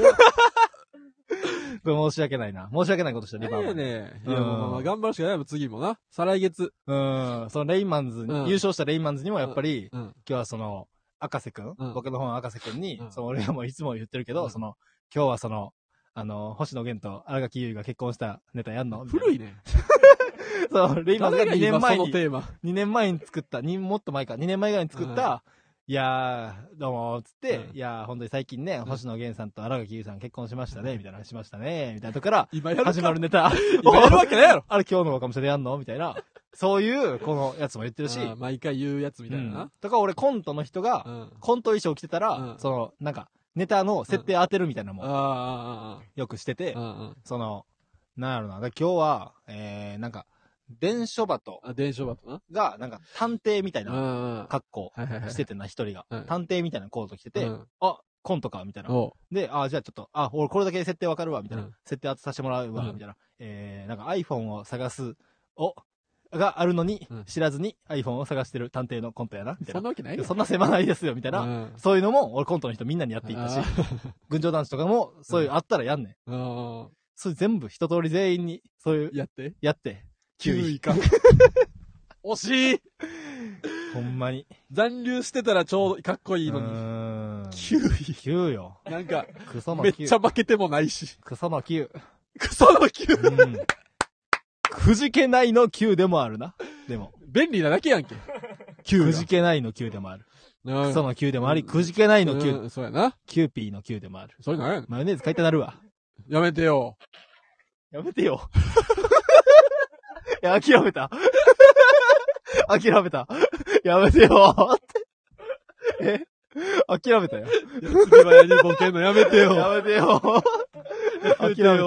[SPEAKER 1] これ申し訳ないな。申し訳ないことした、リバ
[SPEAKER 2] 何
[SPEAKER 1] ーマ
[SPEAKER 2] や
[SPEAKER 1] ン。
[SPEAKER 2] ね
[SPEAKER 1] うん
[SPEAKER 2] ん。いや、まあまあまあ、頑張るしかないもん、次もな。再来月。
[SPEAKER 1] うん。そのレインマンズに、
[SPEAKER 2] うん
[SPEAKER 1] 優勝したレインマンズにもやっぱり、
[SPEAKER 2] うん。
[SPEAKER 1] 今日はその、赤瀬くん、
[SPEAKER 2] うん
[SPEAKER 1] 僕の方の赤瀬くんに、
[SPEAKER 2] うん
[SPEAKER 1] その俺はもういつも言ってるけど、
[SPEAKER 2] うん
[SPEAKER 1] その、今日はその、あの、星野源と荒垣結衣が結婚したネタやんの
[SPEAKER 2] 古
[SPEAKER 1] い
[SPEAKER 2] いね。
[SPEAKER 1] そう、レイマンが
[SPEAKER 2] 誰が
[SPEAKER 1] 2年
[SPEAKER 2] 今
[SPEAKER 1] 前
[SPEAKER 2] その
[SPEAKER 1] に、
[SPEAKER 2] テーマ。
[SPEAKER 1] 2年前に作った、にもっと前か、2年前ぐらいに作った、いやー、どうもー、つって、
[SPEAKER 2] うん
[SPEAKER 1] いやー、本当に最近ね、星野源さんと荒垣結衣さん結婚しましたね、みたいな話しましたね、みたいなとこから、
[SPEAKER 2] 今 やるか
[SPEAKER 1] 始まるネタ。
[SPEAKER 2] 今やるわけないやろ。
[SPEAKER 1] あれ今日の若者でやんのみたいな。そういう、このやつも言ってるし、
[SPEAKER 2] あー毎回言うやつみたい
[SPEAKER 1] うん
[SPEAKER 2] な。
[SPEAKER 1] とか俺コントの人が、
[SPEAKER 2] うん。あ
[SPEAKER 1] コント衣装着てたら、
[SPEAKER 2] うん
[SPEAKER 1] その、なんか、ネタの設定当てるみたいなのも
[SPEAKER 2] あ、あ
[SPEAKER 1] よくしてて、
[SPEAKER 2] あ、ああ。
[SPEAKER 1] その、なんやろな。だから今日は、えー、なんか、伝書バト
[SPEAKER 2] あ、伝承バトな。
[SPEAKER 1] が、なんか、探偵みたい
[SPEAKER 2] うんう。
[SPEAKER 1] なん格好
[SPEAKER 2] はいはいはい。
[SPEAKER 1] しててな、一人が
[SPEAKER 2] うん。
[SPEAKER 1] 探偵みたいなコート着てて、
[SPEAKER 2] うん
[SPEAKER 1] あ、コントか、みたいな。
[SPEAKER 2] おう
[SPEAKER 1] で、あ、じゃあちょっと、あ、俺これだけ設定わかるわ、みたいな。
[SPEAKER 2] うん
[SPEAKER 1] 設定当てさせてもらうわ、
[SPEAKER 2] うん
[SPEAKER 1] みたいな。えー、なんか iPhone を探す、お、があるのに、
[SPEAKER 2] うん
[SPEAKER 1] 知らずに iPhone を探してる探偵のコントやな、みたい
[SPEAKER 2] そ
[SPEAKER 1] な。
[SPEAKER 2] んなわけないよ。
[SPEAKER 1] そんな狭ないですよ、みたいな。
[SPEAKER 2] うん
[SPEAKER 1] そういうのも、俺コントの人みんなにやっていったし
[SPEAKER 2] あ、ー
[SPEAKER 1] 群青男子とかも、そういうあったらやんねん。
[SPEAKER 2] うんうん
[SPEAKER 1] それ全部一通り全員に、そういう、
[SPEAKER 2] やって。
[SPEAKER 1] やって。
[SPEAKER 2] 9位か。惜しい
[SPEAKER 1] ほんまに。
[SPEAKER 2] 残留してたらちょうどかっこいいうのに。
[SPEAKER 1] ーん。
[SPEAKER 2] 9位。
[SPEAKER 1] 9よ。
[SPEAKER 2] なんか、
[SPEAKER 1] クソの
[SPEAKER 2] めっ
[SPEAKER 1] 9。
[SPEAKER 2] ちゃ負けてもないし。
[SPEAKER 1] クソの9。
[SPEAKER 2] クソの9。
[SPEAKER 1] うん。くじけないの9でもあるな。でも。
[SPEAKER 2] 便利なだけ やんけ。9
[SPEAKER 1] くじけないの9でもある。
[SPEAKER 2] うん
[SPEAKER 1] クソの9でもあり、くじけないの
[SPEAKER 2] う
[SPEAKER 1] 9、
[SPEAKER 2] んそうやな。
[SPEAKER 1] キューピーの9でもある。
[SPEAKER 2] そういうのやん。
[SPEAKER 1] マヨネーズ買いたなるわ。
[SPEAKER 2] やめてよ。
[SPEAKER 1] やめて よ。いや、諦めた。諦めた。やめてよ。って。え諦めたよ。
[SPEAKER 2] 次はやりボケんのやめてよ。
[SPEAKER 1] やめてよ。諦めた。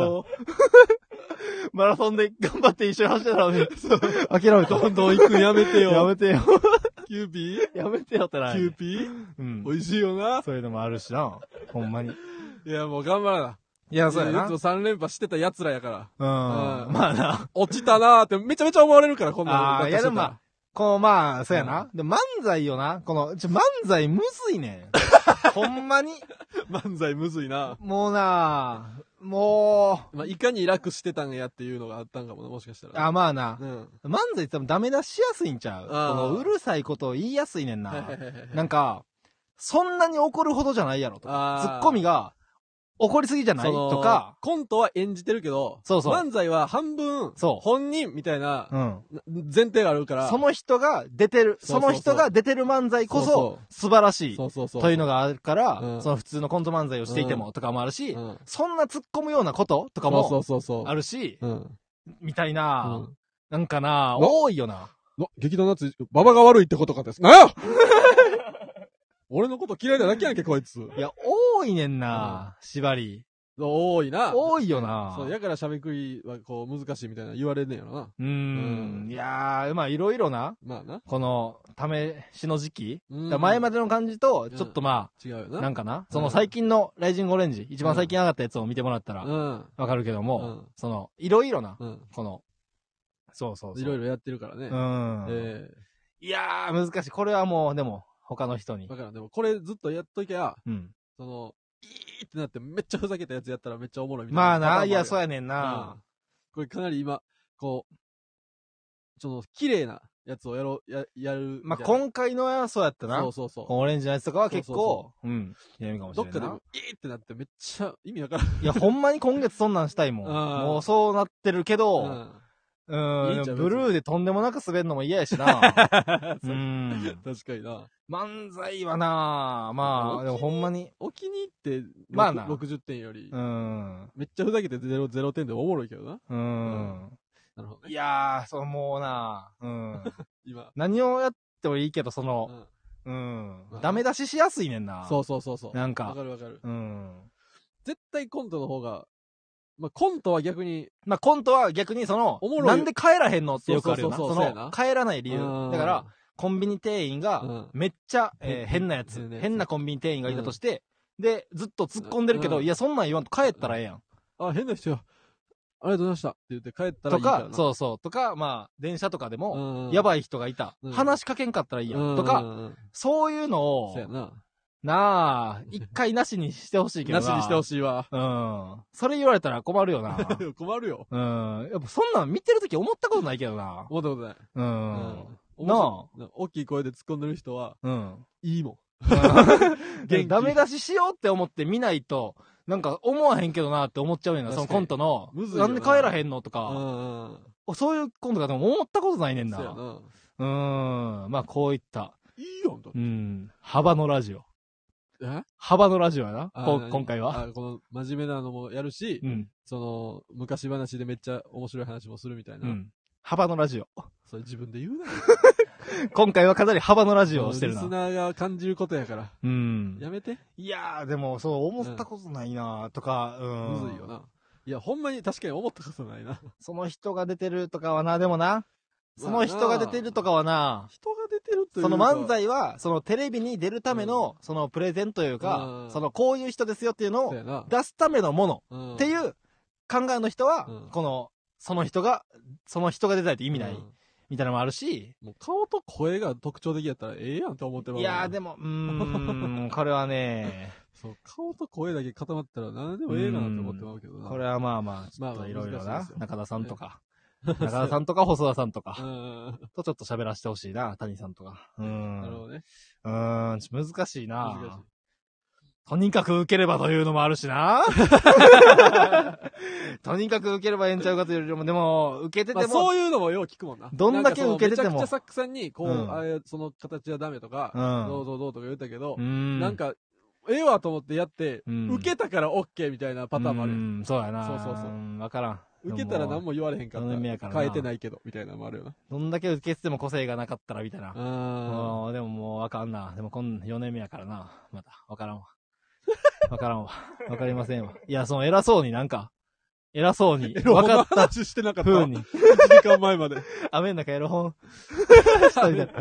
[SPEAKER 1] マラソンで頑張って一緒に走ってたのに。 諦めた。
[SPEAKER 2] どんどん行くんやめて
[SPEAKER 1] や
[SPEAKER 2] よ。
[SPEAKER 1] めてよ。
[SPEAKER 2] キューピー
[SPEAKER 1] やめてよってな
[SPEAKER 2] キ
[SPEAKER 1] い
[SPEAKER 2] ュー。ピー
[SPEAKER 1] うん
[SPEAKER 2] 美。味しいよな。
[SPEAKER 1] そういうのもあるしな。ほんまに。
[SPEAKER 2] いや、もう頑張らな。
[SPEAKER 1] いや、そうやな。
[SPEAKER 2] ず
[SPEAKER 1] う
[SPEAKER 2] っ
[SPEAKER 1] ん。
[SPEAKER 2] と3連覇してた奴らやから。
[SPEAKER 1] まあな。
[SPEAKER 2] 落ちたなーってめちゃめちゃ思われるから、こんな
[SPEAKER 1] あー
[SPEAKER 2] ばっか
[SPEAKER 1] い
[SPEAKER 2] し
[SPEAKER 1] や
[SPEAKER 2] て
[SPEAKER 1] で
[SPEAKER 2] た
[SPEAKER 1] もまあ、このまあ、そうや
[SPEAKER 2] う
[SPEAKER 1] な。で、漫才よな。この、ちょ、漫才むずいね ん。ほんまに。
[SPEAKER 2] 漫才むずいな。
[SPEAKER 1] もうなも
[SPEAKER 2] まあ、いかに楽してたんやっていうのがあったんかもな、もしかした
[SPEAKER 1] う、
[SPEAKER 2] ら。
[SPEAKER 1] あ、まあな
[SPEAKER 2] う。ん。
[SPEAKER 1] 漫才多分ダメ出ししやすいんちゃうこ
[SPEAKER 2] あー
[SPEAKER 1] の、うるさいことを言いやすいねん
[SPEAKER 2] はいはい
[SPEAKER 1] な。
[SPEAKER 2] はいはい
[SPEAKER 1] なんか、そんなに怒るほどじゃないやろとか。
[SPEAKER 2] あ
[SPEAKER 1] ツ
[SPEAKER 2] ー
[SPEAKER 1] ッコミが、怒りすぎじゃない
[SPEAKER 2] その
[SPEAKER 1] とか。
[SPEAKER 2] コントは演じてるけど、
[SPEAKER 1] そうそう
[SPEAKER 2] 漫才は半分、
[SPEAKER 1] そう
[SPEAKER 2] 本人みたいな
[SPEAKER 1] うん。
[SPEAKER 2] 前提があるから、
[SPEAKER 1] その人が出てる、
[SPEAKER 2] そ
[SPEAKER 1] そう
[SPEAKER 2] そうそう
[SPEAKER 1] の人が出てる漫才こ
[SPEAKER 2] そうそ
[SPEAKER 1] そ、素晴らしい。
[SPEAKER 2] そうそうそう。
[SPEAKER 1] というのがあるから、
[SPEAKER 2] うん
[SPEAKER 1] その普通のコント漫才をしていてもとかもあるし、
[SPEAKER 2] うん
[SPEAKER 1] そんな突っ込むようなこととか
[SPEAKER 2] そ
[SPEAKER 1] も
[SPEAKER 2] うそうそうそう。
[SPEAKER 1] あるし、
[SPEAKER 2] うん。
[SPEAKER 1] みたいうな、
[SPEAKER 2] ん
[SPEAKER 1] なんかな、
[SPEAKER 2] な
[SPEAKER 1] 多いよな。
[SPEAKER 2] な劇団夏、馬場が悪いってことかです。なあ俺のこと嫌いなだけやんけ、こいつ。
[SPEAKER 1] いや、多いねんな、縛り。
[SPEAKER 2] 多いな。
[SPEAKER 1] 多いよな。
[SPEAKER 2] そう、やから喋りはこう難しいみたいな言われんねやろな。
[SPEAKER 1] うーん
[SPEAKER 2] う。ん
[SPEAKER 1] いやー、まあいろいろな、
[SPEAKER 2] まあな。
[SPEAKER 1] この、試しの時期。
[SPEAKER 2] う
[SPEAKER 1] だ
[SPEAKER 2] ん
[SPEAKER 1] から前までの感じと、ちょっとま
[SPEAKER 2] 違うよ
[SPEAKER 1] あ、
[SPEAKER 2] な。
[SPEAKER 1] なん
[SPEAKER 2] か、
[SPEAKER 1] かな、その最近のライジングオレンジ、一番最近上がったやつを見てもらったら、
[SPEAKER 2] うん。
[SPEAKER 1] わかるけど
[SPEAKER 2] う
[SPEAKER 1] も
[SPEAKER 2] ん、
[SPEAKER 1] その、いろいろな、
[SPEAKER 2] うん。
[SPEAKER 1] この、そうそうそう。
[SPEAKER 2] いろいろやってるからね。
[SPEAKER 1] うん。
[SPEAKER 2] え
[SPEAKER 1] いやー、難しい。これはもう、でも、他の人
[SPEAKER 2] え
[SPEAKER 1] に
[SPEAKER 2] だ。からでもこれずっとやっときゃ、
[SPEAKER 1] うん。
[SPEAKER 2] その、いーってなってめっちゃふざけたやつやったらめっちゃおもろいみたいな。
[SPEAKER 1] まあな、いや、そう
[SPEAKER 2] や
[SPEAKER 1] やねんな。
[SPEAKER 2] これかなり今、こう、その、綺麗なやつをやろう、や、やる。
[SPEAKER 1] まあ、
[SPEAKER 2] ん
[SPEAKER 1] 今回のはそうやったな
[SPEAKER 2] そう。そうそう。
[SPEAKER 1] オレンジのやつとかは結
[SPEAKER 2] そ
[SPEAKER 1] 構、うん。嫌味かもし
[SPEAKER 2] ど
[SPEAKER 1] れ
[SPEAKER 2] っ
[SPEAKER 1] ん
[SPEAKER 2] かで
[SPEAKER 1] な
[SPEAKER 2] も、いーってなってめっちゃ意味わからん。
[SPEAKER 1] い。や、ほんまに今月そんなんしたいもん。
[SPEAKER 2] うん
[SPEAKER 1] もうそうなってるけど、う
[SPEAKER 2] いい
[SPEAKER 1] ん
[SPEAKER 2] んちゃう別に
[SPEAKER 1] ブルーでとんでもなく滑るのも嫌やしな。 う
[SPEAKER 2] うん。
[SPEAKER 1] ん。
[SPEAKER 2] 確かにな。
[SPEAKER 1] 漫才はな、まあ、でもほんまに、
[SPEAKER 2] お気に入って、
[SPEAKER 1] まあな
[SPEAKER 2] 60点より、
[SPEAKER 1] うん。
[SPEAKER 2] めっちゃふざけて0、0点でもおもろいけどな。
[SPEAKER 1] うん。
[SPEAKER 2] なるほどね。
[SPEAKER 1] いやー、そう、もうな、うん。
[SPEAKER 2] 今。
[SPEAKER 1] 何をやってもいいけど、その、
[SPEAKER 2] うん
[SPEAKER 1] うん
[SPEAKER 2] まあ。
[SPEAKER 1] ダメ出ししやすいねんな。
[SPEAKER 2] そうそうそうそう。
[SPEAKER 1] なんか
[SPEAKER 2] わかるわかる。
[SPEAKER 1] うん。
[SPEAKER 2] 絶対コントの方が、まあ、コントは逆に、
[SPEAKER 1] まあ、コントは逆にその
[SPEAKER 2] おも、ろい
[SPEAKER 1] なんで帰らへんのってよくあるよな。
[SPEAKER 2] そう
[SPEAKER 1] そ
[SPEAKER 2] そうそうそうやな
[SPEAKER 1] の、帰らない理
[SPEAKER 2] う
[SPEAKER 1] 由。
[SPEAKER 2] ん
[SPEAKER 1] だから、、コンビニ店員
[SPEAKER 2] う
[SPEAKER 1] が
[SPEAKER 2] ん、
[SPEAKER 1] めっちゃ、えー
[SPEAKER 2] 変
[SPEAKER 1] 変なやつ
[SPEAKER 2] 変なや、つ
[SPEAKER 1] 変なコンビニ店員がいたとして、で、ずっと突っ込んでるけ
[SPEAKER 2] う
[SPEAKER 1] ど、
[SPEAKER 2] ん
[SPEAKER 1] いや、そんなん言わんと帰ったらええやん。
[SPEAKER 2] あ、変な人や。ありがとうございました。って言って帰ったら
[SPEAKER 1] と
[SPEAKER 2] いいから
[SPEAKER 1] か、そうそう。とか、まあ、電車とかでも、
[SPEAKER 2] う
[SPEAKER 1] や
[SPEAKER 2] い
[SPEAKER 1] ばい人がいた
[SPEAKER 2] うん。
[SPEAKER 1] 話しかけんかったらいいやん。とか、、そういうの
[SPEAKER 2] そうや
[SPEAKER 1] を、
[SPEAKER 2] な。
[SPEAKER 1] なあ、一回なしにしてほしいけど
[SPEAKER 2] なしにしてほ
[SPEAKER 1] い。
[SPEAKER 2] しいわ。
[SPEAKER 1] うん。それ言われたら 困るよ な。
[SPEAKER 2] 困るよ。
[SPEAKER 1] うん。やっぱそんなん見てるとき思ったことないけどな。
[SPEAKER 2] 思ったことない。
[SPEAKER 1] う。。
[SPEAKER 2] うん面白い大きい声で突っ込んでる人は、
[SPEAKER 1] うん。
[SPEAKER 2] いいもん。
[SPEAKER 1] でダメ出ししようって思って見ないと、なんか思わへんけどなって思っちゃうねんな、その
[SPEAKER 2] 確かに
[SPEAKER 1] コントの。
[SPEAKER 2] むずいよ
[SPEAKER 1] な
[SPEAKER 2] なん
[SPEAKER 1] で帰らへんのと
[SPEAKER 2] うん
[SPEAKER 1] か、
[SPEAKER 2] うん。
[SPEAKER 1] そういうコントかと思ったことないねん
[SPEAKER 2] そうや
[SPEAKER 1] な。
[SPEAKER 2] な。
[SPEAKER 1] うーん。まあこういった、
[SPEAKER 2] いいよ、と
[SPEAKER 1] う。ん、幅のラジオ。
[SPEAKER 2] え
[SPEAKER 1] 幅のラジオやな、
[SPEAKER 2] あ
[SPEAKER 1] こ
[SPEAKER 2] ー
[SPEAKER 1] 今回は。
[SPEAKER 2] あーこの真面目なのもやるし
[SPEAKER 1] う、ん、
[SPEAKER 2] その、昔話でめっちゃ面白い話もするみたいうな。
[SPEAKER 1] ん。幅のラジオ。
[SPEAKER 2] それ自分で言うなよ。
[SPEAKER 1] 今回はかなり幅のラジオを
[SPEAKER 2] リ
[SPEAKER 1] し
[SPEAKER 2] ス
[SPEAKER 1] てるな。
[SPEAKER 2] ナーが感じることやから。
[SPEAKER 1] うん。
[SPEAKER 2] やめて。
[SPEAKER 1] いやー、でも、そう、思ったことないなとか、うん。
[SPEAKER 2] むずいよな。いや、ほんまに確かに思ったことないな。
[SPEAKER 1] その人が出てるとかはな、でもな、その人が出てるとかはな、
[SPEAKER 2] 人が出てるという
[SPEAKER 1] そ
[SPEAKER 2] か
[SPEAKER 1] の漫才は、そのテレビに出るための、そのプレゼンという
[SPEAKER 2] う
[SPEAKER 1] か、
[SPEAKER 2] ん
[SPEAKER 1] そのこういう人ですよっていうの
[SPEAKER 2] そう
[SPEAKER 1] を
[SPEAKER 2] やな。
[SPEAKER 1] 出すためのもの
[SPEAKER 2] うん
[SPEAKER 1] っていう考えの人は
[SPEAKER 2] うん、
[SPEAKER 1] この、その人が、その人が出たいって意味な
[SPEAKER 2] う
[SPEAKER 1] い
[SPEAKER 2] ん
[SPEAKER 1] みたいなのもあるし、
[SPEAKER 2] もう顔と声が特徴的やったらええやんって思ってまう
[SPEAKER 1] いやーでも、
[SPEAKER 2] も。
[SPEAKER 1] うーん、これは ね、
[SPEAKER 2] そう、顔と声だけ固まったら何でもええかなって思ってまうけどな。
[SPEAKER 1] これはまあまあ、ち
[SPEAKER 2] ま
[SPEAKER 1] ょ
[SPEAKER 2] あ
[SPEAKER 1] っ
[SPEAKER 2] まあ
[SPEAKER 1] といろいろ
[SPEAKER 2] 難しい
[SPEAKER 1] な
[SPEAKER 2] ですよ、
[SPEAKER 1] 中田さんと か、中田さんとか細田さんとか
[SPEAKER 2] う、ん。
[SPEAKER 1] とちょっと喋らせてほしいな、谷さんとか。う
[SPEAKER 2] なるほ
[SPEAKER 1] ん。
[SPEAKER 2] どね。
[SPEAKER 1] うーん、ちょ難しいな。
[SPEAKER 2] 難しい。
[SPEAKER 1] とにかく受ければというのもあるし な。とにかく受ければええんちゃうかというよりも、でも、受けて
[SPEAKER 2] ま
[SPEAKER 1] て
[SPEAKER 2] あ、
[SPEAKER 1] も、
[SPEAKER 2] そういうのもよう聞くもんな。
[SPEAKER 1] どんだけ受けてても
[SPEAKER 2] なんかそのめちゃくちゃ作さんに、こう、
[SPEAKER 1] うん
[SPEAKER 2] あれその形はダメとか、
[SPEAKER 1] うん
[SPEAKER 2] どうぞどうとか言ったけど
[SPEAKER 1] う、ん。
[SPEAKER 2] なん、か、ええわと思ってやって、
[SPEAKER 1] うん
[SPEAKER 2] 受けたから OK みたいなパターンもある
[SPEAKER 1] う
[SPEAKER 2] よ。
[SPEAKER 1] ん、そうやな。
[SPEAKER 2] そうそうそうん
[SPEAKER 1] わからん。
[SPEAKER 2] 受けたら何
[SPEAKER 1] も
[SPEAKER 2] も言われへんかっ
[SPEAKER 1] 頼みやから
[SPEAKER 2] た。
[SPEAKER 1] な
[SPEAKER 2] 変えてないけど、みたいなのもあるよな。
[SPEAKER 1] う。どんだけ受けてても個性がなかったら、みたいな。
[SPEAKER 2] あ
[SPEAKER 1] もうでももうわかんな。でもこん4年目やからな。また、わ からんわ。わからんわ。わかりませんわ。いや、その偉そうになんか、偉そう に、
[SPEAKER 2] ー。
[SPEAKER 1] わかっ
[SPEAKER 2] お
[SPEAKER 1] た
[SPEAKER 2] 話してなかった。
[SPEAKER 1] 風
[SPEAKER 2] 1
[SPEAKER 1] に。
[SPEAKER 2] 時間前まで。
[SPEAKER 1] 雨の中エロ 本したみたいな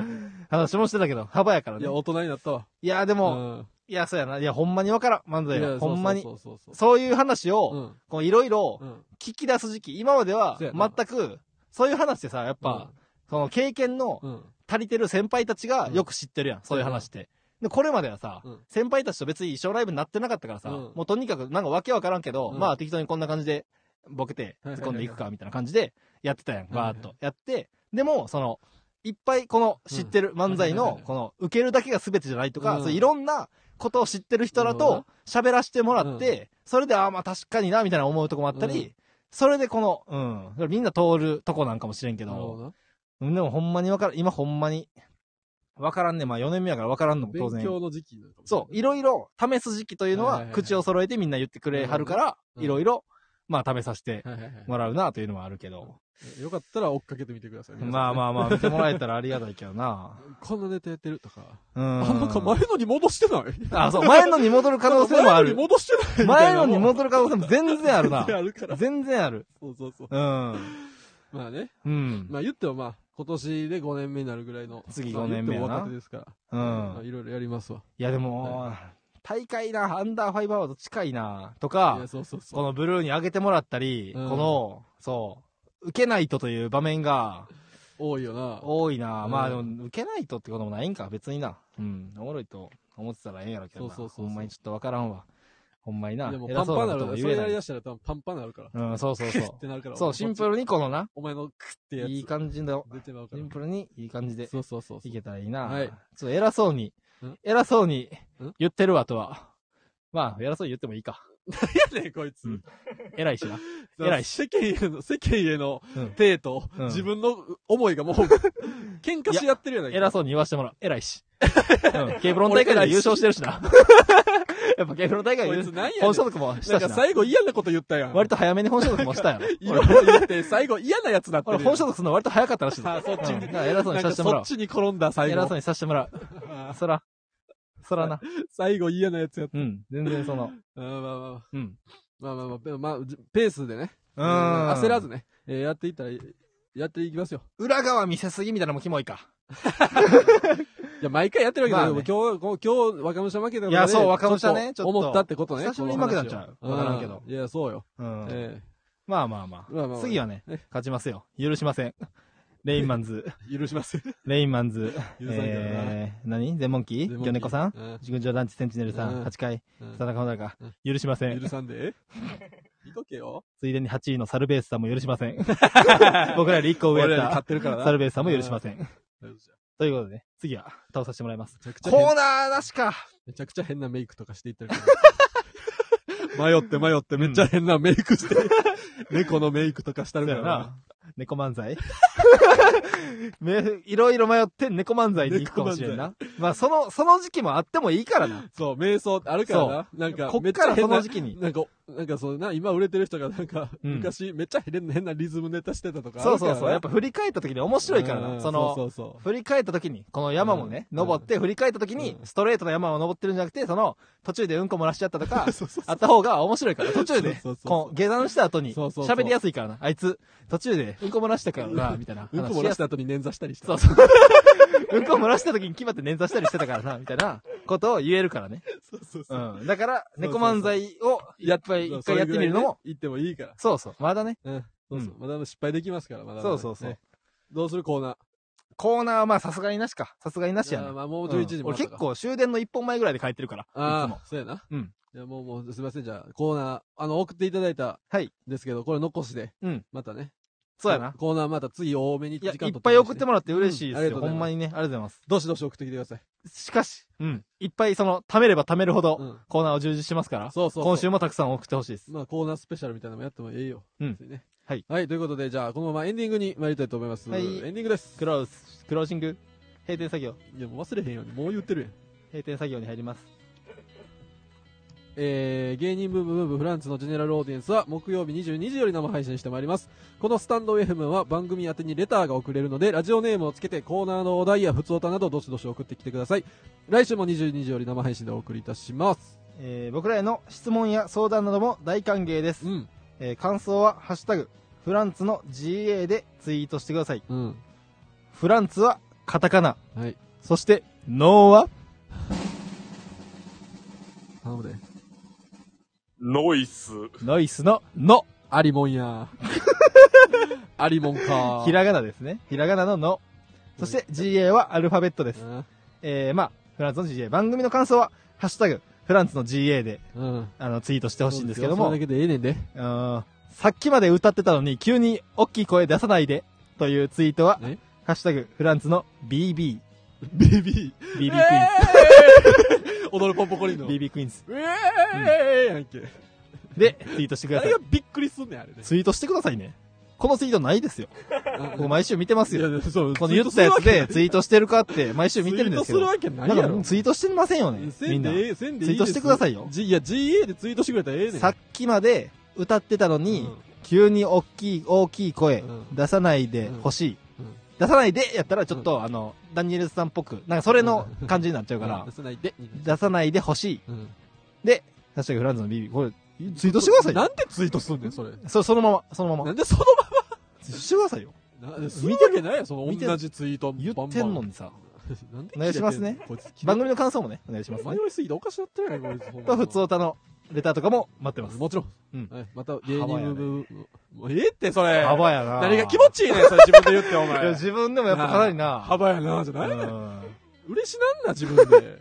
[SPEAKER 1] 話もしてたけど、幅やから
[SPEAKER 2] い
[SPEAKER 1] ね
[SPEAKER 2] や、。大人になったわ。
[SPEAKER 1] いや、で
[SPEAKER 2] う
[SPEAKER 1] も、
[SPEAKER 2] ん。
[SPEAKER 1] いや、そうやな。いや、ほんまにわからん。漫才
[SPEAKER 2] い
[SPEAKER 1] は。
[SPEAKER 2] や
[SPEAKER 1] ほんまに。
[SPEAKER 2] そうそうそうそう
[SPEAKER 1] そういう話を、
[SPEAKER 2] うん。
[SPEAKER 1] こう、いろいろ
[SPEAKER 2] うん。
[SPEAKER 1] 聞き出す時期。今までは、
[SPEAKER 2] そうやな
[SPEAKER 1] 全く、そういう話ってさ、やっぱ、その経験の
[SPEAKER 2] うん、うん。
[SPEAKER 1] 足りてる先輩たちがよく知ってるやん。そういう話って。で、これまではさ
[SPEAKER 2] うん、
[SPEAKER 1] 先輩たちと別に一生ライブになってなかったからさ、
[SPEAKER 2] うん
[SPEAKER 1] もうとにかくなんかわけわからんけど、
[SPEAKER 2] うん
[SPEAKER 1] まあ適当にこんな感じで、ボケて、
[SPEAKER 2] はいはいはい
[SPEAKER 1] 突っ込んでいくか、みたいな感じで、やってたやん。
[SPEAKER 2] はいは
[SPEAKER 1] バ
[SPEAKER 2] い
[SPEAKER 1] ーっと。やって、でも、その、いっぱいこの知ってる漫才
[SPEAKER 2] はいはい
[SPEAKER 1] の
[SPEAKER 2] は、い
[SPEAKER 1] この、受けるだけが全てじゃないとか、
[SPEAKER 2] うん
[SPEAKER 1] そういろんなことを知ってる人らと喋らせてもらって、それで、ああ、まあ確かにな、みたいな思うとこもあった
[SPEAKER 2] う
[SPEAKER 1] り
[SPEAKER 2] ん、
[SPEAKER 1] それでこの、うん、だからみんな通るとこなんかもしれんけ
[SPEAKER 2] なるほ
[SPEAKER 1] ど
[SPEAKER 2] ど、な。
[SPEAKER 1] うんでもほんまにわからん、今ほんまに、わからんね。まあ4年目やからわからんのも当
[SPEAKER 2] 勉
[SPEAKER 1] 然。
[SPEAKER 2] 強の時期なのかもしれん
[SPEAKER 1] そう、いろいろ試す時期というの
[SPEAKER 2] はい
[SPEAKER 1] は
[SPEAKER 2] はい、はい
[SPEAKER 1] 口を揃えてみんな言ってくれはるから、
[SPEAKER 2] うん
[SPEAKER 1] いろいろ、まあ試させて
[SPEAKER 2] はいはいはい。
[SPEAKER 1] もらうなというのもあるけど。
[SPEAKER 2] よかったら追っかけてみてください。
[SPEAKER 1] まあまあまあ、見てもらえたらありがたいけどな。
[SPEAKER 2] あ。こんなネタやってるとか。
[SPEAKER 1] うん。
[SPEAKER 2] あ、なんか前のに戻してない
[SPEAKER 1] あ、そう、前のに戻る可能性もある
[SPEAKER 2] 前のに。戻してないみた
[SPEAKER 1] 前
[SPEAKER 2] い
[SPEAKER 1] の
[SPEAKER 2] な
[SPEAKER 1] に戻る可能性も全然あるな
[SPEAKER 2] 全。然あるから。
[SPEAKER 1] 全然ある。
[SPEAKER 2] そうそうそう。
[SPEAKER 1] うん。
[SPEAKER 2] まあね。
[SPEAKER 1] うん。
[SPEAKER 2] まあ言ってもまあ、今年で5年目になるぐらいの。
[SPEAKER 1] 次
[SPEAKER 2] まあ
[SPEAKER 1] 5年目やな
[SPEAKER 2] 言っても若手ですから。
[SPEAKER 1] う
[SPEAKER 2] まあ
[SPEAKER 1] ん。
[SPEAKER 2] いろいろやりますわ。
[SPEAKER 1] いやでも、大会な、アンダーファイブアワード近いな、とか
[SPEAKER 2] いや、、そうそう
[SPEAKER 1] こ
[SPEAKER 2] そう。
[SPEAKER 1] のブルーに上げてもらったり、
[SPEAKER 2] うん
[SPEAKER 1] この、そう、受けないとという場面が
[SPEAKER 2] 多いよな。
[SPEAKER 1] 多いな。
[SPEAKER 2] うん
[SPEAKER 1] まあでも、受けないとってこともないんか、別にな。うん、おもろいと思ってたらええんやろけどな。
[SPEAKER 2] そうそうそうそう
[SPEAKER 1] ほんまにちょっとわからんわ。ほんまにな。
[SPEAKER 2] でもパ
[SPEAKER 1] 偉
[SPEAKER 2] ン
[SPEAKER 1] そ
[SPEAKER 2] パ
[SPEAKER 1] う
[SPEAKER 2] ンな
[SPEAKER 1] なことも
[SPEAKER 2] るから、
[SPEAKER 1] 言
[SPEAKER 2] それ
[SPEAKER 1] え
[SPEAKER 2] や
[SPEAKER 1] な
[SPEAKER 2] り
[SPEAKER 1] い
[SPEAKER 2] だ。したら多分パンパンなるから。
[SPEAKER 1] うん、そうそう
[SPEAKER 2] っ
[SPEAKER 1] そ
[SPEAKER 2] てなるか
[SPEAKER 1] う。
[SPEAKER 2] ら。
[SPEAKER 1] そう、シンプルにこのな、
[SPEAKER 2] お前のクってやつ。
[SPEAKER 1] いい感じの、
[SPEAKER 2] 出てまうか
[SPEAKER 1] シ
[SPEAKER 2] ら
[SPEAKER 1] ン。プルにいい感じで
[SPEAKER 2] そうそうそうそ。
[SPEAKER 1] いうけたらいいな。
[SPEAKER 2] はい
[SPEAKER 1] ちょっと偉そうに
[SPEAKER 2] ん、
[SPEAKER 1] 偉そうに
[SPEAKER 2] ん
[SPEAKER 1] 言ってるわとは。まあ、偉そうに言ってもいいか。
[SPEAKER 2] いやねんこいつ。
[SPEAKER 1] うん偉い しな。偉いし。
[SPEAKER 2] 世間への、世間への
[SPEAKER 1] うん
[SPEAKER 2] 体と、
[SPEAKER 1] うん
[SPEAKER 2] 自分の思い がもう、喧嘩し合ってるやないか。
[SPEAKER 1] 偉そうに言わしてもらう。偉い し。うん。ケーブロン大会で優勝してるしな。 やっぱケーブロン大会
[SPEAKER 2] こ
[SPEAKER 1] で
[SPEAKER 2] いつなんやね
[SPEAKER 1] 本
[SPEAKER 2] ん
[SPEAKER 1] 所。得もし
[SPEAKER 2] な
[SPEAKER 1] たし
[SPEAKER 2] んか
[SPEAKER 1] な。
[SPEAKER 2] 最後嫌なこと言ったやん。
[SPEAKER 1] 割と早めに本所得もしたやろ。
[SPEAKER 2] いろい
[SPEAKER 1] 俺
[SPEAKER 2] ろ言って、最後嫌なやつなってる
[SPEAKER 1] 俺
[SPEAKER 2] やん。
[SPEAKER 1] 本所得するの割と早かったらしいぞ。
[SPEAKER 2] あそっち
[SPEAKER 1] うん
[SPEAKER 2] に
[SPEAKER 1] だから偉そうに
[SPEAKER 2] な
[SPEAKER 1] さ
[SPEAKER 2] んか
[SPEAKER 1] せてもら
[SPEAKER 2] そ
[SPEAKER 1] お
[SPEAKER 2] っちに転んだ、
[SPEAKER 1] う。
[SPEAKER 2] 最
[SPEAKER 1] 偉そ
[SPEAKER 2] 後
[SPEAKER 1] う。にさせてもらう。そら。そらな。
[SPEAKER 2] 最後嫌なやつやっ た。
[SPEAKER 1] うん。全然その。
[SPEAKER 2] あーまあまあまあ。
[SPEAKER 1] うん。
[SPEAKER 2] まあまあまあペ、まあ、じペースでね。
[SPEAKER 1] う
[SPEAKER 2] 焦らず。ね。えーやっていったら、やっていきますよ。
[SPEAKER 1] 裏側見せすぎみたいなのもキモいか。
[SPEAKER 2] いや、毎回やってるわけ
[SPEAKER 1] まあ
[SPEAKER 2] で、
[SPEAKER 1] ね
[SPEAKER 2] でも今日、こ今日、若武者負けたからね
[SPEAKER 1] いやそう若武者ね
[SPEAKER 2] ち
[SPEAKER 1] ち
[SPEAKER 2] ょっと
[SPEAKER 1] ょっと
[SPEAKER 2] 思ったってことね。
[SPEAKER 1] 久しぶりに
[SPEAKER 2] この話
[SPEAKER 1] 負けたんちゃう
[SPEAKER 2] を
[SPEAKER 1] わからんけど
[SPEAKER 2] ういや、そうよ。
[SPEAKER 1] うん。
[SPEAKER 2] え
[SPEAKER 1] まあまあま
[SPEAKER 2] まあまあま
[SPEAKER 1] あ。
[SPEAKER 2] あ
[SPEAKER 1] 次はね、勝ちますよ。許しません。レインマンズ、
[SPEAKER 2] え許しますよ。
[SPEAKER 1] レインマン ズ、
[SPEAKER 2] 許さんけどな
[SPEAKER 1] えー、何ゼモンキーギョネコさん
[SPEAKER 2] うん
[SPEAKER 1] 群青団地センチネルさ、
[SPEAKER 2] うんん
[SPEAKER 1] 8回、
[SPEAKER 2] うん
[SPEAKER 1] 田中穂高
[SPEAKER 2] うん、
[SPEAKER 1] 許しません
[SPEAKER 2] 許。さ んで。見とけよ。
[SPEAKER 1] ついでに8位のサルベースさんも許しま せん。僕らより1個上
[SPEAKER 2] 俺ら
[SPEAKER 1] や
[SPEAKER 2] に買
[SPEAKER 1] っ
[SPEAKER 2] ってるから
[SPEAKER 1] た
[SPEAKER 2] な。
[SPEAKER 1] サルベースさんも許しません。
[SPEAKER 2] めち
[SPEAKER 1] ということでね、次は倒させてもらいます。
[SPEAKER 2] ゃくちゃ
[SPEAKER 1] コー
[SPEAKER 2] 変、
[SPEAKER 1] ナーなしか
[SPEAKER 2] めちゃくちゃ変なメイクとかしていってるから。 迷って迷ってめっちゃ変なメイクして、猫のメイクとかしたるからな。
[SPEAKER 1] 猫漫才 めいろいろ迷って猫漫才に行くかもしれんな。まあ、その、その時期もあってもいいからな。
[SPEAKER 2] そう、瞑想あるからな。なんか、
[SPEAKER 1] こ
[SPEAKER 2] め
[SPEAKER 1] っ
[SPEAKER 2] っちゃ
[SPEAKER 1] からそ
[SPEAKER 2] 変
[SPEAKER 1] の
[SPEAKER 2] な
[SPEAKER 1] 時期に。
[SPEAKER 2] なんか、なんかそうな、今売れてる人がなんか、
[SPEAKER 1] うん
[SPEAKER 2] 昔めっちゃ変な変なリズムネタしてたとかあ
[SPEAKER 1] そう
[SPEAKER 2] る
[SPEAKER 1] そ
[SPEAKER 2] からな。
[SPEAKER 1] うそう。やっぱ振り返った時に面白いから
[SPEAKER 2] う
[SPEAKER 1] な。
[SPEAKER 2] ん
[SPEAKER 1] その、
[SPEAKER 2] そうそうそう
[SPEAKER 1] 振り返った時に、この山もね、
[SPEAKER 2] うん
[SPEAKER 1] 登って振り返った時に
[SPEAKER 2] う、ん、
[SPEAKER 1] ストレートの山を登ってるんじゃなくて、その、途中でうんこ漏らしちゃったとか
[SPEAKER 2] そうそうそう
[SPEAKER 1] あった方が面白いから、途中で、
[SPEAKER 2] そうそうそう
[SPEAKER 1] こう、下山した後に、
[SPEAKER 2] そうそうそう
[SPEAKER 1] 喋りやすいからな。あいつ、途中でうんこ漏らしたからな、みたいな話
[SPEAKER 2] うんこ漏らした後に捻挫したりした。
[SPEAKER 1] そうそう。うんこ漏らした時に決まって捻挫したりしてたからな、みたいなことを言えるからね。
[SPEAKER 2] そうそうそう。
[SPEAKER 1] うん。だから、
[SPEAKER 2] そうそう
[SPEAKER 1] 猫漫才を、やっぱり一回やってみるのも、
[SPEAKER 2] 行ってもいいから。
[SPEAKER 1] そうそう。まだね。
[SPEAKER 2] うん。そうそう
[SPEAKER 1] う。
[SPEAKER 2] まだまだ失敗できますから、まだまだ。
[SPEAKER 1] そうそうそう
[SPEAKER 2] ね。どうするコーナー。
[SPEAKER 1] コーナーはまあさすがになしか。さすがになしや
[SPEAKER 2] い
[SPEAKER 1] な。
[SPEAKER 2] まあもう
[SPEAKER 1] う
[SPEAKER 2] 11
[SPEAKER 1] ん
[SPEAKER 2] 時も。
[SPEAKER 1] 俺結。構終電の一本前ぐらいで帰ってるから。いつ
[SPEAKER 2] あ
[SPEAKER 1] も
[SPEAKER 2] あ、そうやな。
[SPEAKER 1] うん。
[SPEAKER 2] いや、もう、もう、すいません。じゃあ、コーナー、あの、送っていただいた。
[SPEAKER 1] はい。
[SPEAKER 2] ですけど、これ残しで。
[SPEAKER 1] うん。
[SPEAKER 2] またね。
[SPEAKER 1] そうやな。
[SPEAKER 2] コーナーまた次多めに
[SPEAKER 1] い
[SPEAKER 2] 時
[SPEAKER 1] や、
[SPEAKER 2] 間
[SPEAKER 1] い
[SPEAKER 2] 取
[SPEAKER 1] っぱい送って
[SPEAKER 2] も
[SPEAKER 1] もらって嬉しいです
[SPEAKER 2] うんありがと
[SPEAKER 1] よ。
[SPEAKER 2] うご
[SPEAKER 1] ほんま
[SPEAKER 2] ざいます
[SPEAKER 1] にね。ありがとうございます。
[SPEAKER 2] どしどし送ってきてください。
[SPEAKER 1] しかし、うん。いっぱいその、貯めれば貯めるほ
[SPEAKER 2] う
[SPEAKER 1] ど、
[SPEAKER 2] ん。
[SPEAKER 1] コーナーを充実してますから、
[SPEAKER 2] そうそうそう。
[SPEAKER 1] 今週もたくさん送ってほしいです。
[SPEAKER 2] まあ、コーナースペシャルみたいなのもやってもいいよ。
[SPEAKER 1] うん
[SPEAKER 2] 別にね
[SPEAKER 1] はい。
[SPEAKER 2] はい、ということで、じゃあ、このままエンディングに参りたいと思います。
[SPEAKER 1] はい
[SPEAKER 2] エンディングです。
[SPEAKER 1] クローズ、クロージング、閉店作業、
[SPEAKER 2] いや、もう忘れへんように、もう言ってるやん。
[SPEAKER 1] 閉店作業に入ります。
[SPEAKER 2] えー、芸人ブームブームフランツのジェネラルオーディエンスは木曜日22時より生配信してまいります。このスタンド FM は番組宛てにレターが送れるので、ラジオネームをつけてコーナーのお題や普通歌などどしどし送ってきてください。来週も22時より生配信でお送りいたします。
[SPEAKER 1] えー僕らへの質問や相談なども大歓迎です
[SPEAKER 2] う。ん。
[SPEAKER 1] えー感想は、ハッシュタグ、フランツの GA でツイートしてください。
[SPEAKER 2] うん。
[SPEAKER 1] フランツはカタカナ。
[SPEAKER 2] はい。
[SPEAKER 1] そして、ノーは
[SPEAKER 2] 頼むで。
[SPEAKER 4] ノイス。
[SPEAKER 1] ノイスのノ。
[SPEAKER 2] アリモン や。アリモンか。
[SPEAKER 1] ひらがなですね。ひらがなのノ。そして、GA はアルファベットです
[SPEAKER 2] う。ん。
[SPEAKER 1] えーまあ、フランツの GA。番組の感想は、ハッシュタグ、フランツの GA で、
[SPEAKER 2] うん。
[SPEAKER 1] あの、ツイートしてほしいんですけど
[SPEAKER 2] そ
[SPEAKER 1] も
[SPEAKER 2] れだ、けでええねんで。
[SPEAKER 1] うーんさっきまで歌ってたのに、急に大きい声出さないで、というツイートは
[SPEAKER 2] え、
[SPEAKER 1] ハッシュタグ、フランツの BB、
[SPEAKER 2] ビビ。
[SPEAKER 1] BB クイーン
[SPEAKER 2] えー踊るポンポコリンの。ビビ。
[SPEAKER 1] BB クイーンズ
[SPEAKER 2] ええやんけ。
[SPEAKER 1] で、ツイートしてくだ
[SPEAKER 2] あ
[SPEAKER 1] さい
[SPEAKER 2] れが。びっくりすんねん、あれね。
[SPEAKER 1] ツイートしてくださいね。このツイートないですよ。僕毎週見てますよ。
[SPEAKER 2] いやそう
[SPEAKER 1] この言ったやつでツイートしてるかって毎週見てるんですけど。
[SPEAKER 2] ツイートするわ
[SPEAKER 1] な
[SPEAKER 2] けないや
[SPEAKER 1] ん
[SPEAKER 2] ろ
[SPEAKER 1] か。ツイートしてませんよね。
[SPEAKER 2] せ
[SPEAKER 1] みん
[SPEAKER 2] んで
[SPEAKER 1] な。
[SPEAKER 2] ええ、せんでい
[SPEAKER 1] ツイ
[SPEAKER 2] い
[SPEAKER 1] ートしてくださいよ
[SPEAKER 2] ですじいや、GA でツイートしてくれたらええねん。
[SPEAKER 1] さっきまで歌ってたのに、
[SPEAKER 2] うん
[SPEAKER 1] 急に大きい、大きい声
[SPEAKER 2] うん
[SPEAKER 1] 出さないでほしい。
[SPEAKER 2] うん
[SPEAKER 1] 出さないでやったらちょっと、あの、ダニエルさんっぽく、なんかそれの感じになっちゃうか
[SPEAKER 2] う
[SPEAKER 1] ら
[SPEAKER 2] ん出、さないで。
[SPEAKER 1] 出さないでほしい。
[SPEAKER 2] うん
[SPEAKER 1] で、ハッシュタグフランズの BB、これ、ツイートしてください
[SPEAKER 2] な
[SPEAKER 1] よ。
[SPEAKER 2] んでツイートすんねん、それ。
[SPEAKER 1] そ、そのまま、そのま
[SPEAKER 2] な
[SPEAKER 1] ま。
[SPEAKER 2] んでその
[SPEAKER 1] ツイートしてくださいよ。
[SPEAKER 2] まま、なするわけないやんその
[SPEAKER 1] 見て
[SPEAKER 2] 同じツイート
[SPEAKER 1] 言
[SPEAKER 2] バ
[SPEAKER 1] っ
[SPEAKER 2] ン
[SPEAKER 1] て
[SPEAKER 2] バン
[SPEAKER 1] ん のにさ。
[SPEAKER 2] なんで
[SPEAKER 1] お願いしますね
[SPEAKER 2] こいつ
[SPEAKER 1] 番組の感想もね、お願いしますね
[SPEAKER 2] 迷。いすぎておかしなってるやん、こいつ。ほん
[SPEAKER 1] ま
[SPEAKER 2] ま
[SPEAKER 1] あ、普通歌のレターとかも待ってます。
[SPEAKER 2] もちろん。
[SPEAKER 1] うん
[SPEAKER 2] はいまた、芸人
[SPEAKER 1] 幅やね
[SPEAKER 2] 部分、もうええって、それ。
[SPEAKER 1] 幅やな
[SPEAKER 2] 何が気持ちいいねん、それ自分で言って、お
[SPEAKER 1] いや、
[SPEAKER 2] 前。
[SPEAKER 1] 自分でもやっぱかなりな。
[SPEAKER 2] 幅やな、じゃないねん
[SPEAKER 1] うん
[SPEAKER 2] 嬉しなんな、自分 で。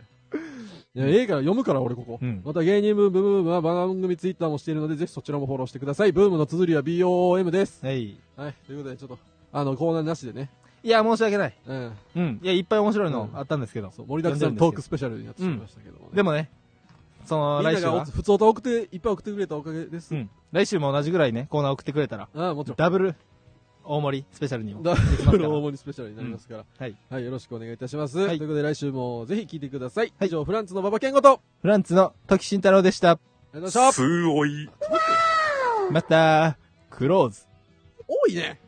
[SPEAKER 2] いや、ええから読むから、俺ここ。
[SPEAKER 1] うん
[SPEAKER 2] また、芸人ブームブームは番組ツイッターもしているので、ぜひそちらもフォローしてください。ブームの綴りは BOM です。
[SPEAKER 1] はい。
[SPEAKER 2] はい。ということで、ちょっと、あの、コーナーなしでね。
[SPEAKER 1] いや、申し訳ない。
[SPEAKER 2] うん。
[SPEAKER 1] うん。いや、いっぱい面白いの
[SPEAKER 2] うん
[SPEAKER 1] あったんですけど。
[SPEAKER 2] そう、盛りだくさんのトー
[SPEAKER 1] 読んでるん
[SPEAKER 2] ク
[SPEAKER 1] です
[SPEAKER 2] スペシャルになってしまいましたけども、ね
[SPEAKER 1] けどでもね、その、
[SPEAKER 2] みん
[SPEAKER 1] 来
[SPEAKER 2] な
[SPEAKER 1] 週
[SPEAKER 2] がお
[SPEAKER 1] は、
[SPEAKER 2] 普通と送って、いっぱい送ってくれたおかげです。
[SPEAKER 1] う
[SPEAKER 2] うん、
[SPEAKER 1] ん。来週も同じぐらいね、コーナー送ってくれたら、
[SPEAKER 2] ああ、もちろん。
[SPEAKER 1] ダブル大盛りスペシャルにも。
[SPEAKER 2] ダブル大盛りスペシャルになりますから、
[SPEAKER 1] はい。
[SPEAKER 2] はい、よろしくお願いいたします。
[SPEAKER 1] はい
[SPEAKER 2] ということで、来週もぜひ聞いてください。
[SPEAKER 1] はい
[SPEAKER 2] 以上、フランツの馬場健吾と、
[SPEAKER 1] フランツの時慎太郎でした。
[SPEAKER 2] ありがとうございました。
[SPEAKER 4] すおい。
[SPEAKER 1] また、クローズ。
[SPEAKER 2] 多いね。